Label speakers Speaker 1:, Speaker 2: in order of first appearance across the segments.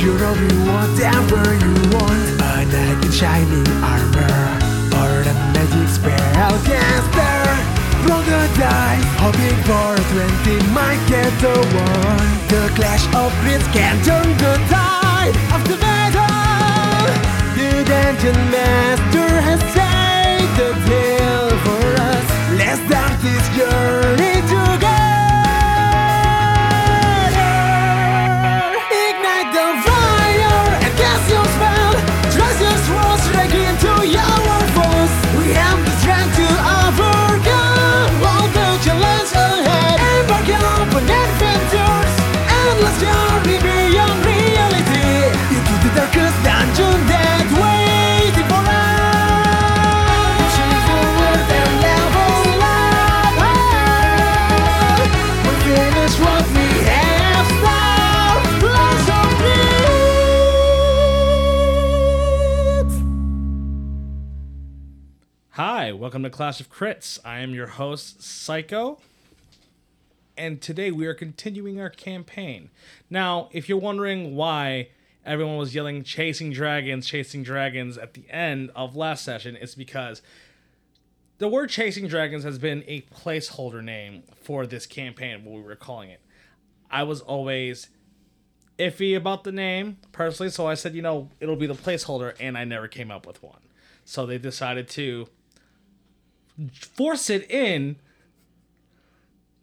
Speaker 1: You're all you whatever you want A knight in shining armor Or a magic spell caster Roll the die, hoping for a 20 Might get the one The clash of grids can turn the tide Of the battle The dungeon master has saved the tale for us Let's start this journey together Ignite the fire and cast your spell. Trust your swords strike into your foes. We have the strength to overcome all the challenges ahead. Embark on adventures, endless journey beyond reality. Into the darkest dungeon that waiting for us. Pushing forward and level up. We finish what we have started. Blast of it.
Speaker 2: Hi, welcome to Clash of Crits. I am your host, Psycho. And today we are continuing our campaign. Now, if you're wondering why everyone was yelling chasing dragons, chasing dragons at the end of last session, it's because the word chasing dragons has been a placeholder name for this campaign, what we were calling it. I was always iffy about the name personally, so I said, you know, it'll be the placeholder, and I never came up with one. So they decided to force it in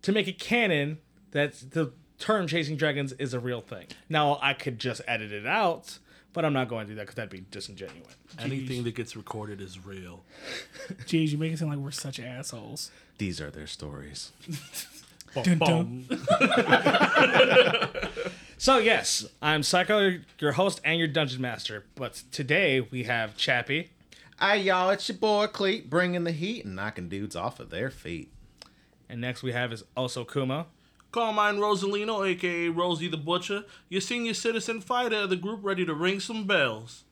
Speaker 2: to make it canon that the term chasing dragons is a real thing. Now I could just edit it out, but I'm not going to do that because that'd be disingenuous.
Speaker 3: Anything that gets recorded is real.
Speaker 4: Jeez, you make it sound like we're such assholes.
Speaker 5: These are their stories.
Speaker 4: Dun,
Speaker 3: Boom.
Speaker 2: So yes, I'm Psycho, your host and your dungeon master. But today we have Chappie
Speaker 5: Hi, y'all. It's your boy Cleet bringing the heat and knocking dudes off of their feet.
Speaker 2: And next we have is also Kuma.
Speaker 3: Call mine Rosalino, aka Rosie the Butcher, your senior citizen fighter of the group ready to ring some bells.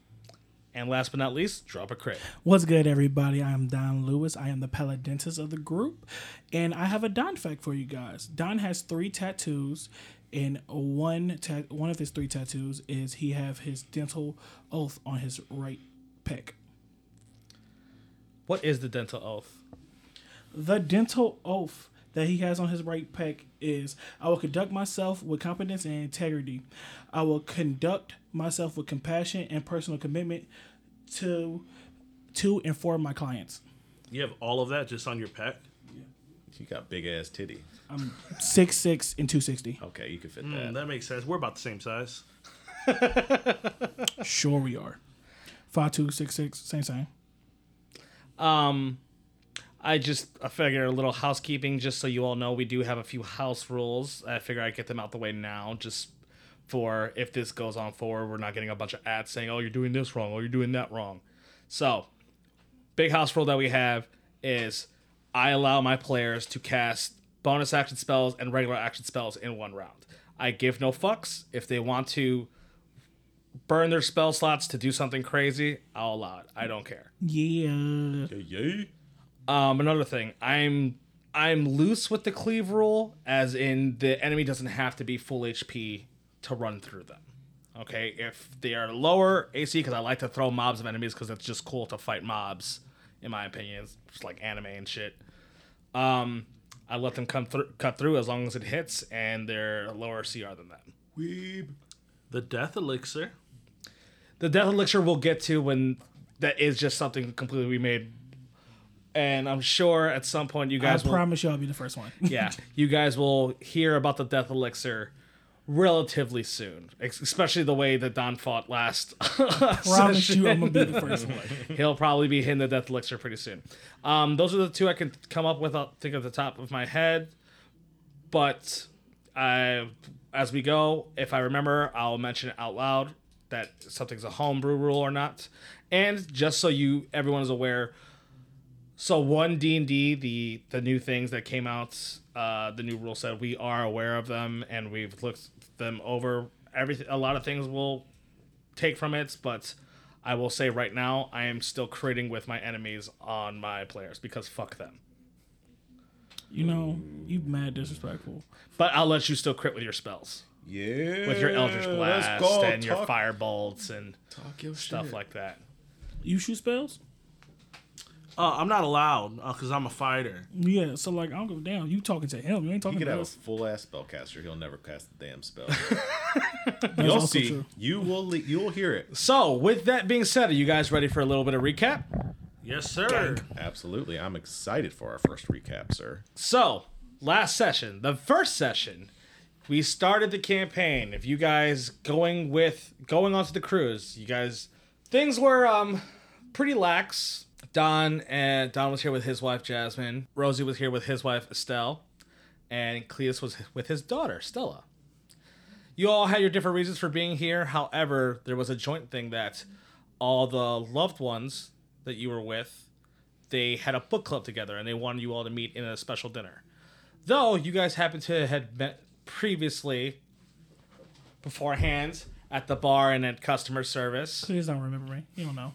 Speaker 2: And last but not least, drop a crit.
Speaker 4: What's good, everybody? I am Don Lewis. I am the paladentist of the group, and I have a Don fact for you guys. Don has three tattoos, and one ta- one of his three tattoos is he have his dental oath on his right pec.
Speaker 2: What is the dental oath?
Speaker 4: The dental oath that he has on his right pec is I will conduct myself with competence and integrity. I will conduct myself with compassion and personal commitment to to inform my clients.
Speaker 3: You have all of that just on your pack?
Speaker 5: You got big ass titty.
Speaker 4: Six six and two sixty.
Speaker 5: Okay, you can fit
Speaker 3: Mm,
Speaker 5: that.
Speaker 3: that makes sense. We're about the same size.
Speaker 4: Sure we are. Five two six six, same same.
Speaker 2: Um, I just I figure a little housekeeping, just so you all know, we do have a few house rules. I figure I get them out the way now, just for if this goes on forward, we're not getting a bunch of ads saying, "Oh, you're doing this wrong," "Oh, you're doing that wrong." So, big house rule that we have is I allow my players to cast bonus action spells and regular action spells in one round. I give no fucks if they want to burn their spell slots to do something crazy. I'll allow it. I don't care.
Speaker 4: Yeah.
Speaker 2: Um, another thing, I'm I'm loose with the cleave rule, as in the enemy doesn't have to be full HP to run through them. Okay, if they are lower AC, because I like to throw mobs of enemies because it's just cool to fight mobs, in my opinion. It's just like anime and shit. Um, I let them come through, cut through as long as it hits, and they're lower CR than that.
Speaker 3: The Death Elixir.
Speaker 2: The death elixir we'll get to when that is just something completely we made, and I'm sure at some point you
Speaker 4: I
Speaker 2: guys will
Speaker 4: promise you I'll be the first one.
Speaker 2: yeah, you guys will hear about the death elixir relatively soon, ex- especially the way that Don fought last.
Speaker 4: promise
Speaker 2: session.
Speaker 4: you I'm gonna be the first one.
Speaker 2: He'll probably be hitting the death elixir pretty soon. Um, those are the two I can come up with. I think at the top of my head, but I, as we go, if I remember, I'll mention it out loud that something's a homebrew rule or not. And just so you, everyone is aware. So one D and D, the the new things that came out, uh, the new rule said we are aware of them and we've looked them over. Everything, a lot of things will take from it, but I will say right now, I am still critting with my enemies on my players because fuck them.
Speaker 4: You know, you mad disrespectful.
Speaker 2: But I'll let you still crit with your spells.
Speaker 5: Yeah.
Speaker 2: with your eldritch
Speaker 5: let's
Speaker 2: blast
Speaker 5: go,
Speaker 2: and your
Speaker 5: talk-
Speaker 2: fire bolts and
Speaker 5: talk your
Speaker 2: stuff
Speaker 5: shit.
Speaker 2: like that.
Speaker 4: You shoot spells?
Speaker 3: Uh, I'm not allowed because I'm a fighter.
Speaker 4: Yeah. So like, I don't give a damn. You talking to him? You ain't
Speaker 5: He
Speaker 4: talking
Speaker 5: could
Speaker 4: to
Speaker 5: have a
Speaker 4: us.
Speaker 5: full ass spellcaster. He'll never cast the damn spell.
Speaker 4: That's
Speaker 5: You'll
Speaker 4: also
Speaker 5: see.
Speaker 4: true.
Speaker 5: You will. le- You will hear it.
Speaker 2: So, with that being said, are you guys ready for a little bit of recap?
Speaker 3: Yes, sir.
Speaker 5: Absolutely. I'm excited for our first recap, sir.
Speaker 2: So, last session, the first session, we started the campaign. If you guys going with going onto the cruise, you guys things were um pretty lax. Don and Don was here with his wife Jasmine. Rosie was here with his wife Estelle, and Cleus was with his daughter Stella. You all had your different reasons for being here. However, there was a joint thing that all the loved ones that you were with they had a book club together and they wanted you all to meet in a special dinner. Though you guys happened to have met previously beforehand at the bar and at customer service.
Speaker 4: Please don't remember me. You don't know.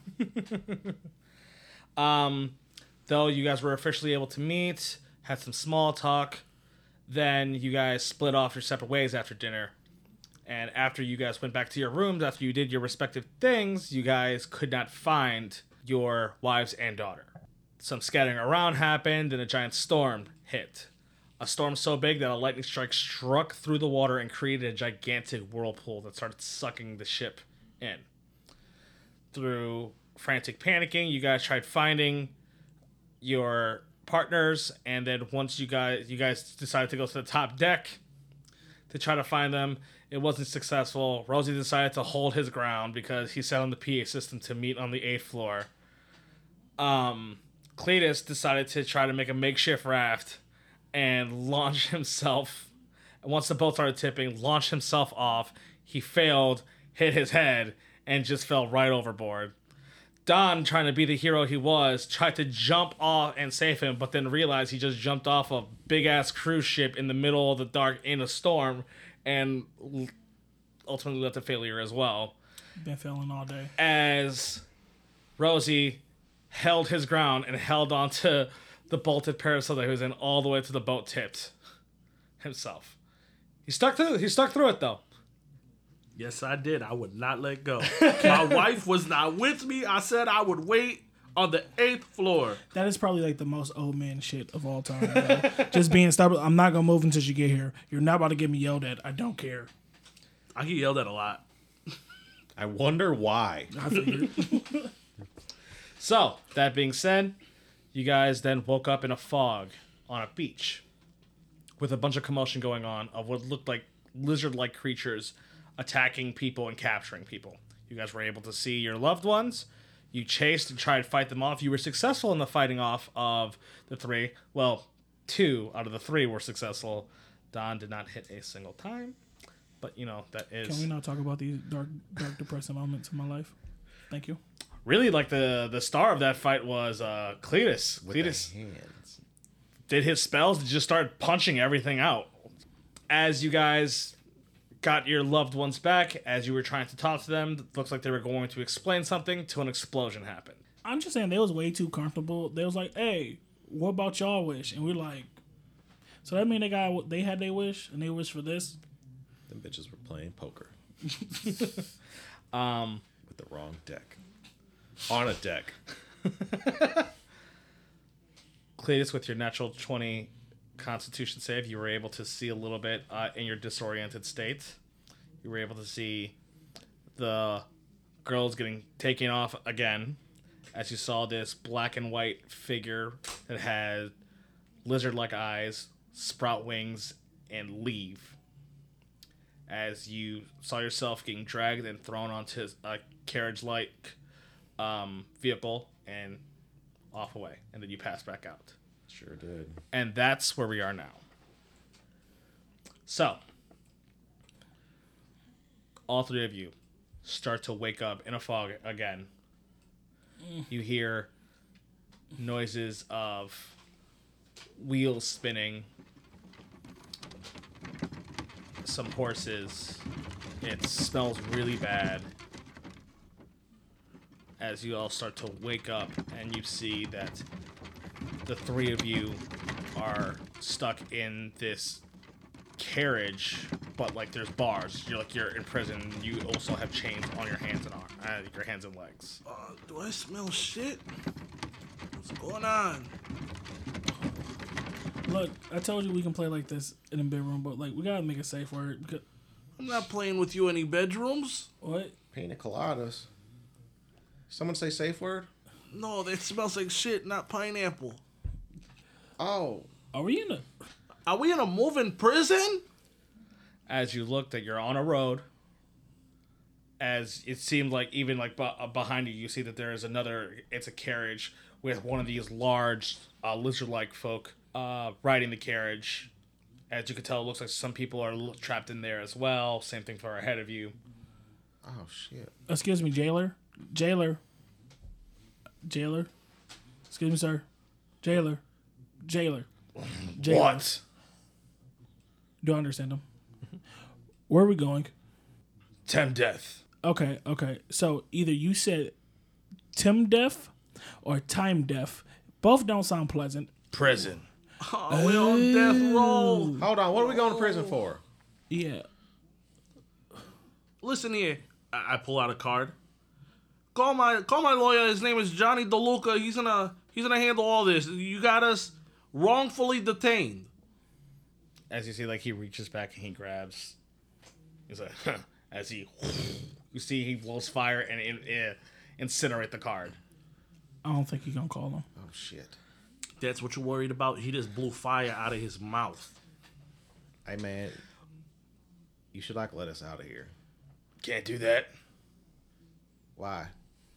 Speaker 2: Though you guys were officially able to meet, had some small talk, then you guys split off your separate ways after dinner. And after you guys went back to your rooms, after you did your respective things, you guys could not find your wives and daughter. Some scattering around happened, and a giant storm hit. A storm so big that a lightning strike struck through the water and created a gigantic whirlpool that started sucking the ship in. Through frantic panicking, you guys tried finding your partners, and then once you guys you guys decided to go to the top deck to try to find them, it wasn't successful. Rosie decided to hold his ground because he set on the PA system to meet on the eighth floor. Um, Cletus decided to try to make a makeshift raft and launch himself. And once the boat started tipping, launched himself off. He failed, hit his head, and just fell right overboard. Don, trying to be the hero he was, tried to jump off and save him, but then realized he just jumped off a big ass cruise ship in the middle of the dark in a storm and l- ultimately led to failure as well.
Speaker 4: Been failing all day.
Speaker 2: As Rosie held his ground and held onto the bolted parasail that he was in all the way to the boat tipped himself. He stuck through he stuck through it though.
Speaker 3: Yes, I did. I would not let go. My wife was not with me. I said I would wait on the eighth floor.
Speaker 4: That is probably like the most old man shit of all time. bro. Just being stubborn. I'm not gonna move until you get here. You're not about to get me yelled at. I don't care.
Speaker 3: I get yelled at a lot.
Speaker 5: I wonder why.
Speaker 4: I figured.
Speaker 2: So, that being said, you guys then woke up in a fog on a beach with a bunch of commotion going on of what looked like lizard like creatures attacking people and capturing people. You guys were able to see your loved ones. You chased and tried to fight them off. You were successful in the fighting off of the three. Well, two out of the three were successful. Don did not hit a single time. But, you know, that is.
Speaker 4: Can we not talk about these dark, dark, depressing moments in my life? Thank you.
Speaker 2: really like the the star of that fight was uh Cletus.
Speaker 5: With the
Speaker 2: Cletus
Speaker 5: hands.
Speaker 2: did his spells to just start punching everything out. As you guys got your loved ones back, as you were trying to talk to them, it looks like they were going to explain something till an explosion happened.
Speaker 4: I'm just saying they was way too comfortable. They was like, "Hey, what about y'all wish?" And we're like, "So that mean they got they had their wish and they wish for this."
Speaker 5: Them bitches were playing poker. um, with the wrong deck. On a deck.
Speaker 2: Cletus, with your natural 20 constitution save, you were able to see a little bit uh, in your disoriented state. You were able to see the girls getting taken off again as you saw this black and white figure that had lizard like eyes, sprout wings, and leave. As you saw yourself getting dragged and thrown onto a carriage like um, vehicle and off away, and then you pass back out.
Speaker 5: Sure did.
Speaker 2: And that's where we are now. So, all three of you start to wake up in a fog again. You hear noises of wheels spinning, some horses. It smells really bad. As you all start to wake up, and you see that the three of you are stuck in this carriage but like there's bars. You're like you're in prison. You also have chains on your hands and arm, uh, your hands and legs.
Speaker 3: Uh, do I smell shit? What's going on?
Speaker 4: Look, I told you we can play like this in a bedroom, but like we gotta make a safe word. Because,
Speaker 3: I'm not playing with you any bedrooms.
Speaker 4: what?
Speaker 5: Pina coladas. Someone say safe word?
Speaker 3: No, that smells like shit, not pineapple.
Speaker 5: Oh.
Speaker 4: Are we in a?
Speaker 3: Are we in a moving prison?
Speaker 2: As you looked, that you're on a road. As it seemed like even like b- behind you, you see that there is another. It's a carriage with one of these large uh, lizard-like folk uh, riding the carriage. As you can tell, it looks like some people are l- trapped in there as well. Same thing far ahead of you.
Speaker 5: Oh, shit.
Speaker 4: Excuse me, jailer, jailer, jailer. Excuse me, sir, jailer, jailer. jailer.
Speaker 2: What?
Speaker 4: Do I understand him? Where are we going?
Speaker 2: Tem death.
Speaker 4: Okay, okay. So either you said Tim Def or Time Def. Both don't sound pleasant.
Speaker 2: Prison.
Speaker 3: Are we Oh, on death row?
Speaker 5: Hold on. What are we going to prison for?
Speaker 4: Yeah.
Speaker 3: Listen here. I, I pull out a card. Call my call my lawyer. His name is Johnny DeLuca. He's gonna he's gonna handle all this. You got us wrongfully detained.
Speaker 2: as you see, like he reaches back and he grabs. He's like, as he, you see, he blows fire and in, eh, incinerate the card.
Speaker 4: I don't think you're gonna call him.
Speaker 5: Oh, shit.
Speaker 3: That's what you're worried about. He just blew fire out of his mouth.
Speaker 5: Hey, man. You should, like, let us out of here.
Speaker 2: Can't do that
Speaker 5: Why?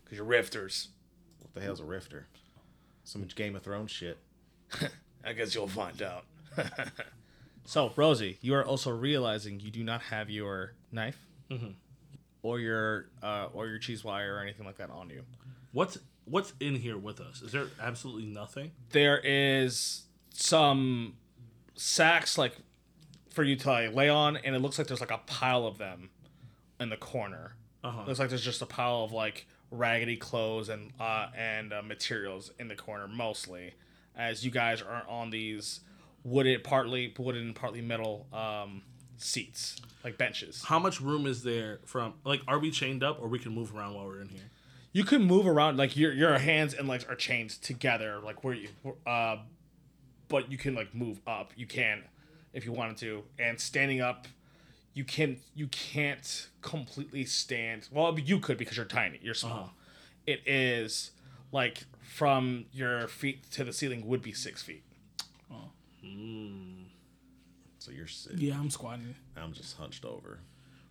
Speaker 2: because you're rifters.
Speaker 5: What the hell's a rifter? Some Game of Thrones shit.
Speaker 2: I guess you'll find out. so, Rosie, you are also realizing you do not have your knife or your uh, or your cheese wire or anything like that on you.
Speaker 3: What's what's in here with us? Is there absolutely nothing?
Speaker 2: there is some sacks like for you to like, lay on, and it looks like there's like a pile of them in the corner.
Speaker 3: Uh-huh.
Speaker 2: Looks like there's just a pile of like raggedy clothes and uh, and uh, materials in the corner, mostly as you guys are on these wooded, partly wooden, partly metal um, seats, like benches.
Speaker 3: How much room is there from like are we chained up or we can move around while we're in here?
Speaker 2: you can move around like your your hands and legs are chained together like where you uh but you can like move up you can if you wanted to and standing up you can you can't completely stand well I mean, you could because you're tiny you're small it is like from your feet to the ceiling would be six feet
Speaker 5: So you're sick.
Speaker 4: Yeah, I'm squatting.
Speaker 5: I'm just hunched over.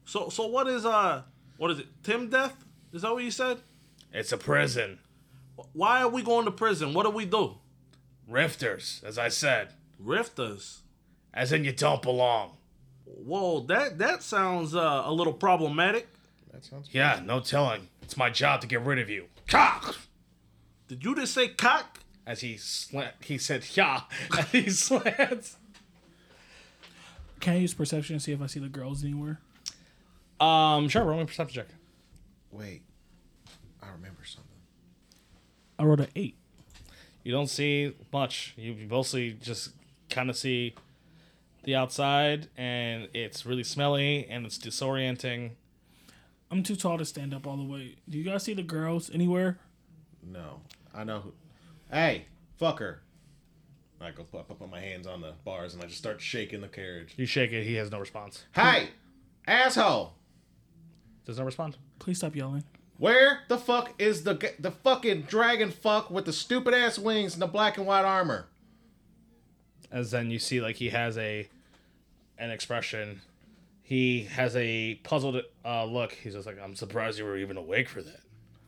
Speaker 3: So so what is uh what is it? Tim death? Is that what you said?
Speaker 2: it's a prison
Speaker 3: Why are we going to prison? What do we do?
Speaker 2: rifters as i said
Speaker 3: Rifters.
Speaker 2: as in you don't belong
Speaker 3: Whoa, that that sounds uh, a little problematic.
Speaker 5: That sounds
Speaker 2: yeah no telling it's my job to get rid of you cock
Speaker 3: Did you just say cock?
Speaker 2: as he slant, he said "yeah," and he slants.
Speaker 4: Can I use perception to see if I see the girls anywhere?
Speaker 2: Um, sure, roll me a perception check.
Speaker 5: Wait. I remember something.
Speaker 4: I rolled an eight.
Speaker 2: You don't see much. You mostly just kind of see the outside, and it's really smelly and it's disorienting.
Speaker 4: I'm too tall to stand up all the way. Do you guys see the girls anywhere?
Speaker 5: No. I know who. Hey, fucker. I go put, put my hands on the bars and I just start shaking the carriage.
Speaker 2: You shake it. He has no response.
Speaker 5: Hey, asshole.
Speaker 2: Does not respond.
Speaker 4: Please stop yelling.
Speaker 5: Where the fuck is the g- the fucking dragon fuck with the stupid ass wings and the black and white armor?
Speaker 2: As then you see like he has a an expression. He has a puzzled uh, look. He's just like, I'm surprised you were even awake for that.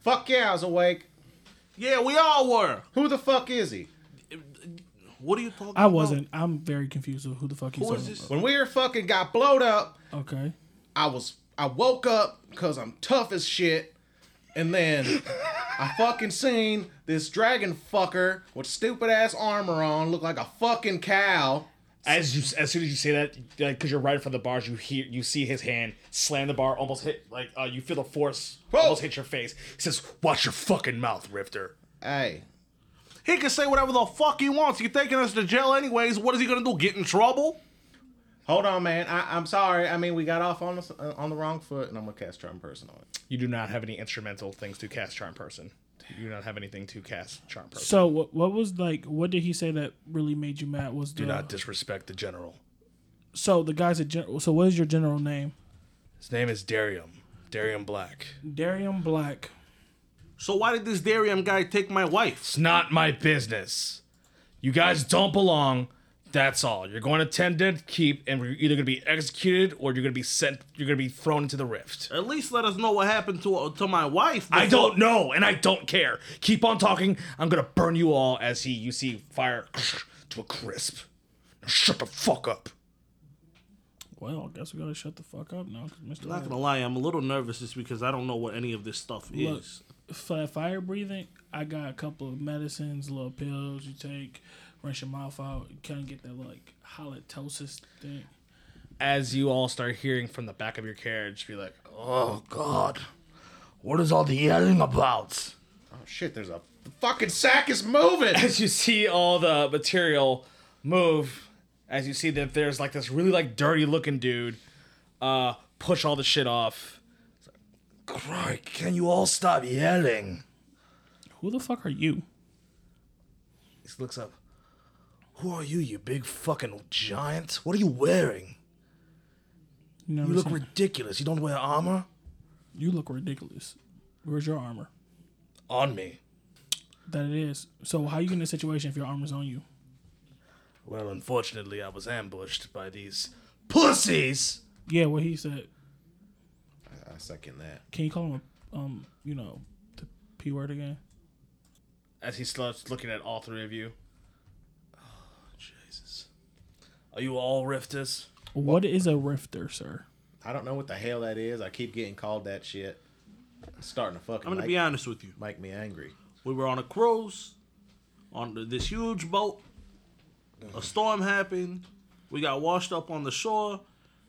Speaker 5: Fuck yeah, I was awake.
Speaker 3: Yeah, we all were.
Speaker 5: Who the fuck is he?
Speaker 3: What are you talking?
Speaker 4: I wasn't. I'm very confused with who the fuck he's
Speaker 3: Oh. Who is
Speaker 4: talking
Speaker 3: this?
Speaker 5: When we were fucking got blowed up,
Speaker 4: about. Okay.
Speaker 5: I was I woke up because I'm tough as shit, and then I fucking seen this dragon fucker with stupid ass armor on, look like a fucking cow.
Speaker 2: As you, as soon as you say that, like, because you're right in front of the bars, you hear, you see his hand slam the bar, almost hit, like, uh, you feel the force almost hit your face. He says, "Watch your fucking mouth, Rifter."
Speaker 5: Hey,
Speaker 3: He can say whatever the fuck he wants. You're taking us to jail anyways. What is he gonna do? Get in trouble?
Speaker 5: Hold on, man. I, I'm sorry. I mean, we got off on the, uh, on the wrong foot, and I'm gonna cast charm person on it.
Speaker 2: You do not have any instrumental things to cast charm person. You do not have anything to cast charm person.
Speaker 4: So what, what was like? What did he say that really made you mad? Was the
Speaker 2: do not disrespect the general.
Speaker 4: so the guy's a general? So what is your general name?
Speaker 2: His name is Darium. Darium Black.
Speaker 4: Darium Black.
Speaker 3: So why did this Darium guy take my wife?
Speaker 2: It's not my business. You guys don't belong. That's all. You're going to Tended Keep, and you're either going to be executed or you're going to be sent. You're going to be thrown into the rift.
Speaker 3: At least let us know what happened to to my wife.
Speaker 2: I don't know, and I don't care. Keep on talking. I'm gonna burn you all as he you see fire to a crisp. Now shut the fuck up.
Speaker 4: Well, I guess we gotta shut the fuck up now, 'cause Mr.
Speaker 3: I'm not gonna lie, I'm a little nervous just because I don't know what any of this stuff
Speaker 4: Look,
Speaker 3: is.
Speaker 4: for that fire breathing, I got a couple of medicines, little pills you take, rinse your mouth out, you kind of get that like halitosis thing.
Speaker 2: As you all start hearing from the back of your carriage, be like, oh god, what is all the yelling about?
Speaker 5: Oh shit! There's a the fucking sack is moving.
Speaker 2: As you see all the material move, as you see that there's like this really like dirty looking dude, uh, push all the shit off. Cry, can you all stop yelling?
Speaker 4: Who the fuck are you?
Speaker 2: He looks up. Who are you, you big fucking giant? What are you wearing?
Speaker 4: You, know
Speaker 2: You
Speaker 4: look
Speaker 2: look ridiculous. You don't wear armor?
Speaker 4: you look ridiculous. Where's your armor?
Speaker 2: On me.
Speaker 4: That it is. So how you in a situation if your armor's on you?
Speaker 2: Well, unfortunately, I was ambushed by these pussies.
Speaker 4: Yeah, what he said.
Speaker 5: I second that.
Speaker 4: Can you call him a um, you know, the p word again?
Speaker 2: As he starts looking at all three of you. Oh, Jesus. Are you all rifters?
Speaker 4: What is a rifter, sir?
Speaker 5: I don't know what the hell that is. I keep getting called that shit. It's starting to fucking
Speaker 3: I'm gonna
Speaker 5: make,
Speaker 3: be honest with you.
Speaker 5: make me angry.
Speaker 3: We were on a cruise, on the- this huge boat. A storm happened. We got washed up on the shore.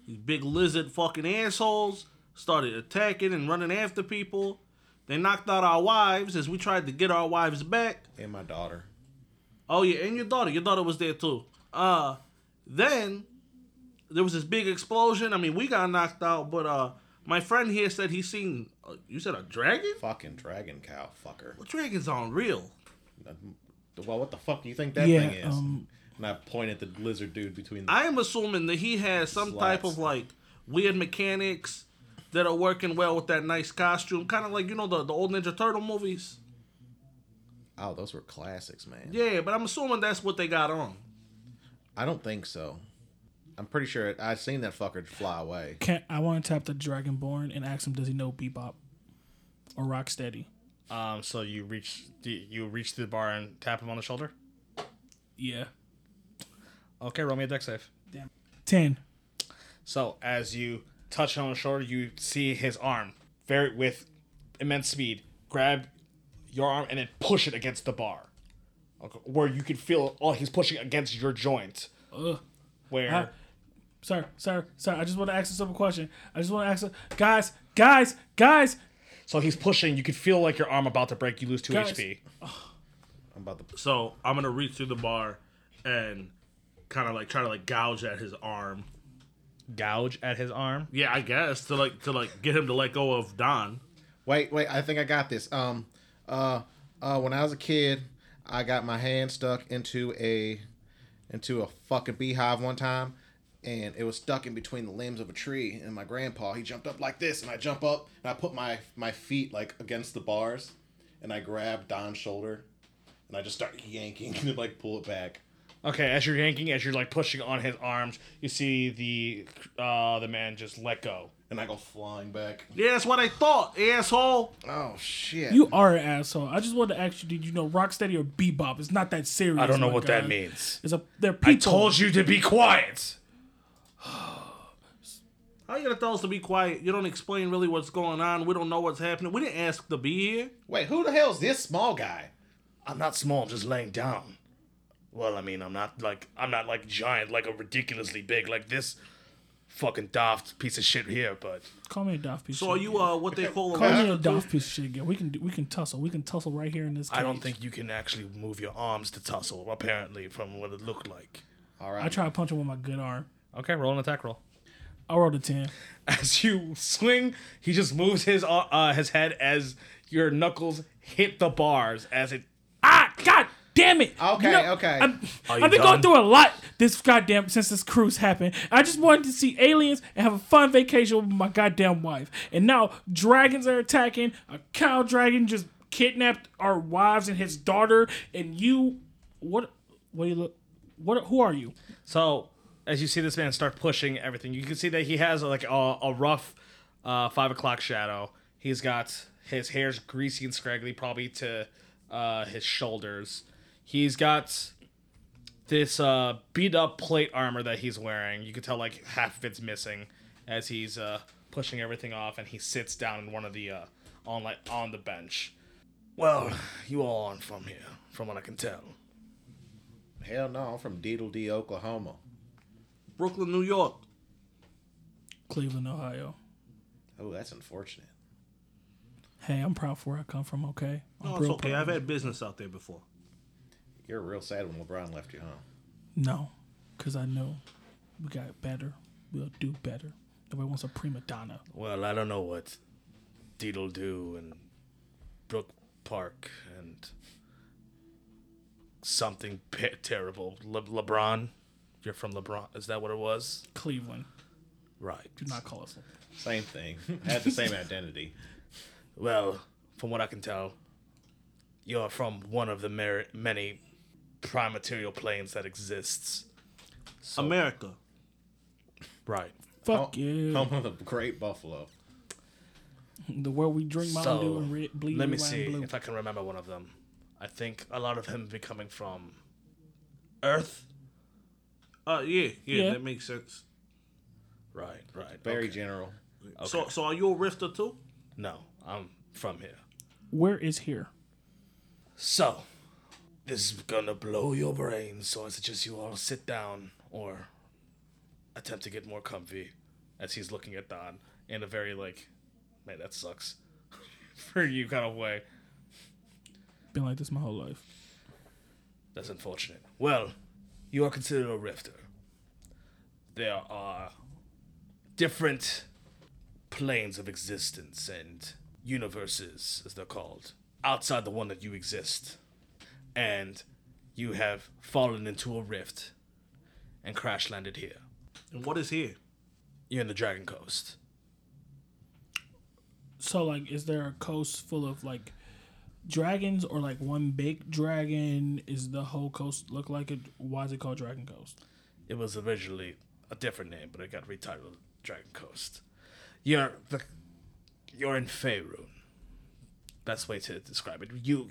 Speaker 3: These big lizard fucking assholes started attacking and running after people. They knocked out our wives as we tried to get our wives back.
Speaker 5: And my daughter.
Speaker 3: Oh yeah, and your daughter. Your daughter was there too. Uh then there was this big explosion. I mean, we got knocked out, but uh my friend here said he seen uh, you said a dragon?
Speaker 5: Fucking dragon cow fucker.
Speaker 3: Well, dragons aren't real.
Speaker 5: Well, what the fuck do you think that
Speaker 4: Yeah,
Speaker 5: thing is?
Speaker 4: um,
Speaker 5: and I point at the lizard dude between the.
Speaker 3: I am assuming that he has some type
Speaker 5: Slats.
Speaker 3: of like weird mechanics that are working well with that nice costume, kind of like you know the the old Ninja Turtle movies.
Speaker 5: oh, those were classics, man.
Speaker 3: Yeah, but I'm assuming that's what they got on.
Speaker 5: I don't think so. I'm pretty sure it, I've seen that fucker fly away.
Speaker 4: Can I want to tap the Dragonborn and ask him does he know bebop or rocksteady?
Speaker 2: Um, so you reach you reach to the bar and tap him on the shoulder?
Speaker 4: Yeah.
Speaker 2: Okay, roll me a deck save.
Speaker 4: Ten.
Speaker 2: So as you touch on the shoulder, you see his arm, very with immense speed, grab your arm and then push it against the bar, Okay, where you can feel oh he's pushing against your joint,
Speaker 4: Ugh.
Speaker 2: where
Speaker 4: I- Sir, sir, sir, I just want to ask a simple question. I just want to ask, a, guys, guys, guys,
Speaker 2: so he's pushing. You can feel like your arm about to break. You lose two
Speaker 4: Guys.
Speaker 2: HP.
Speaker 5: I'm about to.
Speaker 3: So I'm gonna reach through the bar and kind of like try to like gouge at his arm.
Speaker 2: Gouge at his arm.
Speaker 3: Yeah, I guess to like to like get him to let go of Don.
Speaker 5: Wait, wait. I think I got this. Um, uh, uh, when I was a kid, I got my hand stuck into a, into a fucking beehive one time, and it was stuck in between the limbs of a tree. And my grandpa, he jumped up like this, and I jump up, and I put my my feet like against the bars, and I grab Don's shoulder, and I just start yanking and like pull it back.
Speaker 2: Okay, as you're yanking, as you're like pushing on his arms, you see the uh the man just let go.
Speaker 5: And I go flying back.
Speaker 3: Yeah, that's what I thought, asshole.
Speaker 5: Oh shit!
Speaker 4: you are an asshole. I just want to ask you, did you know rocksteady or bebop? It's not that serious.
Speaker 2: I don't know
Speaker 4: Oh my
Speaker 2: what that
Speaker 4: guy.
Speaker 2: means.
Speaker 4: It's a they're people.
Speaker 2: I told you to be quiet.
Speaker 3: How you gonna tell us to be quiet? You don't explain really what's going on. We don't know what's happening. We didn't ask to be here.
Speaker 5: Wait, who the hell's this small guy?
Speaker 2: I'm not small, I'm just laying down. Well, I mean, I'm not like I'm not like giant, like a ridiculously big like this fucking daft piece of shit here, but
Speaker 4: Call me a daft piece.
Speaker 3: So are you uh what they call a
Speaker 4: Call me
Speaker 3: lizard?
Speaker 4: a daft piece of shit again. We can do- we can tussle. We can tussle right here in this. Cage.
Speaker 2: I don't think you can actually move your arms to tussle, apparently, from what it looked like.
Speaker 5: All right.
Speaker 4: I try to punch him with my good arm.
Speaker 2: Okay, roll an attack roll.
Speaker 4: I rolled a ten.
Speaker 2: As you swing, he just moves his uh, uh, his head as your knuckles hit the bars as it
Speaker 4: Ah, god damn it.
Speaker 5: Okay, okay.
Speaker 4: I'm,
Speaker 3: Are
Speaker 4: I've
Speaker 3: you
Speaker 4: been
Speaker 3: done?
Speaker 4: going through a lot this goddamn since this cruise happened. I just wanted to see aliens and have a fun vacation with my goddamn wife. And now dragons are attacking. A cow dragon just kidnapped our wives and his daughter. And you, what? What do you look? What? Who are you?
Speaker 2: So as you see this man start pushing everything, you can see that he has like a, a rough uh, five o'clock shadow. He's got his hair's greasy and scraggly, probably to uh, his shoulders. He's got this uh, beat up plate armor that he's wearing. You can tell like half of it's missing as he's uh, pushing everything off, and he sits down in one of the uh, on like on the bench. Well, you all aren't from here, from what I can tell.
Speaker 5: Hell no, I'm from Deedle D, Oklahoma.
Speaker 3: Brooklyn, New York.
Speaker 4: Cleveland, Ohio.
Speaker 5: Oh, that's unfortunate.
Speaker 4: Hey, I'm proud for where I come from. Okay. I'm
Speaker 3: No, it's
Speaker 4: real
Speaker 3: okay.
Speaker 4: proud.
Speaker 3: I've had business out there before.
Speaker 5: You're real sad when LeBron left you, huh?
Speaker 4: No, because I know we got better. We'll do better. Nobody wants a prima donna.
Speaker 2: Well, I don't know what Deedle Do and Brook Park and something pe- terrible. Le- LeBron? You're from LeBron? Is that what it was?
Speaker 4: Cleveland.
Speaker 2: Right.
Speaker 4: Do not call us.
Speaker 5: Same thing. Had the same identity.
Speaker 2: Well, from what I can tell, you're from one of the mer- many prime material planes that exists. So-
Speaker 3: America.
Speaker 2: Right.
Speaker 4: Fuck you.
Speaker 5: Home of the great Buffalo.
Speaker 4: The world we drink Mountain Dew
Speaker 2: So,
Speaker 4: and red, bleed
Speaker 2: let me
Speaker 4: red, white,
Speaker 2: see
Speaker 4: and blue.
Speaker 2: if I can remember one of them. I think a lot of them be coming from Earth.
Speaker 3: Uh, yeah, yeah,
Speaker 4: Yeah.
Speaker 3: that makes sense.
Speaker 2: Right, right.
Speaker 5: Very
Speaker 2: okay.
Speaker 5: general.
Speaker 3: So, so are you a rifter too?
Speaker 2: No, I'm from here.
Speaker 4: Where is here?
Speaker 2: So, this is gonna blow your brains, so I suggest you all sit down or attempt to get more comfy as he's looking at Don in a very, like, man, that sucks for you kind of way.
Speaker 4: Been like this my whole life.
Speaker 2: That's unfortunate. Well, you are considered a rifter. There are different planes of existence and universes, as they're called, outside the one that you exist. And you have fallen into a rift and crash landed here.
Speaker 3: And what is here?
Speaker 2: You're in the Dragon Coast.
Speaker 4: So like, is there a coast full of like dragons or like one big dragon? Is the whole coast look like it? Why is it called Dragon Coast?
Speaker 2: It was originally a different name, but it got retitled Dragon Coast. You're the, you're in Faerun. Best way to describe it. You,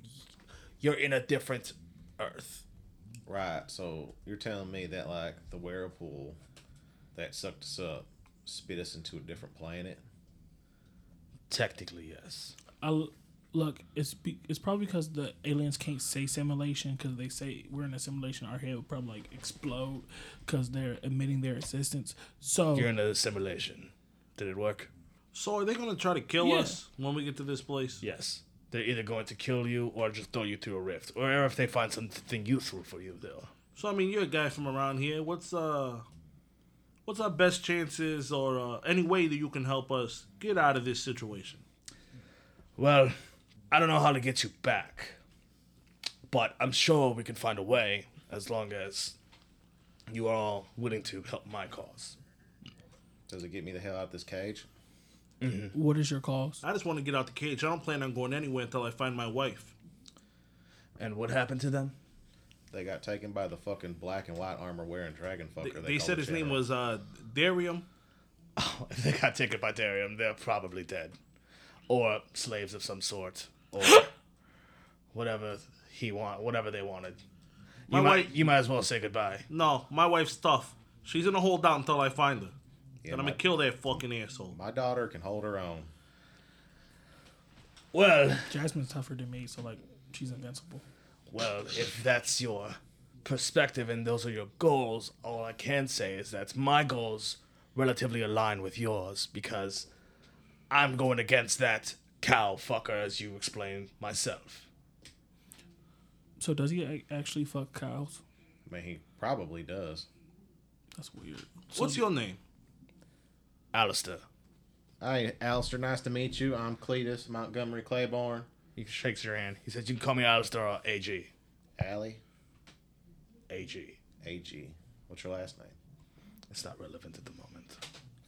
Speaker 2: you're in a different Earth.
Speaker 5: Right. So you're telling me that like the whirlpool that sucked us up spit us into a different planet?
Speaker 2: Technically, yes.
Speaker 4: I l- look. It's be, it's probably because the aliens can't say simulation because they say we're in a simulation. Our head would probably like explode because they're admitting their existence. So
Speaker 2: You're in a simulation. Did it work?
Speaker 3: So are they gonna try to kill
Speaker 4: Yeah.
Speaker 3: us when we get to this place?
Speaker 2: Yes. They're either going to kill you or just throw you through a rift, or if they find something useful for you, though.
Speaker 3: So I mean, you're a guy from around here. What's uh, what's our best chances or uh, any way that you can help us get out of this situation?
Speaker 2: Well, I don't know how to get you back, but I'm sure we can find a way as long as you are all willing to help my cause.
Speaker 5: Does it get me the hell out of this cage?
Speaker 4: what is your cause?
Speaker 3: I just want to get out the cage. I don't plan on going anywhere until I find my wife.
Speaker 2: And what happened to them?
Speaker 5: They got taken by the fucking black and white armor wearing dragon
Speaker 3: They,
Speaker 5: fucker.
Speaker 3: they
Speaker 5: call
Speaker 3: said
Speaker 5: the
Speaker 3: his name
Speaker 5: general.
Speaker 3: was uh, Darium.
Speaker 2: If they got taken by Darium, they're probably dead. Or slaves of some sort. Or whatever he want whatever they wanted. You,
Speaker 3: My
Speaker 2: might,
Speaker 3: wife-
Speaker 2: you might as well say goodbye.
Speaker 3: No, my wife's tough. She's gonna hold out until I find her.
Speaker 5: Yeah,
Speaker 3: and I'm
Speaker 5: my,
Speaker 3: gonna kill that fucking asshole.
Speaker 5: my daughter can hold her own.
Speaker 2: Well,
Speaker 4: Jasmine's tougher than me, so like she's invincible.
Speaker 2: Well, if that's your perspective and those are your goals, all I can say is that my goals relatively align with yours because I'm going against that cow fucker, as you explained myself.
Speaker 4: So does he a- actually fuck cows?
Speaker 5: I mean, he probably does.
Speaker 4: That's weird.
Speaker 3: What's your name?
Speaker 2: Alistair.
Speaker 5: Hi, Alistair. Nice to meet you. I'm Cletus Montgomery Claiborne.
Speaker 2: He shakes your hand. He says, You can call me Alistair or AG.
Speaker 5: Allie,
Speaker 2: AG.
Speaker 5: AG. What's your last name?
Speaker 2: It's not relevant at the moment.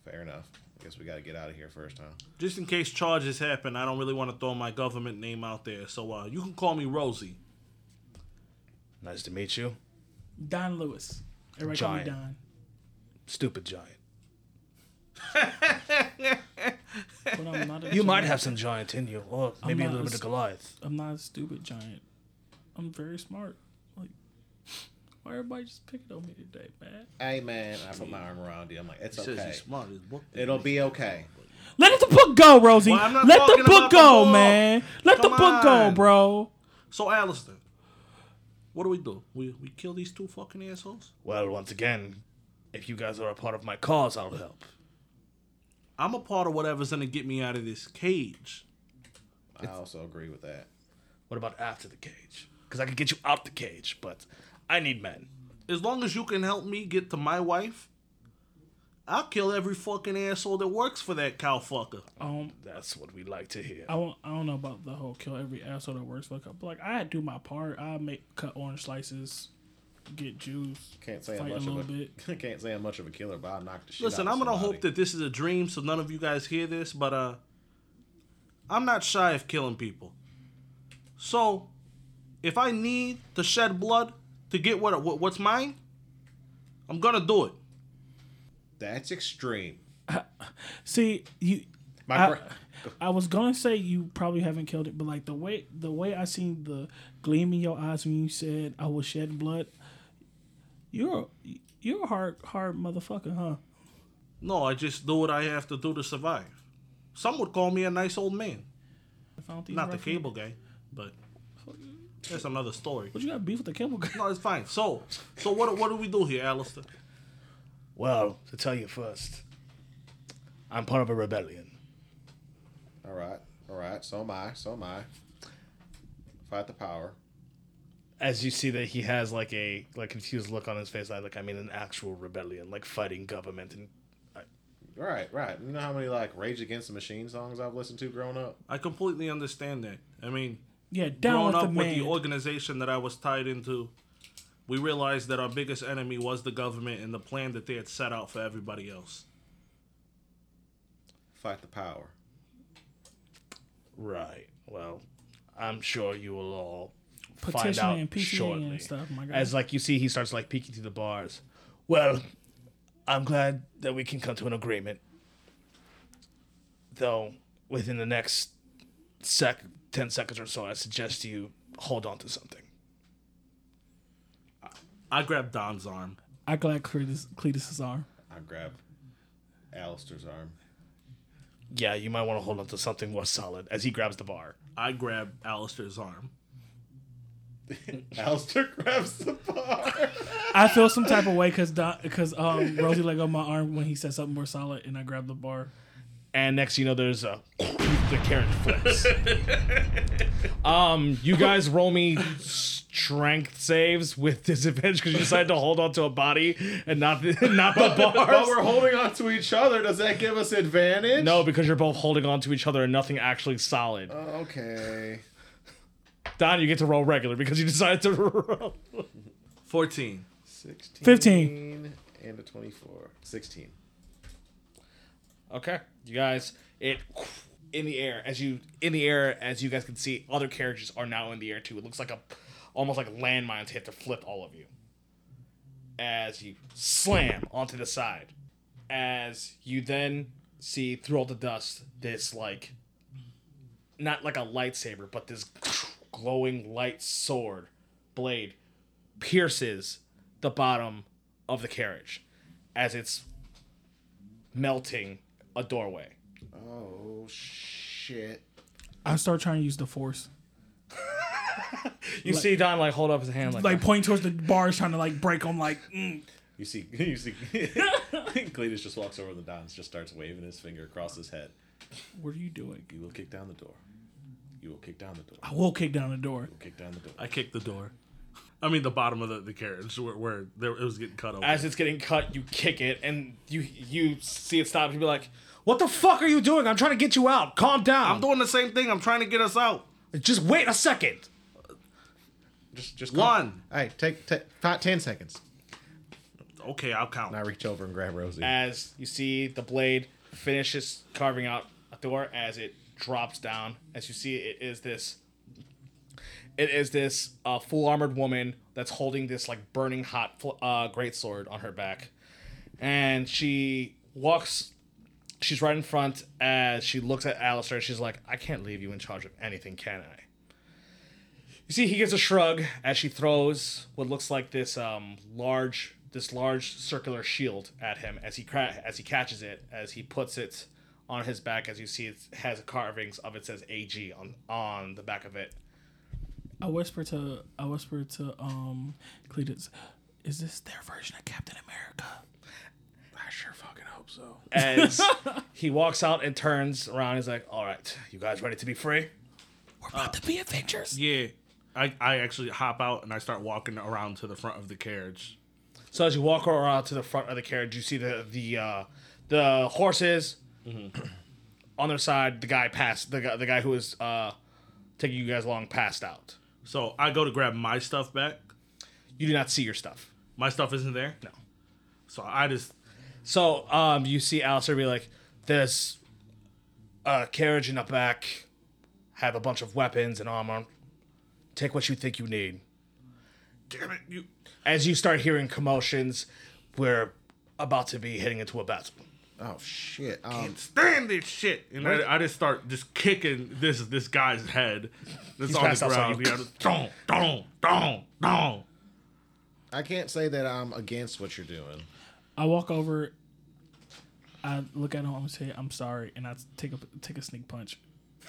Speaker 5: Fair enough. I guess we got to get out of here first, huh?
Speaker 3: Just in case charges happen, I don't really want to throw my government name out there. So uh, you can call me Rosie.
Speaker 2: Nice to meet you.
Speaker 4: Don Lewis. Everybody call me
Speaker 2: Giant.
Speaker 4: Don.
Speaker 2: Stupid giant.
Speaker 4: But I'm not a
Speaker 2: You might
Speaker 4: giant.
Speaker 2: have some giant in you, or maybe a
Speaker 4: not
Speaker 2: little bit
Speaker 4: as-
Speaker 2: of Goliath.
Speaker 4: I'm not a stupid giant. I'm very smart. Like, why everybody just picking on me today, man?
Speaker 5: Hey, man. I put my arm around you. I'm like, it's
Speaker 3: He says
Speaker 5: okay.
Speaker 3: he's smart. His book.
Speaker 5: It'll be okay.
Speaker 4: Let the book go, Rosie.
Speaker 3: Well, I'm not
Speaker 4: Let the
Speaker 3: talking
Speaker 4: book
Speaker 3: about the
Speaker 4: go,
Speaker 3: book.
Speaker 4: man. Let the
Speaker 3: Come
Speaker 4: book go,
Speaker 3: on.
Speaker 4: bro.
Speaker 3: So Alistair, what do we do? We we kill these two fucking assholes?
Speaker 2: Well, once again, if you guys are a part of my cause, I'll help.
Speaker 3: I'm a part of whatever's gonna get me out of this cage.
Speaker 5: I also agree with that.
Speaker 2: What about after the cage? Because I could get you out the cage, but I need men.
Speaker 3: As long as you can help me get to my wife, I'll kill every fucking asshole that works for that cow fucker.
Speaker 4: Um,
Speaker 2: That's what we like to hear.
Speaker 4: I don't, I don't know about the whole kill every asshole that works for a cup. Like, I do my part. I make cut orange slices, get juice.
Speaker 5: Can't say
Speaker 4: Fight
Speaker 5: I'm
Speaker 4: a
Speaker 5: much
Speaker 4: little
Speaker 5: of a
Speaker 4: bit.
Speaker 5: can't say I'm much of a killer, but I'll knock the shit.
Speaker 3: Listen,
Speaker 5: out
Speaker 3: I'm
Speaker 5: of
Speaker 3: gonna
Speaker 5: somebody.
Speaker 3: hope that this is a dream, so none of you guys hear this, but uh, I'm not shy of killing people. So, if I need to shed blood to get what, what what's mine, I'm gonna do it.
Speaker 5: that's extreme.
Speaker 4: See, you.
Speaker 5: My
Speaker 4: I,
Speaker 5: bra-
Speaker 4: I was gonna say you probably haven't killed it, but like the way the way I seen the gleam in your eyes when you said I will shed blood, you're a- you're a hard hard motherfucker, huh?
Speaker 3: No, I just do what I have to do to survive. Some would call me a nice old man,
Speaker 4: If I don't think
Speaker 3: not the
Speaker 4: right from you.
Speaker 3: cable guy, but that's another story.
Speaker 4: What you got beef with the cable guy?
Speaker 3: No, it's fine. So, so what what do we do here, Alistair?
Speaker 2: Well, to tell you first, I'm part of a rebellion.
Speaker 5: all right, all right. So am I. So am I. Fight the power.
Speaker 2: As you see that he has like a like confused look on his face, I like I mean an actual rebellion, like fighting government and
Speaker 5: Right, right. You know how many like Rage Against the Machine songs I've listened to growing up?
Speaker 3: I completely understand that. I mean,
Speaker 4: Yeah, down
Speaker 3: growing
Speaker 4: with
Speaker 3: up
Speaker 4: the
Speaker 3: with
Speaker 4: man.
Speaker 3: the organization that I was tied into, we realized that our biggest enemy was the government and the plan that they had set out for everybody else.
Speaker 5: Fight the power.
Speaker 2: Right. Well, I'm sure you will all find
Speaker 4: Petitioning
Speaker 2: out
Speaker 4: and petitioning
Speaker 2: shortly.
Speaker 4: and stuff, my God.
Speaker 2: As like you see, he starts like peeking through the bars. Well, I'm glad that we can come to an agreement. Though within the next sec, ten seconds or so, I suggest you hold on to something.
Speaker 3: I grabbed Don's arm.
Speaker 4: I glad Cletus, Cletus's arm.
Speaker 5: I grab Alistair's arm.
Speaker 2: Yeah, you might want to hold on to something more solid. As he grabs the bar,
Speaker 3: I grabbed Alistair's arm.
Speaker 5: Alistair grabs the bar.
Speaker 4: I feel some type of way because because um, Rosie let go of my arm when he said something more solid, and I grabbed the bar.
Speaker 2: and next you know, there's a the carrot flips. um, you guys roll me strength saves with disadvantage because you decided to hold on to a body and not the, not the
Speaker 5: But
Speaker 2: bars.
Speaker 5: we're holding on to each other. Does that give us advantage? Uh,
Speaker 2: No, because you're both holding on to each other and nothing actually solid.
Speaker 5: Okay.
Speaker 2: Don, you get to roll regular because you decided to roll.
Speaker 3: 14.
Speaker 5: 16.
Speaker 4: 15.
Speaker 5: And a 24. 16.
Speaker 2: Okay, you guys, it in the air as you in the air as you guys can see, other carriages are now in the air too. It looks like a almost like landmines hit to flip all of you as you slam onto the side. As you then see through all the dust this like not like a lightsaber, but this glowing light sword blade pierces the bottom of the carriage as it's melting a doorway.
Speaker 5: Oh, shit.
Speaker 4: I start trying to use the force,
Speaker 2: You see Don like hold up his hand like,
Speaker 4: like point towards the bars, trying to like break them. Like mm.
Speaker 5: You see, you see, Cletus just walks over to the Don's, just starts waving his finger across his head.
Speaker 4: what are you doing?
Speaker 5: You will kick down the door. You will kick down the door.
Speaker 4: I will kick down the door.
Speaker 5: Kick down the door.
Speaker 3: I kicked the door. I mean, the bottom of the, the carriage where, where there, it was getting cut open.
Speaker 2: As it's getting cut, you kick it, and you you see it stop. You be like, "What the fuck are you doing? I'm trying to get you out. Calm down.
Speaker 3: I'm doing the same thing. I'm trying to get us out.
Speaker 2: Just wait a second.
Speaker 5: Just, just
Speaker 3: One.
Speaker 5: Hey, take, take five, ten seconds.
Speaker 3: Okay, I'll count.
Speaker 5: And I reach over and grab Rosie.
Speaker 2: As you see the blade finishes carving out a door, as it drops down, as you see it is this, it is this uh, full armored woman that's holding this like burning hot fl- uh, great sword on her back, and she walks. She's right in front as she looks at Alistair. She's like, I can't leave you in charge of anything, can I? You see, he gives a shrug as she throws what looks like this um, large, this large circular shield at him as he cra- as he catches it, as he puts it on his back. As you see, it has carvings of it says AG on on the back of it.
Speaker 4: I whisper to I whisper to um Cletus, is this their version of Captain America?
Speaker 5: I sure fucking hope so.
Speaker 2: As he walks out and turns around, he's like, "All right, you guys ready to be free?"
Speaker 4: We're about to be Avengers.
Speaker 3: yeah. I, I actually hop out and I start walking around to the front of the carriage.
Speaker 2: So as you walk around to the front of the carriage, you see the the uh, the horses on their side. The guy passed the guy the guy who was uh, taking you guys along passed out.
Speaker 3: So I go to grab my stuff back.
Speaker 2: You do not see your stuff.
Speaker 3: My stuff isn't there.
Speaker 2: No.
Speaker 3: So I just
Speaker 2: So um, you see Alistair be like, "There's a carriage in the back. Have a bunch of weapons and armor. Take what you think you need."
Speaker 3: damn it you.
Speaker 2: As you start hearing commotions, we're about to be heading into a battle.
Speaker 5: Oh shit. Um,
Speaker 3: Stand this shit, and I, I just start just kicking this this guy's head that's on
Speaker 2: passed
Speaker 3: the
Speaker 2: out, so
Speaker 3: ground.
Speaker 2: you-
Speaker 3: Yeah, just dong, dong, dong, dong.
Speaker 5: I can't say that I'm against what you're doing.
Speaker 4: I walk over. I look at him. I'm say I'm sorry, and I take a take a sneak punch.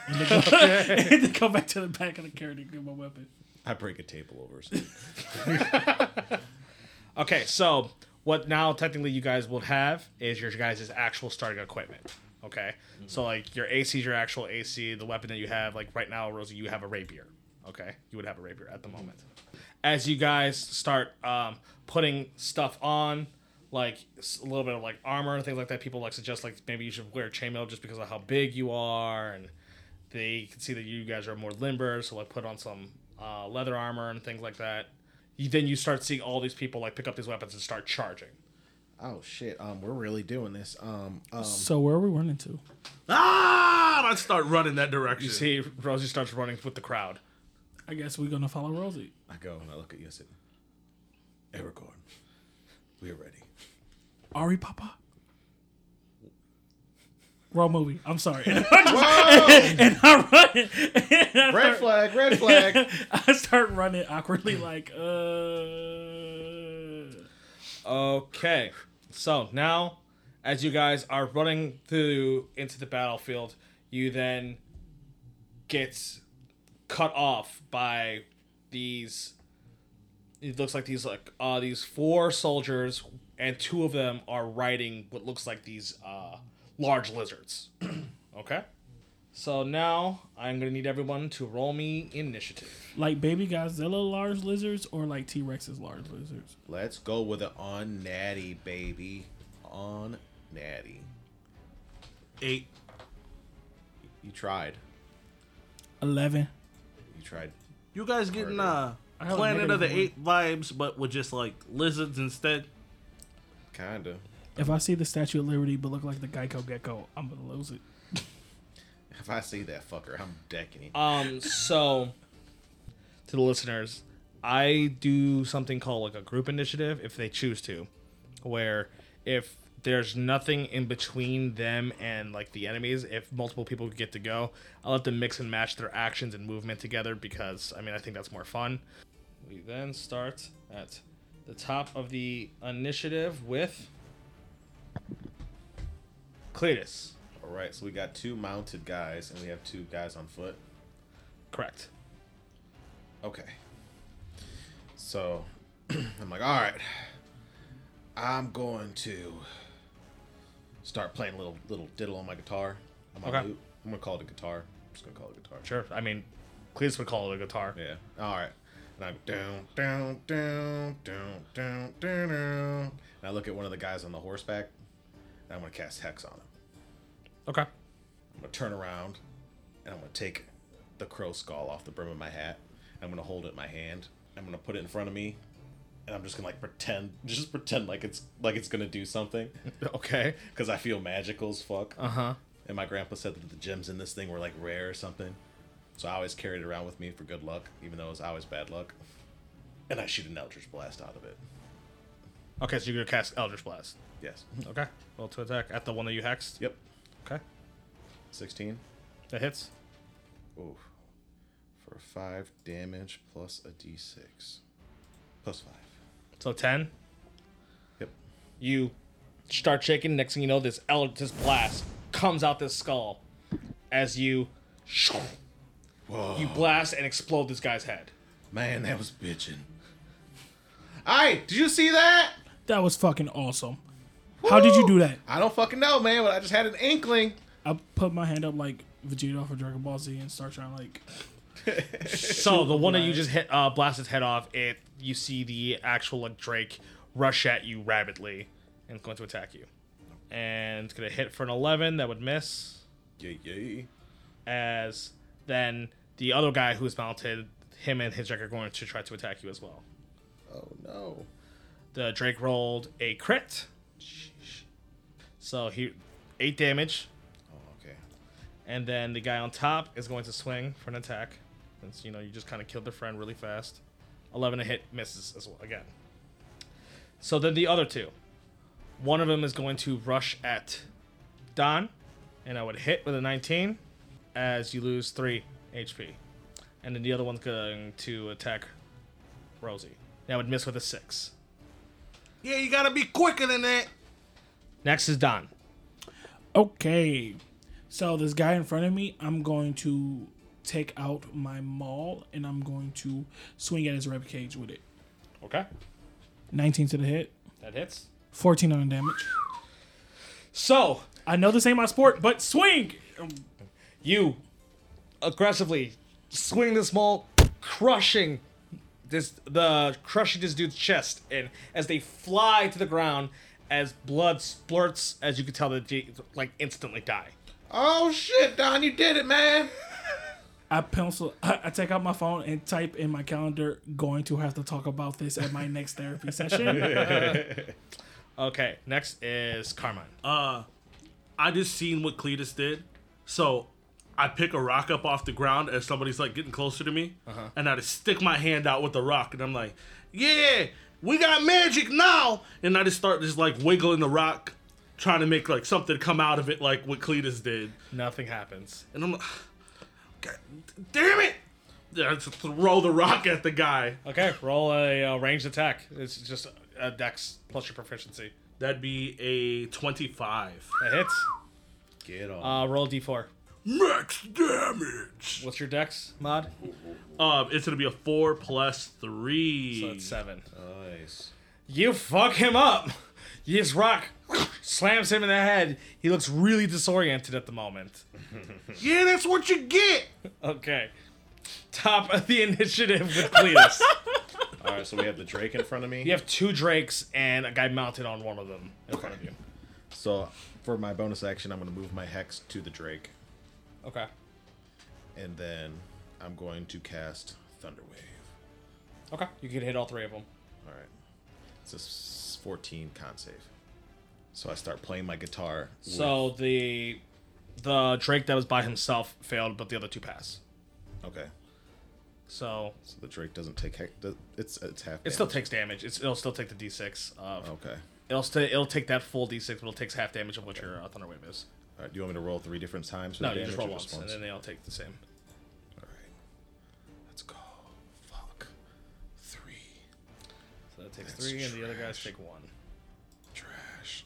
Speaker 4: And then go, and then go back to the back of the carriage and get my weapon.
Speaker 5: I break a table over. or something.
Speaker 2: Okay, so what now technically you guys will have is your guys' actual starting equipment. Okay, so like your AC is your actual AC. The weapon that you have, like right now, Rosie, you have a rapier. Okay, you would have a rapier at the moment. As you guys start um, putting stuff on, like s- a little bit of like armor and things like that, people like suggest like maybe you should wear chainmail just because of how big you are, and they can see that you guys are more limber. So like put on some uh, leather armor and things like that you, then you start seeing all these people like pick up these weapons and start charging.
Speaker 5: oh shit. Um, we're really doing this. Um, um,
Speaker 4: So where are we running to?
Speaker 3: Ah! And I start running that direction.
Speaker 2: You see, Rosie starts running with the crowd.
Speaker 4: I guess we're gonna follow Rosie.
Speaker 5: I go and I look at you. I said, Aragorn, we are ready.
Speaker 4: Ari Papa. Wrong movie. I'm sorry. And
Speaker 5: Whoa!
Speaker 4: I run. And
Speaker 5: red
Speaker 4: I start-
Speaker 5: flag. Red flag.
Speaker 4: I start running awkwardly, like, uh.
Speaker 2: Okay, so now, as you guys are running through into the battlefield, you then get cut off by these. It looks like these like uh, these four soldiers, and two of them are riding what looks like these uh, large lizards. okay, so now I'm gonna need everyone to roll me initiative.
Speaker 4: Like baby Godzilla large lizards or like T Rex's large lizards?
Speaker 5: Let's go with an on natty, baby. On natty.
Speaker 3: Eight.
Speaker 5: You tried.
Speaker 4: 11.
Speaker 5: You tried.
Speaker 3: You guys getting uh,
Speaker 5: Harder.
Speaker 4: have a
Speaker 3: Planet of the
Speaker 4: negative
Speaker 3: Eight vibes, but with just like lizards instead.
Speaker 5: Kinda.
Speaker 4: If I see the Statue of Liberty but look like the Geico Gecko, I'm gonna lose it.
Speaker 5: If I see that fucker, I'm decking him.
Speaker 2: Um, so to the listeners, I do something called like a group initiative if they choose to, where if there's nothing in between them and like the enemies, if multiple people get to go, I'll let them mix and match their actions and movement together because I mean I think that's more fun. We then start at the top of the initiative with Cletus.
Speaker 5: All right, so we got two mounted guys, and we have two guys on foot.
Speaker 2: Correct.
Speaker 5: Okay. So I'm like, all right, I'm going to start playing a little little diddle on my guitar. On my
Speaker 2: Okay.
Speaker 5: lute. I'm gonna call it a guitar. I'm just gonna call it a guitar.
Speaker 2: Sure. I mean, Cletus would call it a guitar.
Speaker 5: Yeah. All right. And I'm down, down, down, down, down, down, down. And I look at one of the guys on the horseback, and I'm gonna cast hex on him.
Speaker 2: Okay.
Speaker 5: I'm gonna turn around, and I'm gonna take the crow skull off the brim of my hat. I'm gonna hold it in my hand. I'm gonna put it in front of me, and I'm just gonna like pretend, just pretend like it's like it's gonna do something,
Speaker 2: Okay.
Speaker 5: because I feel magical as fuck.
Speaker 2: Uh huh.
Speaker 5: And my grandpa said that the gems in this thing were like rare or something. So I always carried it around with me for good luck, even though it was always bad luck. And I shoot an Eldritch Blast out of it.
Speaker 2: Okay, so you're gonna cast Eldritch Blast.
Speaker 5: Yes.
Speaker 2: Okay. Well, to attack at the one that you hexed.
Speaker 5: Yep.
Speaker 2: Okay.
Speaker 5: 16.
Speaker 2: That hits.
Speaker 5: Ooh. For 5 damage plus a d6. Plus 5.
Speaker 2: So ten.
Speaker 5: Yep.
Speaker 2: You start shaking. Next thing you know, this el- this blast comes out this skull as you
Speaker 5: Whoa.
Speaker 2: you blast and explode this guy's head.
Speaker 5: Man, that was bitching. Hey, did you see that?
Speaker 4: That was fucking awesome. How did you do that?
Speaker 5: I don't fucking know, man, but I just had an inkling.
Speaker 4: I put my hand up like Vegeta for Dragon Ball Z and start trying to like
Speaker 2: So the one that you just hit uh, blast his head off. It you see the actual like Drake rush at you rapidly and it's going to attack you. And it's gonna hit for an eleven that would miss.
Speaker 5: Yay, yay.
Speaker 2: As then the other guy who's mounted, him and his Drake are going to try to attack you as well.
Speaker 5: Oh, no.
Speaker 2: The Drake rolled a crit. So he eight damage,
Speaker 5: Oh, okay.
Speaker 2: and then the guy on top is going to swing for an attack. Since you know you just kind of killed their friend really fast. Eleven to hit misses as well again. So then the other two. One of them is going to rush at Don, and I would hit with a 19, as you lose three HP. And then the other one's going to attack Rosie. That would miss with a six.
Speaker 3: Yeah, you gotta be quicker than that.
Speaker 2: Next is Don.
Speaker 4: Okay. So this guy in front of me, I'm going to take out my maul and I'm going to swing at his rib cage with it.
Speaker 2: Okay.
Speaker 4: 19 to the hit,
Speaker 2: That hits.
Speaker 4: 14 on the damage.
Speaker 2: So
Speaker 4: I know this ain't my sport, but swing.
Speaker 2: you aggressively swing this maul, crushing this the crushing this dude's chest, and as they fly to the ground, as blood splurts, as you can tell, they like instantly die.
Speaker 5: Oh, shit, Don, you did it, man.
Speaker 4: I pencil. I, I take out my phone and type in my calendar. Going to have to talk about this at my next therapy session.
Speaker 2: Okay, next is Carmine. Uh,
Speaker 3: I just seen what Cletus did. So I pick a rock up off the ground as somebody's like getting closer to me.
Speaker 2: Uh-huh.
Speaker 3: And I just stick my hand out with the rock and I'm like, yeah, we got magic now. And I just start just like wiggling the rock, trying to make like something come out of it, like what Cletus did.
Speaker 2: Nothing happens.
Speaker 3: And I'm like, God damn it. Yeah, I just throw the rock at the guy.
Speaker 2: Okay, roll a uh, ranged attack. It's just a dex plus your proficiency.
Speaker 3: That'd be a 25.
Speaker 2: That hits.
Speaker 5: Get on.
Speaker 2: Uh, roll d d4.
Speaker 3: Max damage.
Speaker 2: What's your dex mod?
Speaker 3: Um, it's gonna be a four plus three.
Speaker 2: So it's seven.
Speaker 5: nice.
Speaker 2: You fuck him up. You just rock slams him in the head. He looks really disoriented at the moment.
Speaker 3: Yeah, that's what you get.
Speaker 2: Okay. Top of the initiative with Cletus.
Speaker 5: All right, so we have the Drake in front of me.
Speaker 2: you have two Drakes and a guy mounted on one of them in front of you.
Speaker 5: So for my bonus action, I'm going to move my hex to the Drake,
Speaker 2: Okay.
Speaker 5: and then I'm going to cast Thunder Wave.
Speaker 2: Okay. You could hit all three of them.
Speaker 5: All right, it's a s- 14 con save. So I start playing my guitar. with-
Speaker 2: So the the Drake that was by himself failed, but the other two pass.
Speaker 5: okay,
Speaker 2: So
Speaker 5: so the Drake doesn't take hex. does- It's it's half.
Speaker 2: it still
Speaker 5: damage.
Speaker 2: takes damage. It's, it'll still take the d6
Speaker 3: Oh.
Speaker 2: of.
Speaker 5: okay.
Speaker 2: It'll st- it'll take that full d6, but it'll take half damage of what your uh, Thunder Wave is.
Speaker 5: All right, do you want me to roll three different times? For
Speaker 2: No,
Speaker 5: the
Speaker 2: you just
Speaker 5: damage
Speaker 2: roll
Speaker 5: or
Speaker 2: once, and then they all take the same.
Speaker 5: All right, let's go. Fuck. Three
Speaker 2: So that takes
Speaker 5: That's
Speaker 2: three, and the other guys
Speaker 5: trash.
Speaker 2: take one.
Speaker 5: trash.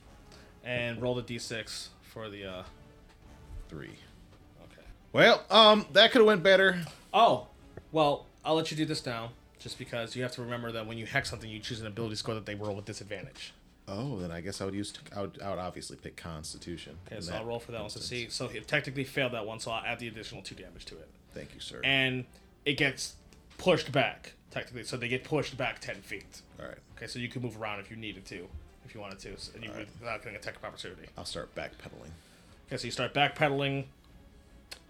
Speaker 2: And roll the d6 for the. uh
Speaker 5: Three.
Speaker 2: Okay.
Speaker 5: Well, um, that could have went better.
Speaker 2: Oh, well, I'll let you do this now, just because you have to remember that when you hex something, you choose an ability score that they roll with disadvantage.
Speaker 5: Oh, then I guess I would use. I would, I would obviously pick Constitution.
Speaker 2: Okay,
Speaker 5: in
Speaker 2: so I'll roll for that one. So see, so he technically failed that one, so I'll add the additional two damage to it,
Speaker 5: Thank you, sir.
Speaker 2: and it gets pushed back. technically. So they get pushed back ten feet.
Speaker 5: All right.
Speaker 2: Okay, so you can move around if you needed to, if you wanted to, so- and you without getting attack of opportunity.
Speaker 5: I'll start backpedaling.
Speaker 2: Okay, so you start backpedaling.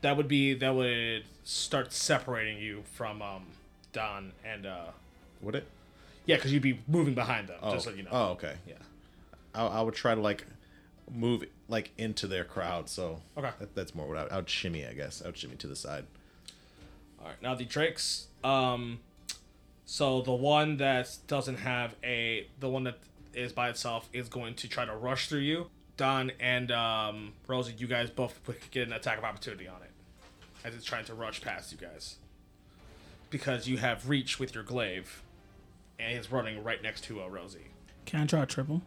Speaker 2: That would be that would start separating you from um, Don and uh,
Speaker 5: Would it?
Speaker 2: yeah, because you'd be moving behind them.
Speaker 5: Oh.
Speaker 2: Just so you know.
Speaker 5: Oh, okay.
Speaker 2: Yeah.
Speaker 5: I, I would try to like move like into their crowd. So
Speaker 2: Okay.
Speaker 5: that, that's more what I, I would shimmy. I guess I would shimmy to the side.
Speaker 2: All right. Now the tricks. Um, so the one that doesn't have a the one that is by itself is going to try to rush through you. Don and um, Rosie, you guys both put- get an attack of opportunity on it as it's trying to rush past you guys because you have reach with your glaive, and it's running right next to uh, Rosie.
Speaker 4: Can I try a triple?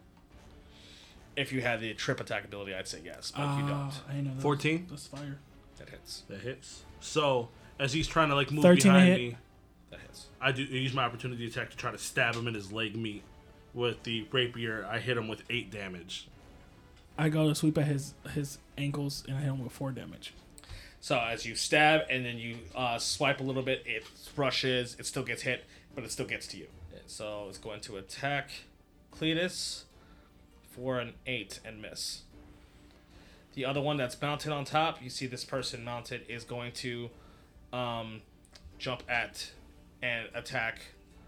Speaker 2: If you had the trip attack ability, I'd say yes, but if you
Speaker 4: Ah,
Speaker 2: don't,
Speaker 4: I know that.
Speaker 3: 14?
Speaker 4: That's fire.
Speaker 2: that hits.
Speaker 3: That hits. So as he's trying to like move
Speaker 4: 13 to
Speaker 3: behind
Speaker 4: hit.
Speaker 3: me,
Speaker 2: That hits.
Speaker 3: I do I use my opportunity attack to try to stab him in his leg meat with the rapier. I hit him with eight damage.
Speaker 4: I go to sweep at his his ankles and I hit him with four damage.
Speaker 2: So as you stab and then you uh, swipe a little bit, it rushes. It still gets hit, but it still gets to you. So it's going to attack Cletus for an eight and miss. The other one that's mounted on top, you see this person mounted is going to um, jump at and attack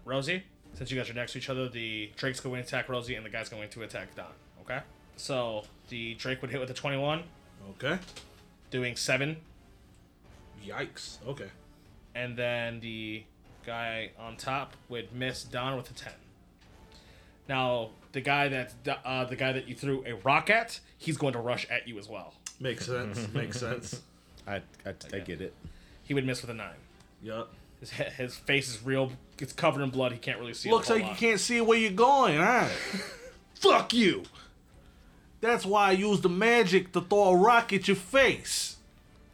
Speaker 2: Rosie. Since you guys are next to each other, the Drake's going to attack Rosie and the guy's going to attack Don. Okay. So the Drake would hit with a twenty-one,
Speaker 3: Okay.
Speaker 2: doing seven
Speaker 3: Yikes. Okay.
Speaker 2: and then the guy on top would miss Don with a ten. Now the guy that's uh, the guy that you threw a rock at, he's going to rush at you as well.
Speaker 3: Makes sense. Makes sense.
Speaker 5: I I, I get it.
Speaker 2: He would miss with a nine.
Speaker 3: Yep.
Speaker 2: His, he- his face is real. It's covered in blood. He can't really see.
Speaker 3: Looks
Speaker 2: it a
Speaker 3: like
Speaker 2: whole
Speaker 3: you
Speaker 2: lot.
Speaker 3: can't see where you're going, huh? Fuck you. That's why I used the magic to throw a rock at your face.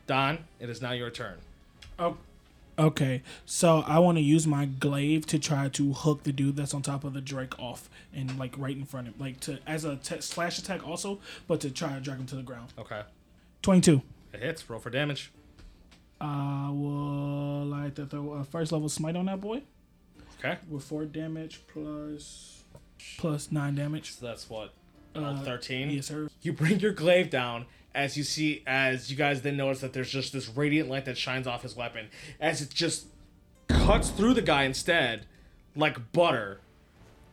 Speaker 2: Don, it is now your turn.
Speaker 4: Oh. Okay, so I want to use my glaive to try to hook the dude that's on top of the Drake off and like right in front of him, like to as a t- slash attack also, but to try to drag him to the ground.
Speaker 2: Okay,
Speaker 4: Twenty-two.
Speaker 2: it hits. Roll for damage.
Speaker 4: I will like to throw a first level smite on that boy
Speaker 2: Okay,
Speaker 4: with four damage plus plus nine damage.
Speaker 2: so that's what uh,
Speaker 3: Uh,
Speaker 2: thirteen.
Speaker 4: Yes, sir.
Speaker 2: You bring your glaive down as you see, as you guys then notice that there's just this radiant light that shines off his weapon as it just cuts through the guy instead, like butter.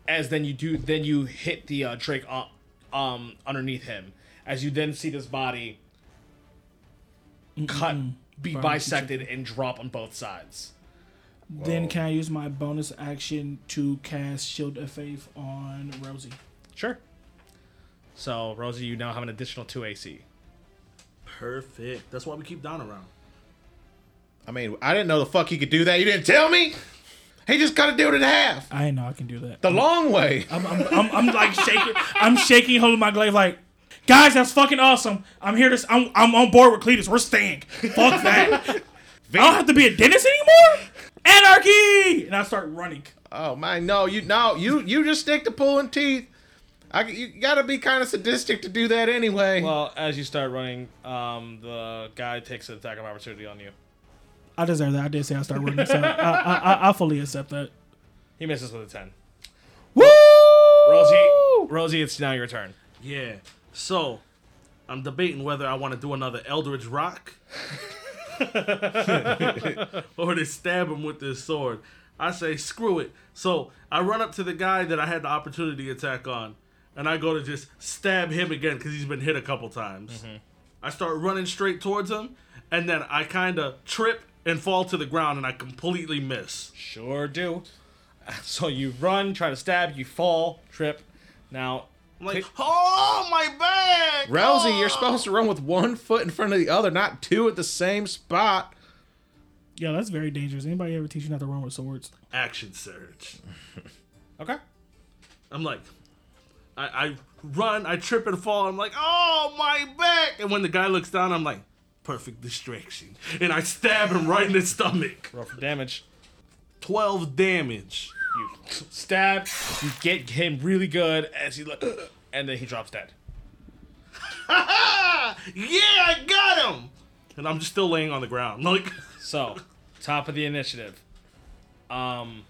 Speaker 2: As then you do, then you hit the uh, Drake up, um, underneath him. As you then see this body cut, be bisected, and drop on both sides.
Speaker 4: Then can I use my bonus action to cast Shield of Faith on Rosie?
Speaker 2: Sure. So Rosie, you now have an additional two AC.
Speaker 3: Perfect. That's why we keep Don around.
Speaker 5: I mean, I didn't know the fuck he could do that. You didn't tell me. He just got to do it in half.
Speaker 4: I know I can do that.
Speaker 5: The long way.
Speaker 4: I'm, I'm, I'm, I'm like shaking. I'm shaking, holding my glaive, like, guys, that's fucking awesome. I'm here to. s- I'm, I'm on board with Cletus. We're staying. Fuck that. I don't have to be a dentist anymore. Anarchy. And I start running.
Speaker 5: Oh man, no, you no, you you just stick to pulling teeth. I, you gotta be kind of sadistic to do that anyway.
Speaker 2: Well, as you start running, um, the guy takes an attack of opportunity on you.
Speaker 4: I deserve that. I did say I start running, so I, I, I, I fully accept that.
Speaker 2: He misses with a ten.
Speaker 4: Woo!
Speaker 2: Rosie, Rosie, it's now your turn.
Speaker 3: Yeah. So, I'm debating whether I want to do another Eldritch Rock or to stab him with this sword. I say, screw it. So, I run up to the guy that I had the opportunity attack on, and I go to just stab him again because he's been hit a couple times.
Speaker 5: Mm-hmm.
Speaker 3: I start running straight towards him, and then I kind of trip and fall to the ground, and I completely miss.
Speaker 2: Sure do. So you run, try to stab, you fall, trip. Now,
Speaker 3: I'm like, oh, my back! Oh!"
Speaker 5: Rousey,
Speaker 2: uh,
Speaker 5: you're supposed to run with one foot in front of the other, not two at the same spot.
Speaker 4: Yeah, that's very dangerous. Anybody ever teach you not to run with swords?
Speaker 3: Action surge.
Speaker 2: okay.
Speaker 3: I'm like, I, I run, I trip and fall. I'm like, oh my back! And when the guy looks down, I'm like, perfect distraction, and I stab him right in the stomach.
Speaker 2: Roll for damage.
Speaker 3: Twelve damage.
Speaker 2: You stab, you get him really good as he like, and then he drops dead.
Speaker 3: Ah, Yeah, I got him. And I'm just still laying on the ground. Like,
Speaker 2: So, top of the initiative. Um,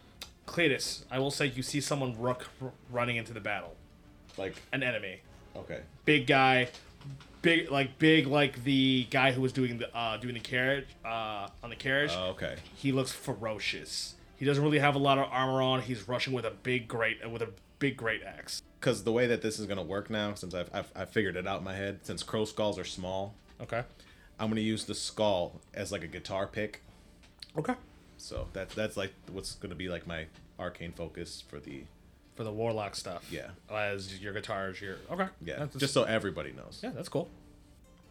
Speaker 2: Cletus, I will say you see someone rook r- running into the battle,
Speaker 5: Like,
Speaker 2: an enemy,
Speaker 5: okay.
Speaker 2: big guy, big like big like the guy who was doing the uh, doing the carriage uh, on the carriage.
Speaker 5: Oh, okay.
Speaker 2: He looks ferocious. He doesn't really have a lot of armor on. He's rushing with a big great with a big great axe.
Speaker 5: Because the way that this is gonna work now, since I've, I've I've figured it out in my head, since crow skulls are small,
Speaker 2: Okay.
Speaker 5: I'm gonna use the skull as like a guitar pick.
Speaker 2: Okay.
Speaker 5: So that that's like what's gonna be like my arcane focus for the
Speaker 2: For the warlock stuff.
Speaker 5: Yeah.
Speaker 2: As your guitar is your okay.
Speaker 5: yeah.
Speaker 2: That's
Speaker 5: just so everybody knows.
Speaker 2: yeah. That's cool.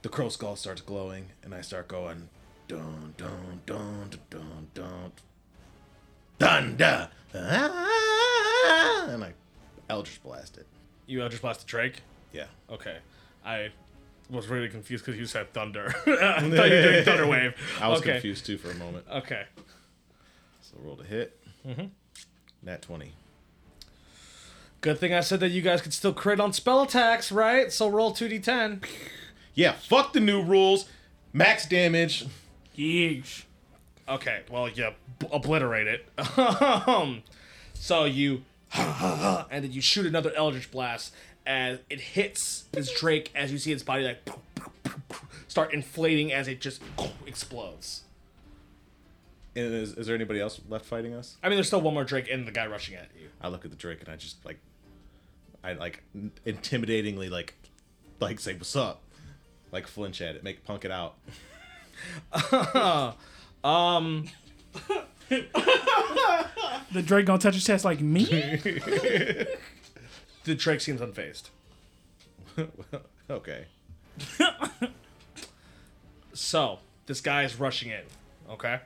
Speaker 5: The crow skull starts glowing, and I start going dun dun dun dun dun thunder, ah, and I eldritch blast it.
Speaker 2: You Eldritch Blast the Drake?
Speaker 5: Yeah.
Speaker 2: Okay. I was really confused because you said Thunder. I thought you were doing Thunder Wave.
Speaker 5: I was
Speaker 2: okay.
Speaker 5: confused too for a moment.
Speaker 2: Okay.
Speaker 5: So roll to hit.
Speaker 2: Mm-hmm.
Speaker 5: Nat twenty.
Speaker 2: Good thing I said that you guys could still crit on spell attacks, right? So roll 2d10.
Speaker 5: Yeah. Fuck the new rules. Max damage.
Speaker 4: Yeesh.
Speaker 2: Okay, well, you b- obliterate it. um, so you. and then you shoot another Eldritch Blast as it hits this Drake as you see its body like start inflating as it just explodes.
Speaker 5: And is, is there anybody else left fighting us?
Speaker 2: I mean, there's still one more Drake and the guy rushing at you.
Speaker 5: I look at the Drake and I just like, I like n- intimidatingly like, like say what's up, like flinch at it, make punk it out.
Speaker 4: The Drake gonna touch his chest like me?
Speaker 2: The Drake seems unfazed.
Speaker 5: okay.
Speaker 2: So this guy's rushing in. Okay.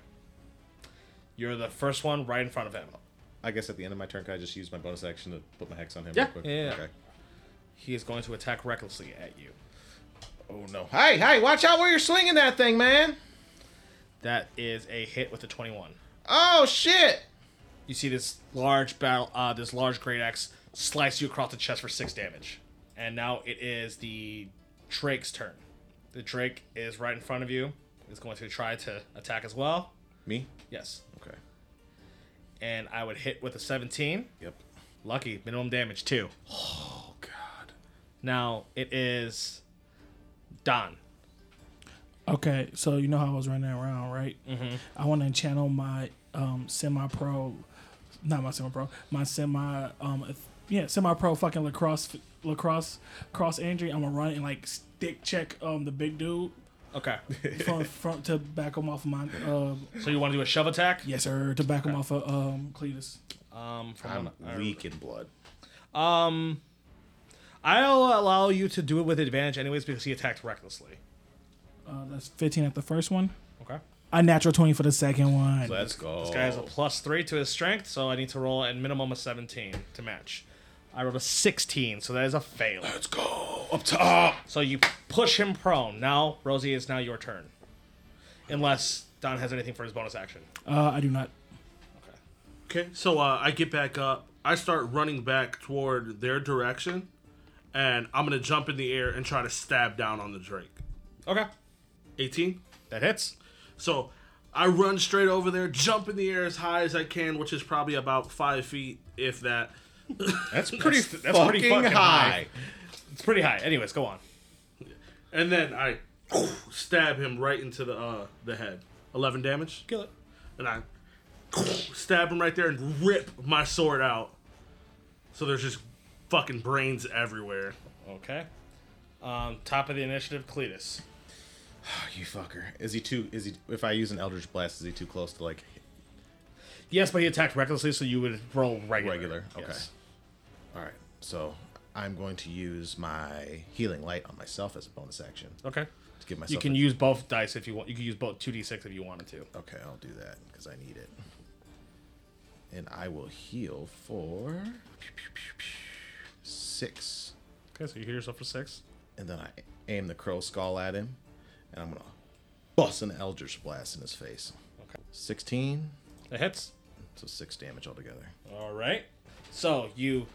Speaker 2: You're the first one right in front of him.
Speaker 5: I guess at the end of my turn, can I just use my bonus action to put my hex on him?
Speaker 2: Yeah,
Speaker 5: Real quick?
Speaker 2: yeah, yeah.
Speaker 5: Okay.
Speaker 2: He is going to attack recklessly at you.
Speaker 5: Oh no! Hey, hey! Watch out where you're slinging that thing, man!
Speaker 2: That is a hit with a 21.
Speaker 5: Oh shit!
Speaker 2: You see this large battle, uh, this large great axe slice you across the chest for six damage. And now it is the Drake's turn. The Drake is right in front of you. Is going to try to attack as well.
Speaker 5: Me?
Speaker 2: Yes.
Speaker 5: Okay.
Speaker 2: And I would hit with a 17.
Speaker 5: Yep.
Speaker 2: Lucky, minimum damage too.
Speaker 5: Oh god.
Speaker 2: Now it is Don.
Speaker 4: Okay, so you know how I was running around, right? Mm-hmm. I want to channel my um, semi-pro, not my semi-pro, my semi, um, eth- yeah, semi-pro fucking lacrosse, lacrosse cross injury. I'm gonna run and like stick check um the big dude
Speaker 2: Okay.
Speaker 4: from front to back him off my, um,
Speaker 2: So you want to do a shove attack?
Speaker 4: yes sir, to back him off of um Cletus.
Speaker 2: Um, from
Speaker 5: I'm
Speaker 2: I-
Speaker 5: weak in blood.
Speaker 2: I'll allow you to do it with advantage, anyways, because he attacked recklessly.
Speaker 4: Uh, that's 15 at the first one.
Speaker 2: Okay.
Speaker 4: I natural 20 for the second one.
Speaker 5: Let's go.
Speaker 2: This guy has a plus three to his strength, so I need to roll at minimum a 17 to match. I rolled a 16, so that is a fail.
Speaker 5: Let's go up top.
Speaker 2: So you push him prone. Now, Rosie, it's now your turn. Unless Don has anything for his bonus action.
Speaker 4: Uh, I do not.
Speaker 2: Okay.
Speaker 3: Okay, so uh, I get back up. I start running back toward their direction, and I'm gonna jump in the air and try to stab down on the Drake.
Speaker 2: Okay.
Speaker 3: 18.
Speaker 2: That hits.
Speaker 3: So I run straight over there, jump in the air as high as I can, which is probably about five feet, if that.
Speaker 5: That's pretty.
Speaker 2: That's- that's pretty fucking high.
Speaker 5: high.
Speaker 2: It's pretty high. Anyways, go on.
Speaker 3: And then I stab him right into the uh, the head. 11 damage.
Speaker 2: Kill it.
Speaker 3: and I stab him right there and rip my sword out. So there's just fucking brains everywhere.
Speaker 2: Okay. Um, top of the initiative, Cletus.
Speaker 5: You fucker. Is he too? Is he? If I use an Eldritch Blast, is he too close to like
Speaker 2: Yes, but he attacked recklessly, so you would roll regular.
Speaker 5: regular? Okay.
Speaker 2: Yes.
Speaker 5: All right. So I'm going to use my healing light on myself as a bonus action
Speaker 2: Okay.
Speaker 5: to give myself.
Speaker 2: You can
Speaker 5: A,
Speaker 2: use both dice if you want. You can use both two d six if you wanted to.
Speaker 5: okay, I'll do that because I need it. And I will heal for six,
Speaker 2: Okay, so you heal yourself for six.
Speaker 5: and then I aim the crow skull at him, and I'm gonna bust an Eldritch Blast in his face.
Speaker 2: Okay.
Speaker 5: Sixteen.
Speaker 2: That hits.
Speaker 5: So six damage altogether.
Speaker 2: All right. So you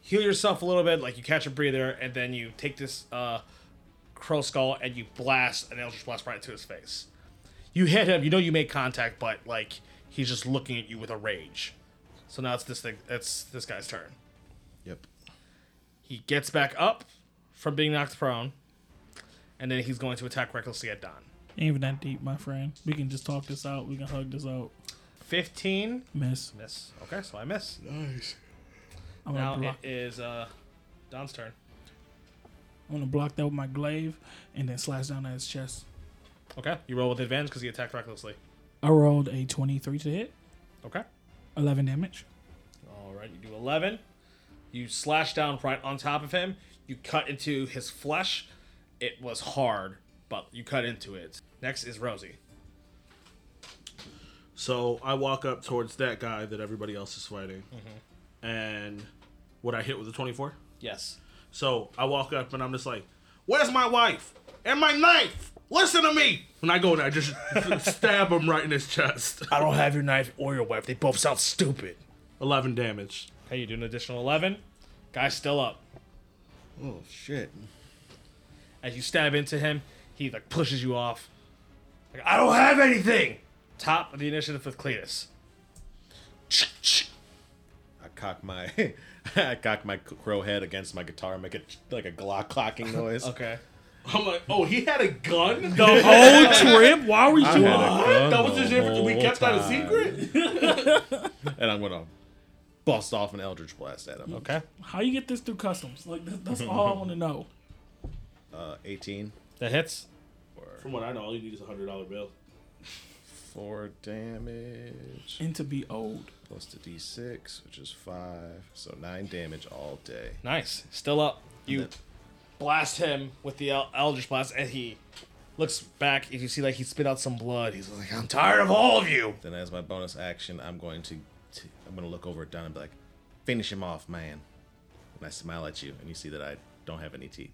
Speaker 2: heal yourself a little bit, like you catch a breather, and then you take this uh, crow skull and you blast an eldritch blast right into his face. You hit him. You know you make contact, but like he's just looking at you with a rage. So now it's this thing. It's this guy's turn.
Speaker 5: Yep.
Speaker 2: He gets back up from being knocked prone, and then he's going to attack recklessly at Don.
Speaker 4: Ain't even that deep, my friend. We can just talk this out. We can hug this out.
Speaker 2: Fifteen
Speaker 4: Miss.
Speaker 2: miss. Okay, so I miss.
Speaker 5: Nice.
Speaker 4: I'm gonna,
Speaker 2: Now
Speaker 4: block,
Speaker 2: it is uh, Don's turn.
Speaker 4: I'm gonna block that with my glaive and then slash down at his chest.
Speaker 2: Okay, you roll with advantage because he attacked recklessly.
Speaker 4: I rolled a 23 to hit,
Speaker 2: Okay.
Speaker 4: 11 damage.
Speaker 2: All right, you do 11. You slash down right on top of him. You cut into his flesh. It was hard, but you cut into it. Next is Rosie.
Speaker 3: So I walk up towards that guy that everybody else is fighting, and what I hit with a twenty-four.
Speaker 2: Yes.
Speaker 3: So I walk up and I'm just like, "Where's my wife and my knife? Listen to me!" When I go and I just stab him right in his chest.
Speaker 2: I don't have your knife or your wife. They both sound stupid.
Speaker 3: Eleven damage.
Speaker 2: Okay, you do an additional 11. Guy's still up.
Speaker 5: Oh shit.
Speaker 2: As you stab into him, he like pushes you off. Like, I don't have anything. Top of the initiative with Cletus.
Speaker 5: I cock my I cock my crow head against my guitar and make it like a glock clocking noise.
Speaker 2: Okay.
Speaker 3: I'm like, "Oh, he had a gun.
Speaker 2: The whole trip? Why were
Speaker 5: I had a gun
Speaker 3: that was his.
Speaker 5: the
Speaker 3: Inf- we
Speaker 5: whole
Speaker 3: kept that a
Speaker 5: time.
Speaker 3: secret."
Speaker 5: And I'm gonna bust off an eldritch blast at him.
Speaker 2: Okay.
Speaker 4: How you get this through customs? Like that, that's all I want to know.
Speaker 5: Uh, 18
Speaker 2: That hits.
Speaker 3: From what I know, all you need is a hundred dollar bill.
Speaker 5: for damage
Speaker 4: And to be old.
Speaker 5: plus the d6, which is five, so nine damage all day.
Speaker 2: Nice. Still up. You
Speaker 5: And
Speaker 2: blast him with the El- Eldritch Blast, and he looks back. And you see, like, he spit out some blood. He's like, I'm tired of all of you.
Speaker 5: Then as my bonus action, I'm going to, to I'm gonna look over at Don and be like, "Finish him off, man." And I smile at you, and you see that I don't have any teeth.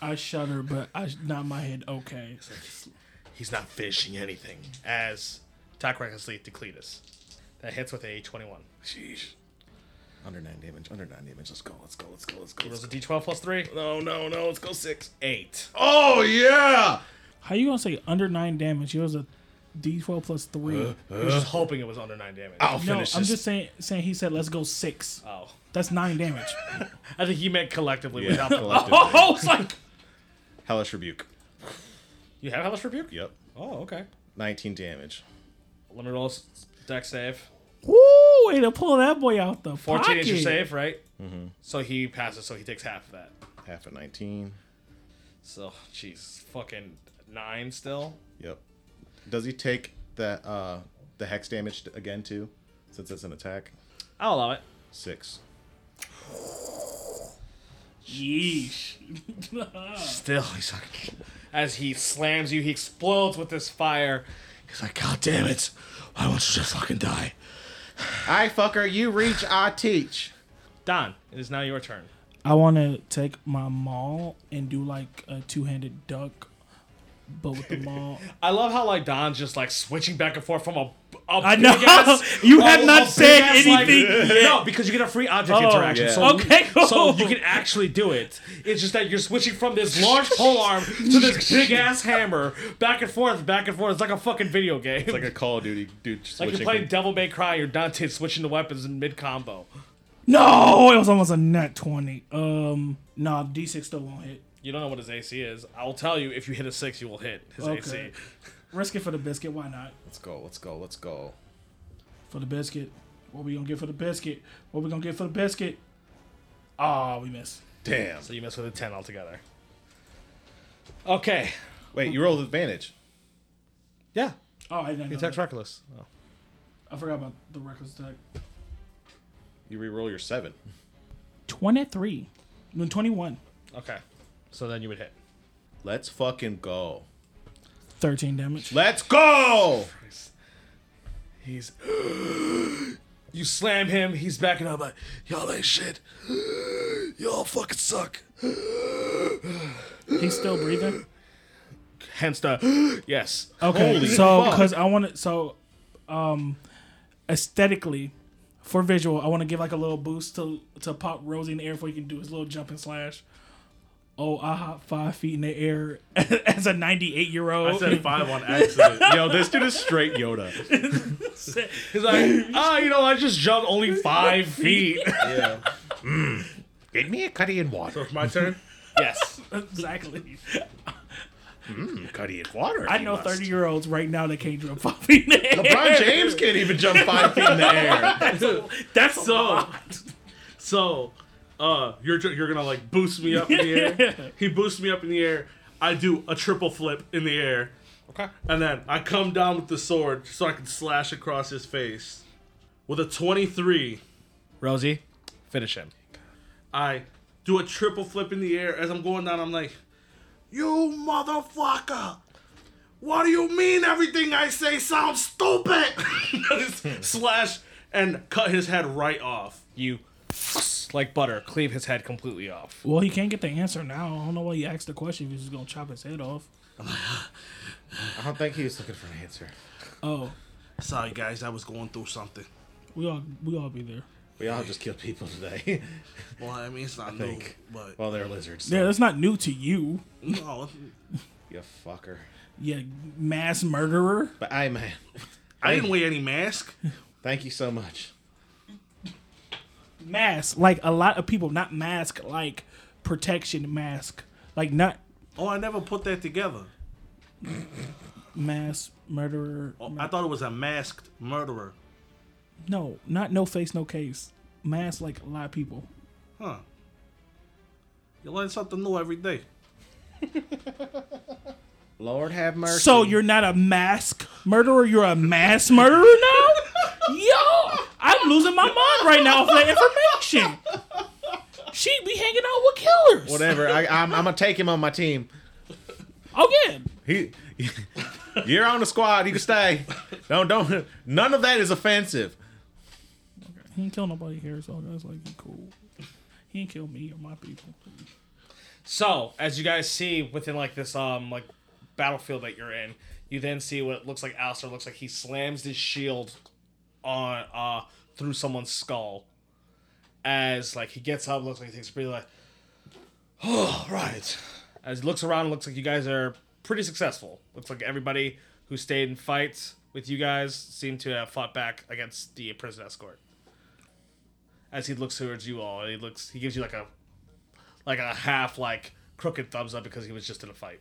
Speaker 4: I shudder, but I nod my head. Okay.
Speaker 2: He's not finishing anything. As attack recklessly to Cletus. That hits with a 21.
Speaker 5: Sheesh. Under nine damage. Under nine damage. Let's go. Let's go. Let's go. Let's go.
Speaker 2: Rolls
Speaker 5: Let's
Speaker 2: a
Speaker 5: go.
Speaker 2: d12 plus 3.
Speaker 5: No, Oh, no, no. Let's go six.
Speaker 2: 8.
Speaker 5: Oh yeah.
Speaker 4: How you gonna say under nine damage? It was a D12 plus three.
Speaker 2: I was just hoping it was under 9 damage.
Speaker 5: I'll
Speaker 4: no,
Speaker 5: Uh, finish
Speaker 4: I'm
Speaker 5: this. Uh.
Speaker 4: just saying. Saying he said let's go six.
Speaker 2: Oh.
Speaker 4: That's nine damage.
Speaker 2: I think he meant collectively
Speaker 5: Yeah,
Speaker 2: without the.
Speaker 5: collectively.
Speaker 2: Oh, it's like.
Speaker 5: Hellish rebuke.
Speaker 2: You have Hellish Rebuke?
Speaker 5: Yep.
Speaker 2: Oh, okay.
Speaker 5: Nineteen damage.
Speaker 2: Let me roll s- deck save.
Speaker 4: Woo! Way to pull that boy out the
Speaker 2: 14
Speaker 4: pocket.
Speaker 2: is your save, right? Mm-hmm. So he passes, so he takes half of that.
Speaker 5: Half of nineteen.
Speaker 2: So, jeez, fucking nine still.
Speaker 5: Yep. Does he take that uh the hex damage again too? Since it's an attack.
Speaker 2: I'll allow it.
Speaker 5: Six.
Speaker 4: Yeesh.
Speaker 2: Still, he's like, as he slams you, he explodes with this fire. He's like, God damn it! Why won't you just fucking die?
Speaker 5: I fucker. You reach. I teach.
Speaker 2: Don, it is now your turn.
Speaker 4: I want to take my maul and do like a two-handed duck, but with the maul.
Speaker 2: I love how like Don's just like switching back and forth from a. a
Speaker 4: I know.
Speaker 2: big ass-
Speaker 4: You
Speaker 2: a-
Speaker 4: have
Speaker 2: a
Speaker 4: not
Speaker 2: big
Speaker 4: said
Speaker 2: ass, like-
Speaker 4: anything yet.
Speaker 2: No, because you get a free object
Speaker 4: Oh,
Speaker 2: interaction.
Speaker 5: yeah.
Speaker 2: So you-
Speaker 4: Okay, cool.
Speaker 2: so you can actually do it. It's just that you're switching from this large polearm to this big ass hammer, back and forth, back and forth. It's like a fucking video game.
Speaker 5: It's like a Call of Duty dude.
Speaker 2: Like
Speaker 5: switching
Speaker 2: you're playing
Speaker 5: from-
Speaker 2: Devil May Cry, you're Dante switching the weapons in mid combo.
Speaker 4: No, it was almost a net twenty. Um, nah, D six still won't hit.
Speaker 2: You don't know what his AC is. I'll tell you if you hit a six, you will hit his
Speaker 4: Okay.
Speaker 2: AC.
Speaker 4: Risk it for the biscuit. Why not?
Speaker 5: Let's go. Let's go. Let's go.
Speaker 4: For the biscuit. What we gonna get for the biscuit? What we gonna get for the biscuit? Ah, we missed.
Speaker 5: Damn.
Speaker 2: So you mess with a ten altogether. Okay.
Speaker 5: Wait. You rolled advantage.
Speaker 2: Yeah.
Speaker 4: Oh, I didn't know. that.
Speaker 2: reckless.
Speaker 4: I forgot about the reckless attack.
Speaker 5: You re-roll your seven.
Speaker 4: Twenty-three, no, twenty-one.
Speaker 2: Okay. So then you would hit.
Speaker 5: Let's fucking go.
Speaker 4: 13 damage.
Speaker 5: Let's go.
Speaker 2: He's. you slam him. He's backing up. Like y'all ain't shit. y'all fucking suck.
Speaker 4: He's still breathing.
Speaker 2: Hence the. yes.
Speaker 4: Okay.
Speaker 5: Holy
Speaker 4: so
Speaker 5: fuck.
Speaker 4: because I want to, so um, aesthetically, for visual, I want to give like a little boost to to pop Rosie in the air before he can do his little jump and slash. oh, I hop five feet in the air as a 98 year
Speaker 3: I
Speaker 4: old.
Speaker 3: said five on accident.
Speaker 6: Yo, this dude is straight Yoda.
Speaker 2: He's like, ah, you know, I just jumped only five feet. Hmm.
Speaker 3: yeah.
Speaker 6: Get me a cutty and water.
Speaker 3: It's my turn.
Speaker 2: yes.
Speaker 4: exactly.
Speaker 6: Cutty and water.
Speaker 4: I know 30 year olds right now that can't jump five feet in the air.
Speaker 5: LeBron James can't even jump five feet in the air.
Speaker 4: That's
Speaker 3: So-
Speaker 4: so.
Speaker 3: So, uh, you're you're gonna like boost me up in the air. He boosts me up in the air. I do a triple flip in the air,
Speaker 2: Okay.
Speaker 3: and then I come down with the sword so I can slash across his face. With a 23,
Speaker 2: Rosie, finish him.
Speaker 3: I do a triple flip in the air. As I'm going down, I'm like, "You motherfucker! What do you mean everything I say sounds stupid?" slash and cut his head right off.
Speaker 2: You, like butter, cleave his head completely off.
Speaker 4: Well, he can't get the answer now. I don't know why he asked the question. If he's just gonna chop his head off.
Speaker 5: I don't think he was looking for an answer.
Speaker 4: Oh,
Speaker 3: Sorry guys, I was going through something.
Speaker 4: we all we all be there.
Speaker 5: We all just killed people today.
Speaker 3: Well, I mean it's not new,
Speaker 5: think.
Speaker 3: but
Speaker 5: well, they're lizards. so
Speaker 4: Yeah, that's not new to you.
Speaker 3: no,
Speaker 5: You fucker.
Speaker 4: Yeah, mass murderer.
Speaker 5: But I man,
Speaker 3: I didn't wear any mask.
Speaker 5: thank you so much.
Speaker 4: Mask like a lot of people, not mask like protection mask, like not
Speaker 3: Oh, I never put that together.
Speaker 4: mass murderer.
Speaker 3: Oh, I thought it was a masked murderer.
Speaker 4: No, not no face, no case. Mask like a lot of people.
Speaker 3: Huh. You learn something new every day.
Speaker 5: Lord have mercy.
Speaker 4: So you're not a mask murderer. You're a mass murderer now. Yo, I'm losing my mind right now for that information. She be hanging out with killers.
Speaker 5: whatever. I, I'm, I'm gonna take him on my team.
Speaker 4: Oh yeah.
Speaker 5: He, you're on the squad. You can stay. Don't don't. None of that is offensive.
Speaker 4: He ain't kill nobody here, so that's like cool. He ain't kill me or my people.
Speaker 2: So, as you guys see within like this um like battlefield that you're in, you then see what looks like Alistair looks like he slams his shield on uh through someone's skull. As like he gets up, looks like he takes a breath, like Oh right. As he looks around, looks like you guys are pretty successful. Looks like everybody who stayed in fights with you guys seemed to have fought back against the prison escort. As he looks towards you all, he looks he gives you like a like a half like crooked thumbs up because he was just in a fight.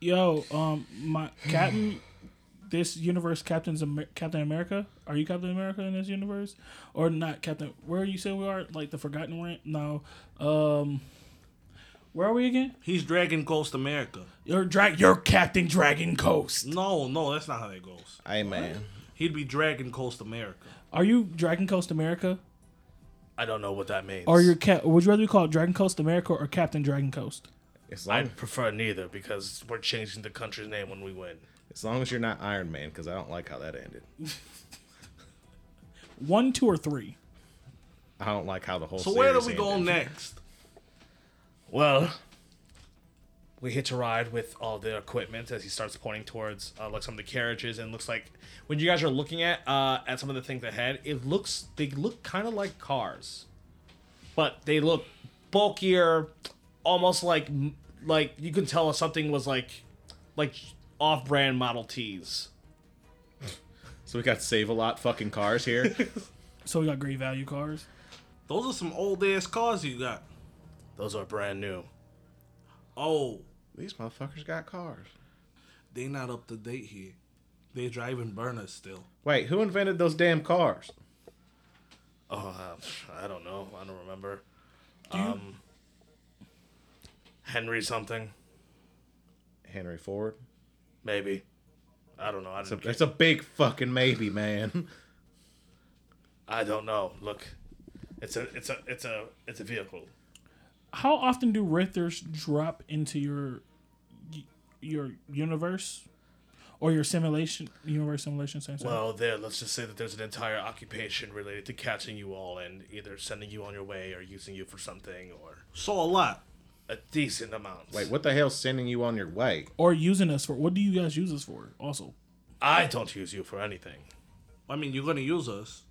Speaker 4: Yo, um, my captain, this universe captain's Amer- Captain America. Are you Captain America in this universe, or not Captain? Where you say we are? Like the Forgotten Realm? No. Um, where are we again?
Speaker 3: He's Dragon Coast America.
Speaker 4: You're drag. You're Captain Dragon Coast.
Speaker 3: No, no, that's not how that goes.
Speaker 5: Hey man,
Speaker 3: He'd be Dragon Coast America.
Speaker 4: Are you Dragon Coast America?
Speaker 2: I don't know what that means.
Speaker 4: Or your cat? Would you rather be called Dragon Coast America or Captain Dragon Coast?
Speaker 5: as
Speaker 2: I
Speaker 5: long,
Speaker 2: prefer neither because we're changing the country's name when we win.
Speaker 5: as long as you're not Iron Man, because I don't like how that ended.
Speaker 4: One, two, or three?
Speaker 5: I don't like how the whole.
Speaker 3: So where do
Speaker 5: series
Speaker 3: we go
Speaker 5: ended.
Speaker 3: next?
Speaker 2: Well, we hitch a ride with all the equipment as he starts pointing towards uh, like some of the carriages and looks like when you guys are looking at uh, at some of the things ahead, it looks they look kind of like cars, but they look bulkier, almost like like you can tell if something was like like off-brand Model Ts.
Speaker 5: So we got save a lot fucking cars here.
Speaker 4: So we got great value cars.
Speaker 3: Those are some old ass cars you got.
Speaker 2: Those are brand new.
Speaker 3: Oh,
Speaker 5: These motherfuckers got cars.
Speaker 3: they not up to date here. They driving burners still.
Speaker 5: Wait, who invented those damn cars?
Speaker 2: Oh, uh, I don't know. I don't remember. Um, Henry something,
Speaker 5: Henry Ford.
Speaker 2: maybe. I don't know. I,
Speaker 5: It's a,
Speaker 2: didn't
Speaker 5: it's a big fucking maybe, man.
Speaker 2: I don't know. Look, it's a, it's a, it's a, it's a vehicle.
Speaker 4: how often do Rithers drop into your your universe or your simulation universe simulation sensor?
Speaker 2: Well, there. Let's just say that there's an entire occupation related to catching you all and either sending you on your way or using you for something or
Speaker 3: So a lot.
Speaker 2: a decent amount.
Speaker 5: Wait, what the hell's sending you on your way?
Speaker 4: or using us for what do you guys use us for? Also,
Speaker 2: I don't use you for anything.
Speaker 3: I mean, you're gonna use us.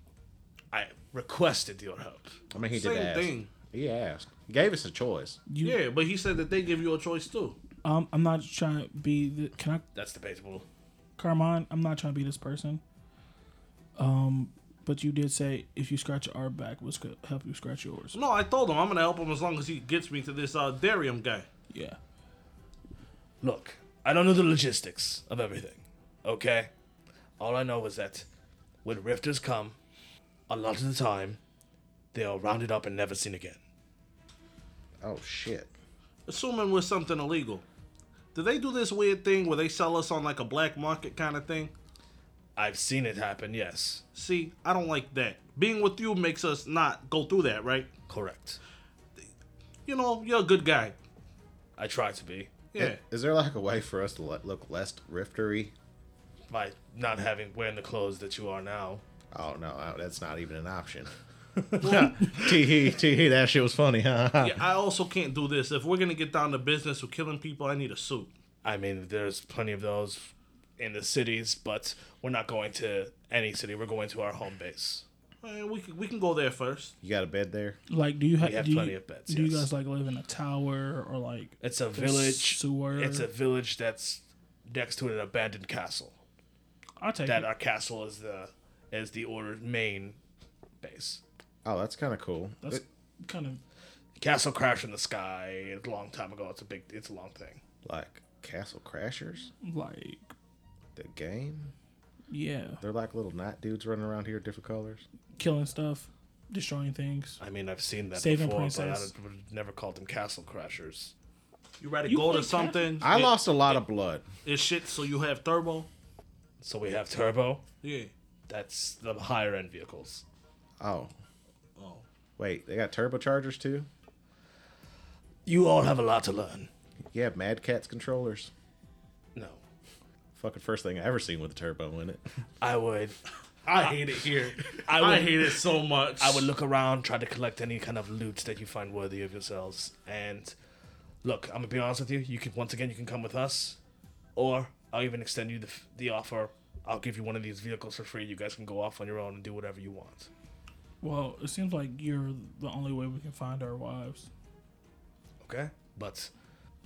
Speaker 2: I requested your help.
Speaker 5: I mean, he
Speaker 3: Same
Speaker 5: did ask.
Speaker 3: thing.
Speaker 5: He asked. Gave us a choice.
Speaker 4: You,
Speaker 3: Yeah, but he said that they give you a choice too.
Speaker 4: um, I'm not trying to be. The, can I,
Speaker 2: That's debatable.
Speaker 4: Carmine? I'm not trying to be this person. Um, but you did say if you scratch your arm back, we'll sc- help you scratch yours.
Speaker 3: No, I told him I'm gonna help him as long as he gets me to this uh, Darium guy.
Speaker 4: Yeah.
Speaker 2: Look, I don't know the logistics of everything, okay? All I know is that when rifters come, a lot of the time, they are rounded up and never seen again.
Speaker 5: Oh shit.
Speaker 3: Assuming we're something illegal. Do they do this weird thing where they sell us on like a black market kind of thing?
Speaker 2: I've seen it happen, yes.
Speaker 3: See, I don't like that. Being with you makes us not go through that, right?
Speaker 2: Correct.
Speaker 3: You know, you're a good guy.
Speaker 2: I try to be
Speaker 3: Yeah.
Speaker 5: Is there like a way for us to le- look less riftery?
Speaker 2: by not having wearing the clothes that you are now.
Speaker 5: Oh no, uh, that's not even an option. tee hee, tee hee, that shit was funny, huh?
Speaker 3: yeah. I also can't do this. If we're gonna get down to business of killing people, I need a suit.
Speaker 2: I mean, there's plenty of those in the cities, but we're not going to any city. We're going to our home base.
Speaker 3: Eh, we can, we can go there first.
Speaker 5: You got a bed there?
Speaker 4: Like, do you ha-
Speaker 2: have
Speaker 4: do
Speaker 2: plenty
Speaker 4: you,
Speaker 2: of beds,
Speaker 4: Do you
Speaker 2: yes.
Speaker 4: guys like live in a tower or like?
Speaker 2: It's a village.
Speaker 4: sewer.
Speaker 2: It's a village that's next to an abandoned castle.
Speaker 4: I'll take
Speaker 2: That
Speaker 4: it.
Speaker 2: our castle is the is the order's main base.
Speaker 5: Oh, that's kind of cool.
Speaker 4: That's
Speaker 5: It-
Speaker 4: kind of
Speaker 2: Castle crashed in the sky a long time ago. It's a big. It's a long thing.
Speaker 5: like Castle Crashers,
Speaker 4: like
Speaker 5: the game.
Speaker 4: yeah,
Speaker 5: They're like little night dudes running around here, different colors.
Speaker 4: killing stuff, destroying things.
Speaker 2: I mean, I've seen that
Speaker 4: Saving
Speaker 2: before,
Speaker 4: Princess.
Speaker 2: but I would never called them castle crashers.
Speaker 3: You ready to
Speaker 4: You
Speaker 3: go
Speaker 4: play
Speaker 3: to something?
Speaker 5: I
Speaker 3: it-
Speaker 5: lost a lot of blood.
Speaker 3: It's shit, so you have turbo.
Speaker 2: So we have turbo.
Speaker 3: Yeah.
Speaker 2: That's the higher end vehicles.
Speaker 5: Oh,
Speaker 3: Oh.
Speaker 5: wait, they got turbochargers too.
Speaker 2: You all have a lot to learn.
Speaker 5: Yeah, Mad Cat's controllers.
Speaker 2: No,
Speaker 5: Fucking first thing I ever seen with a turbo in it.
Speaker 2: I would.
Speaker 3: I hate it here.
Speaker 2: I would.
Speaker 3: I hate it so much.
Speaker 2: I would look around, try to collect any kind of loot that you find worthy of yourselves. And look, I'm gonna be honest with you. You can once again, you can come with us, or I'll even extend you the, f- the offer. I'll give you one of these vehicles for free. You guys can go off on your own and do whatever you want.
Speaker 4: Well, it seems like you're the only way we can find our wives.
Speaker 2: Okay. But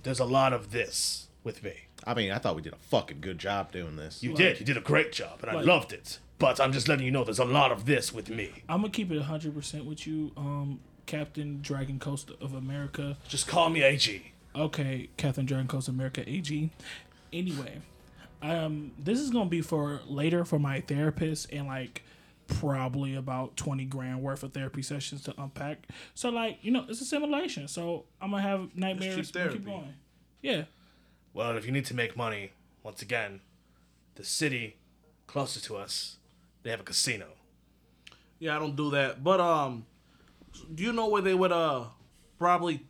Speaker 2: there's a lot of this with me.
Speaker 5: I mean, I thought we did a fucking good job doing this.
Speaker 2: You did. You did a great job, and I
Speaker 4: Like-
Speaker 2: loved it. But I'm just letting you know, there's a lot of this with me.
Speaker 4: I'm gonna keep it 100 percent with you, um, Captain Dragon Coast of America.
Speaker 2: Just call me AG.
Speaker 4: Okay, Captain Dragon Coast of America AG. Anyway, um, this is gonna be for later for my therapist and like probably about 20 grand worth of therapy sessions to unpack. So like you know, it's a simulation. So I'm gonna have nightmares. and
Speaker 3: therapy.
Speaker 4: Keep going. Yeah.
Speaker 2: Well, if you need to make money, once again, the city closest to us, they have a casino.
Speaker 3: Yeah, I don't do that. But um, do you know where they would uh probably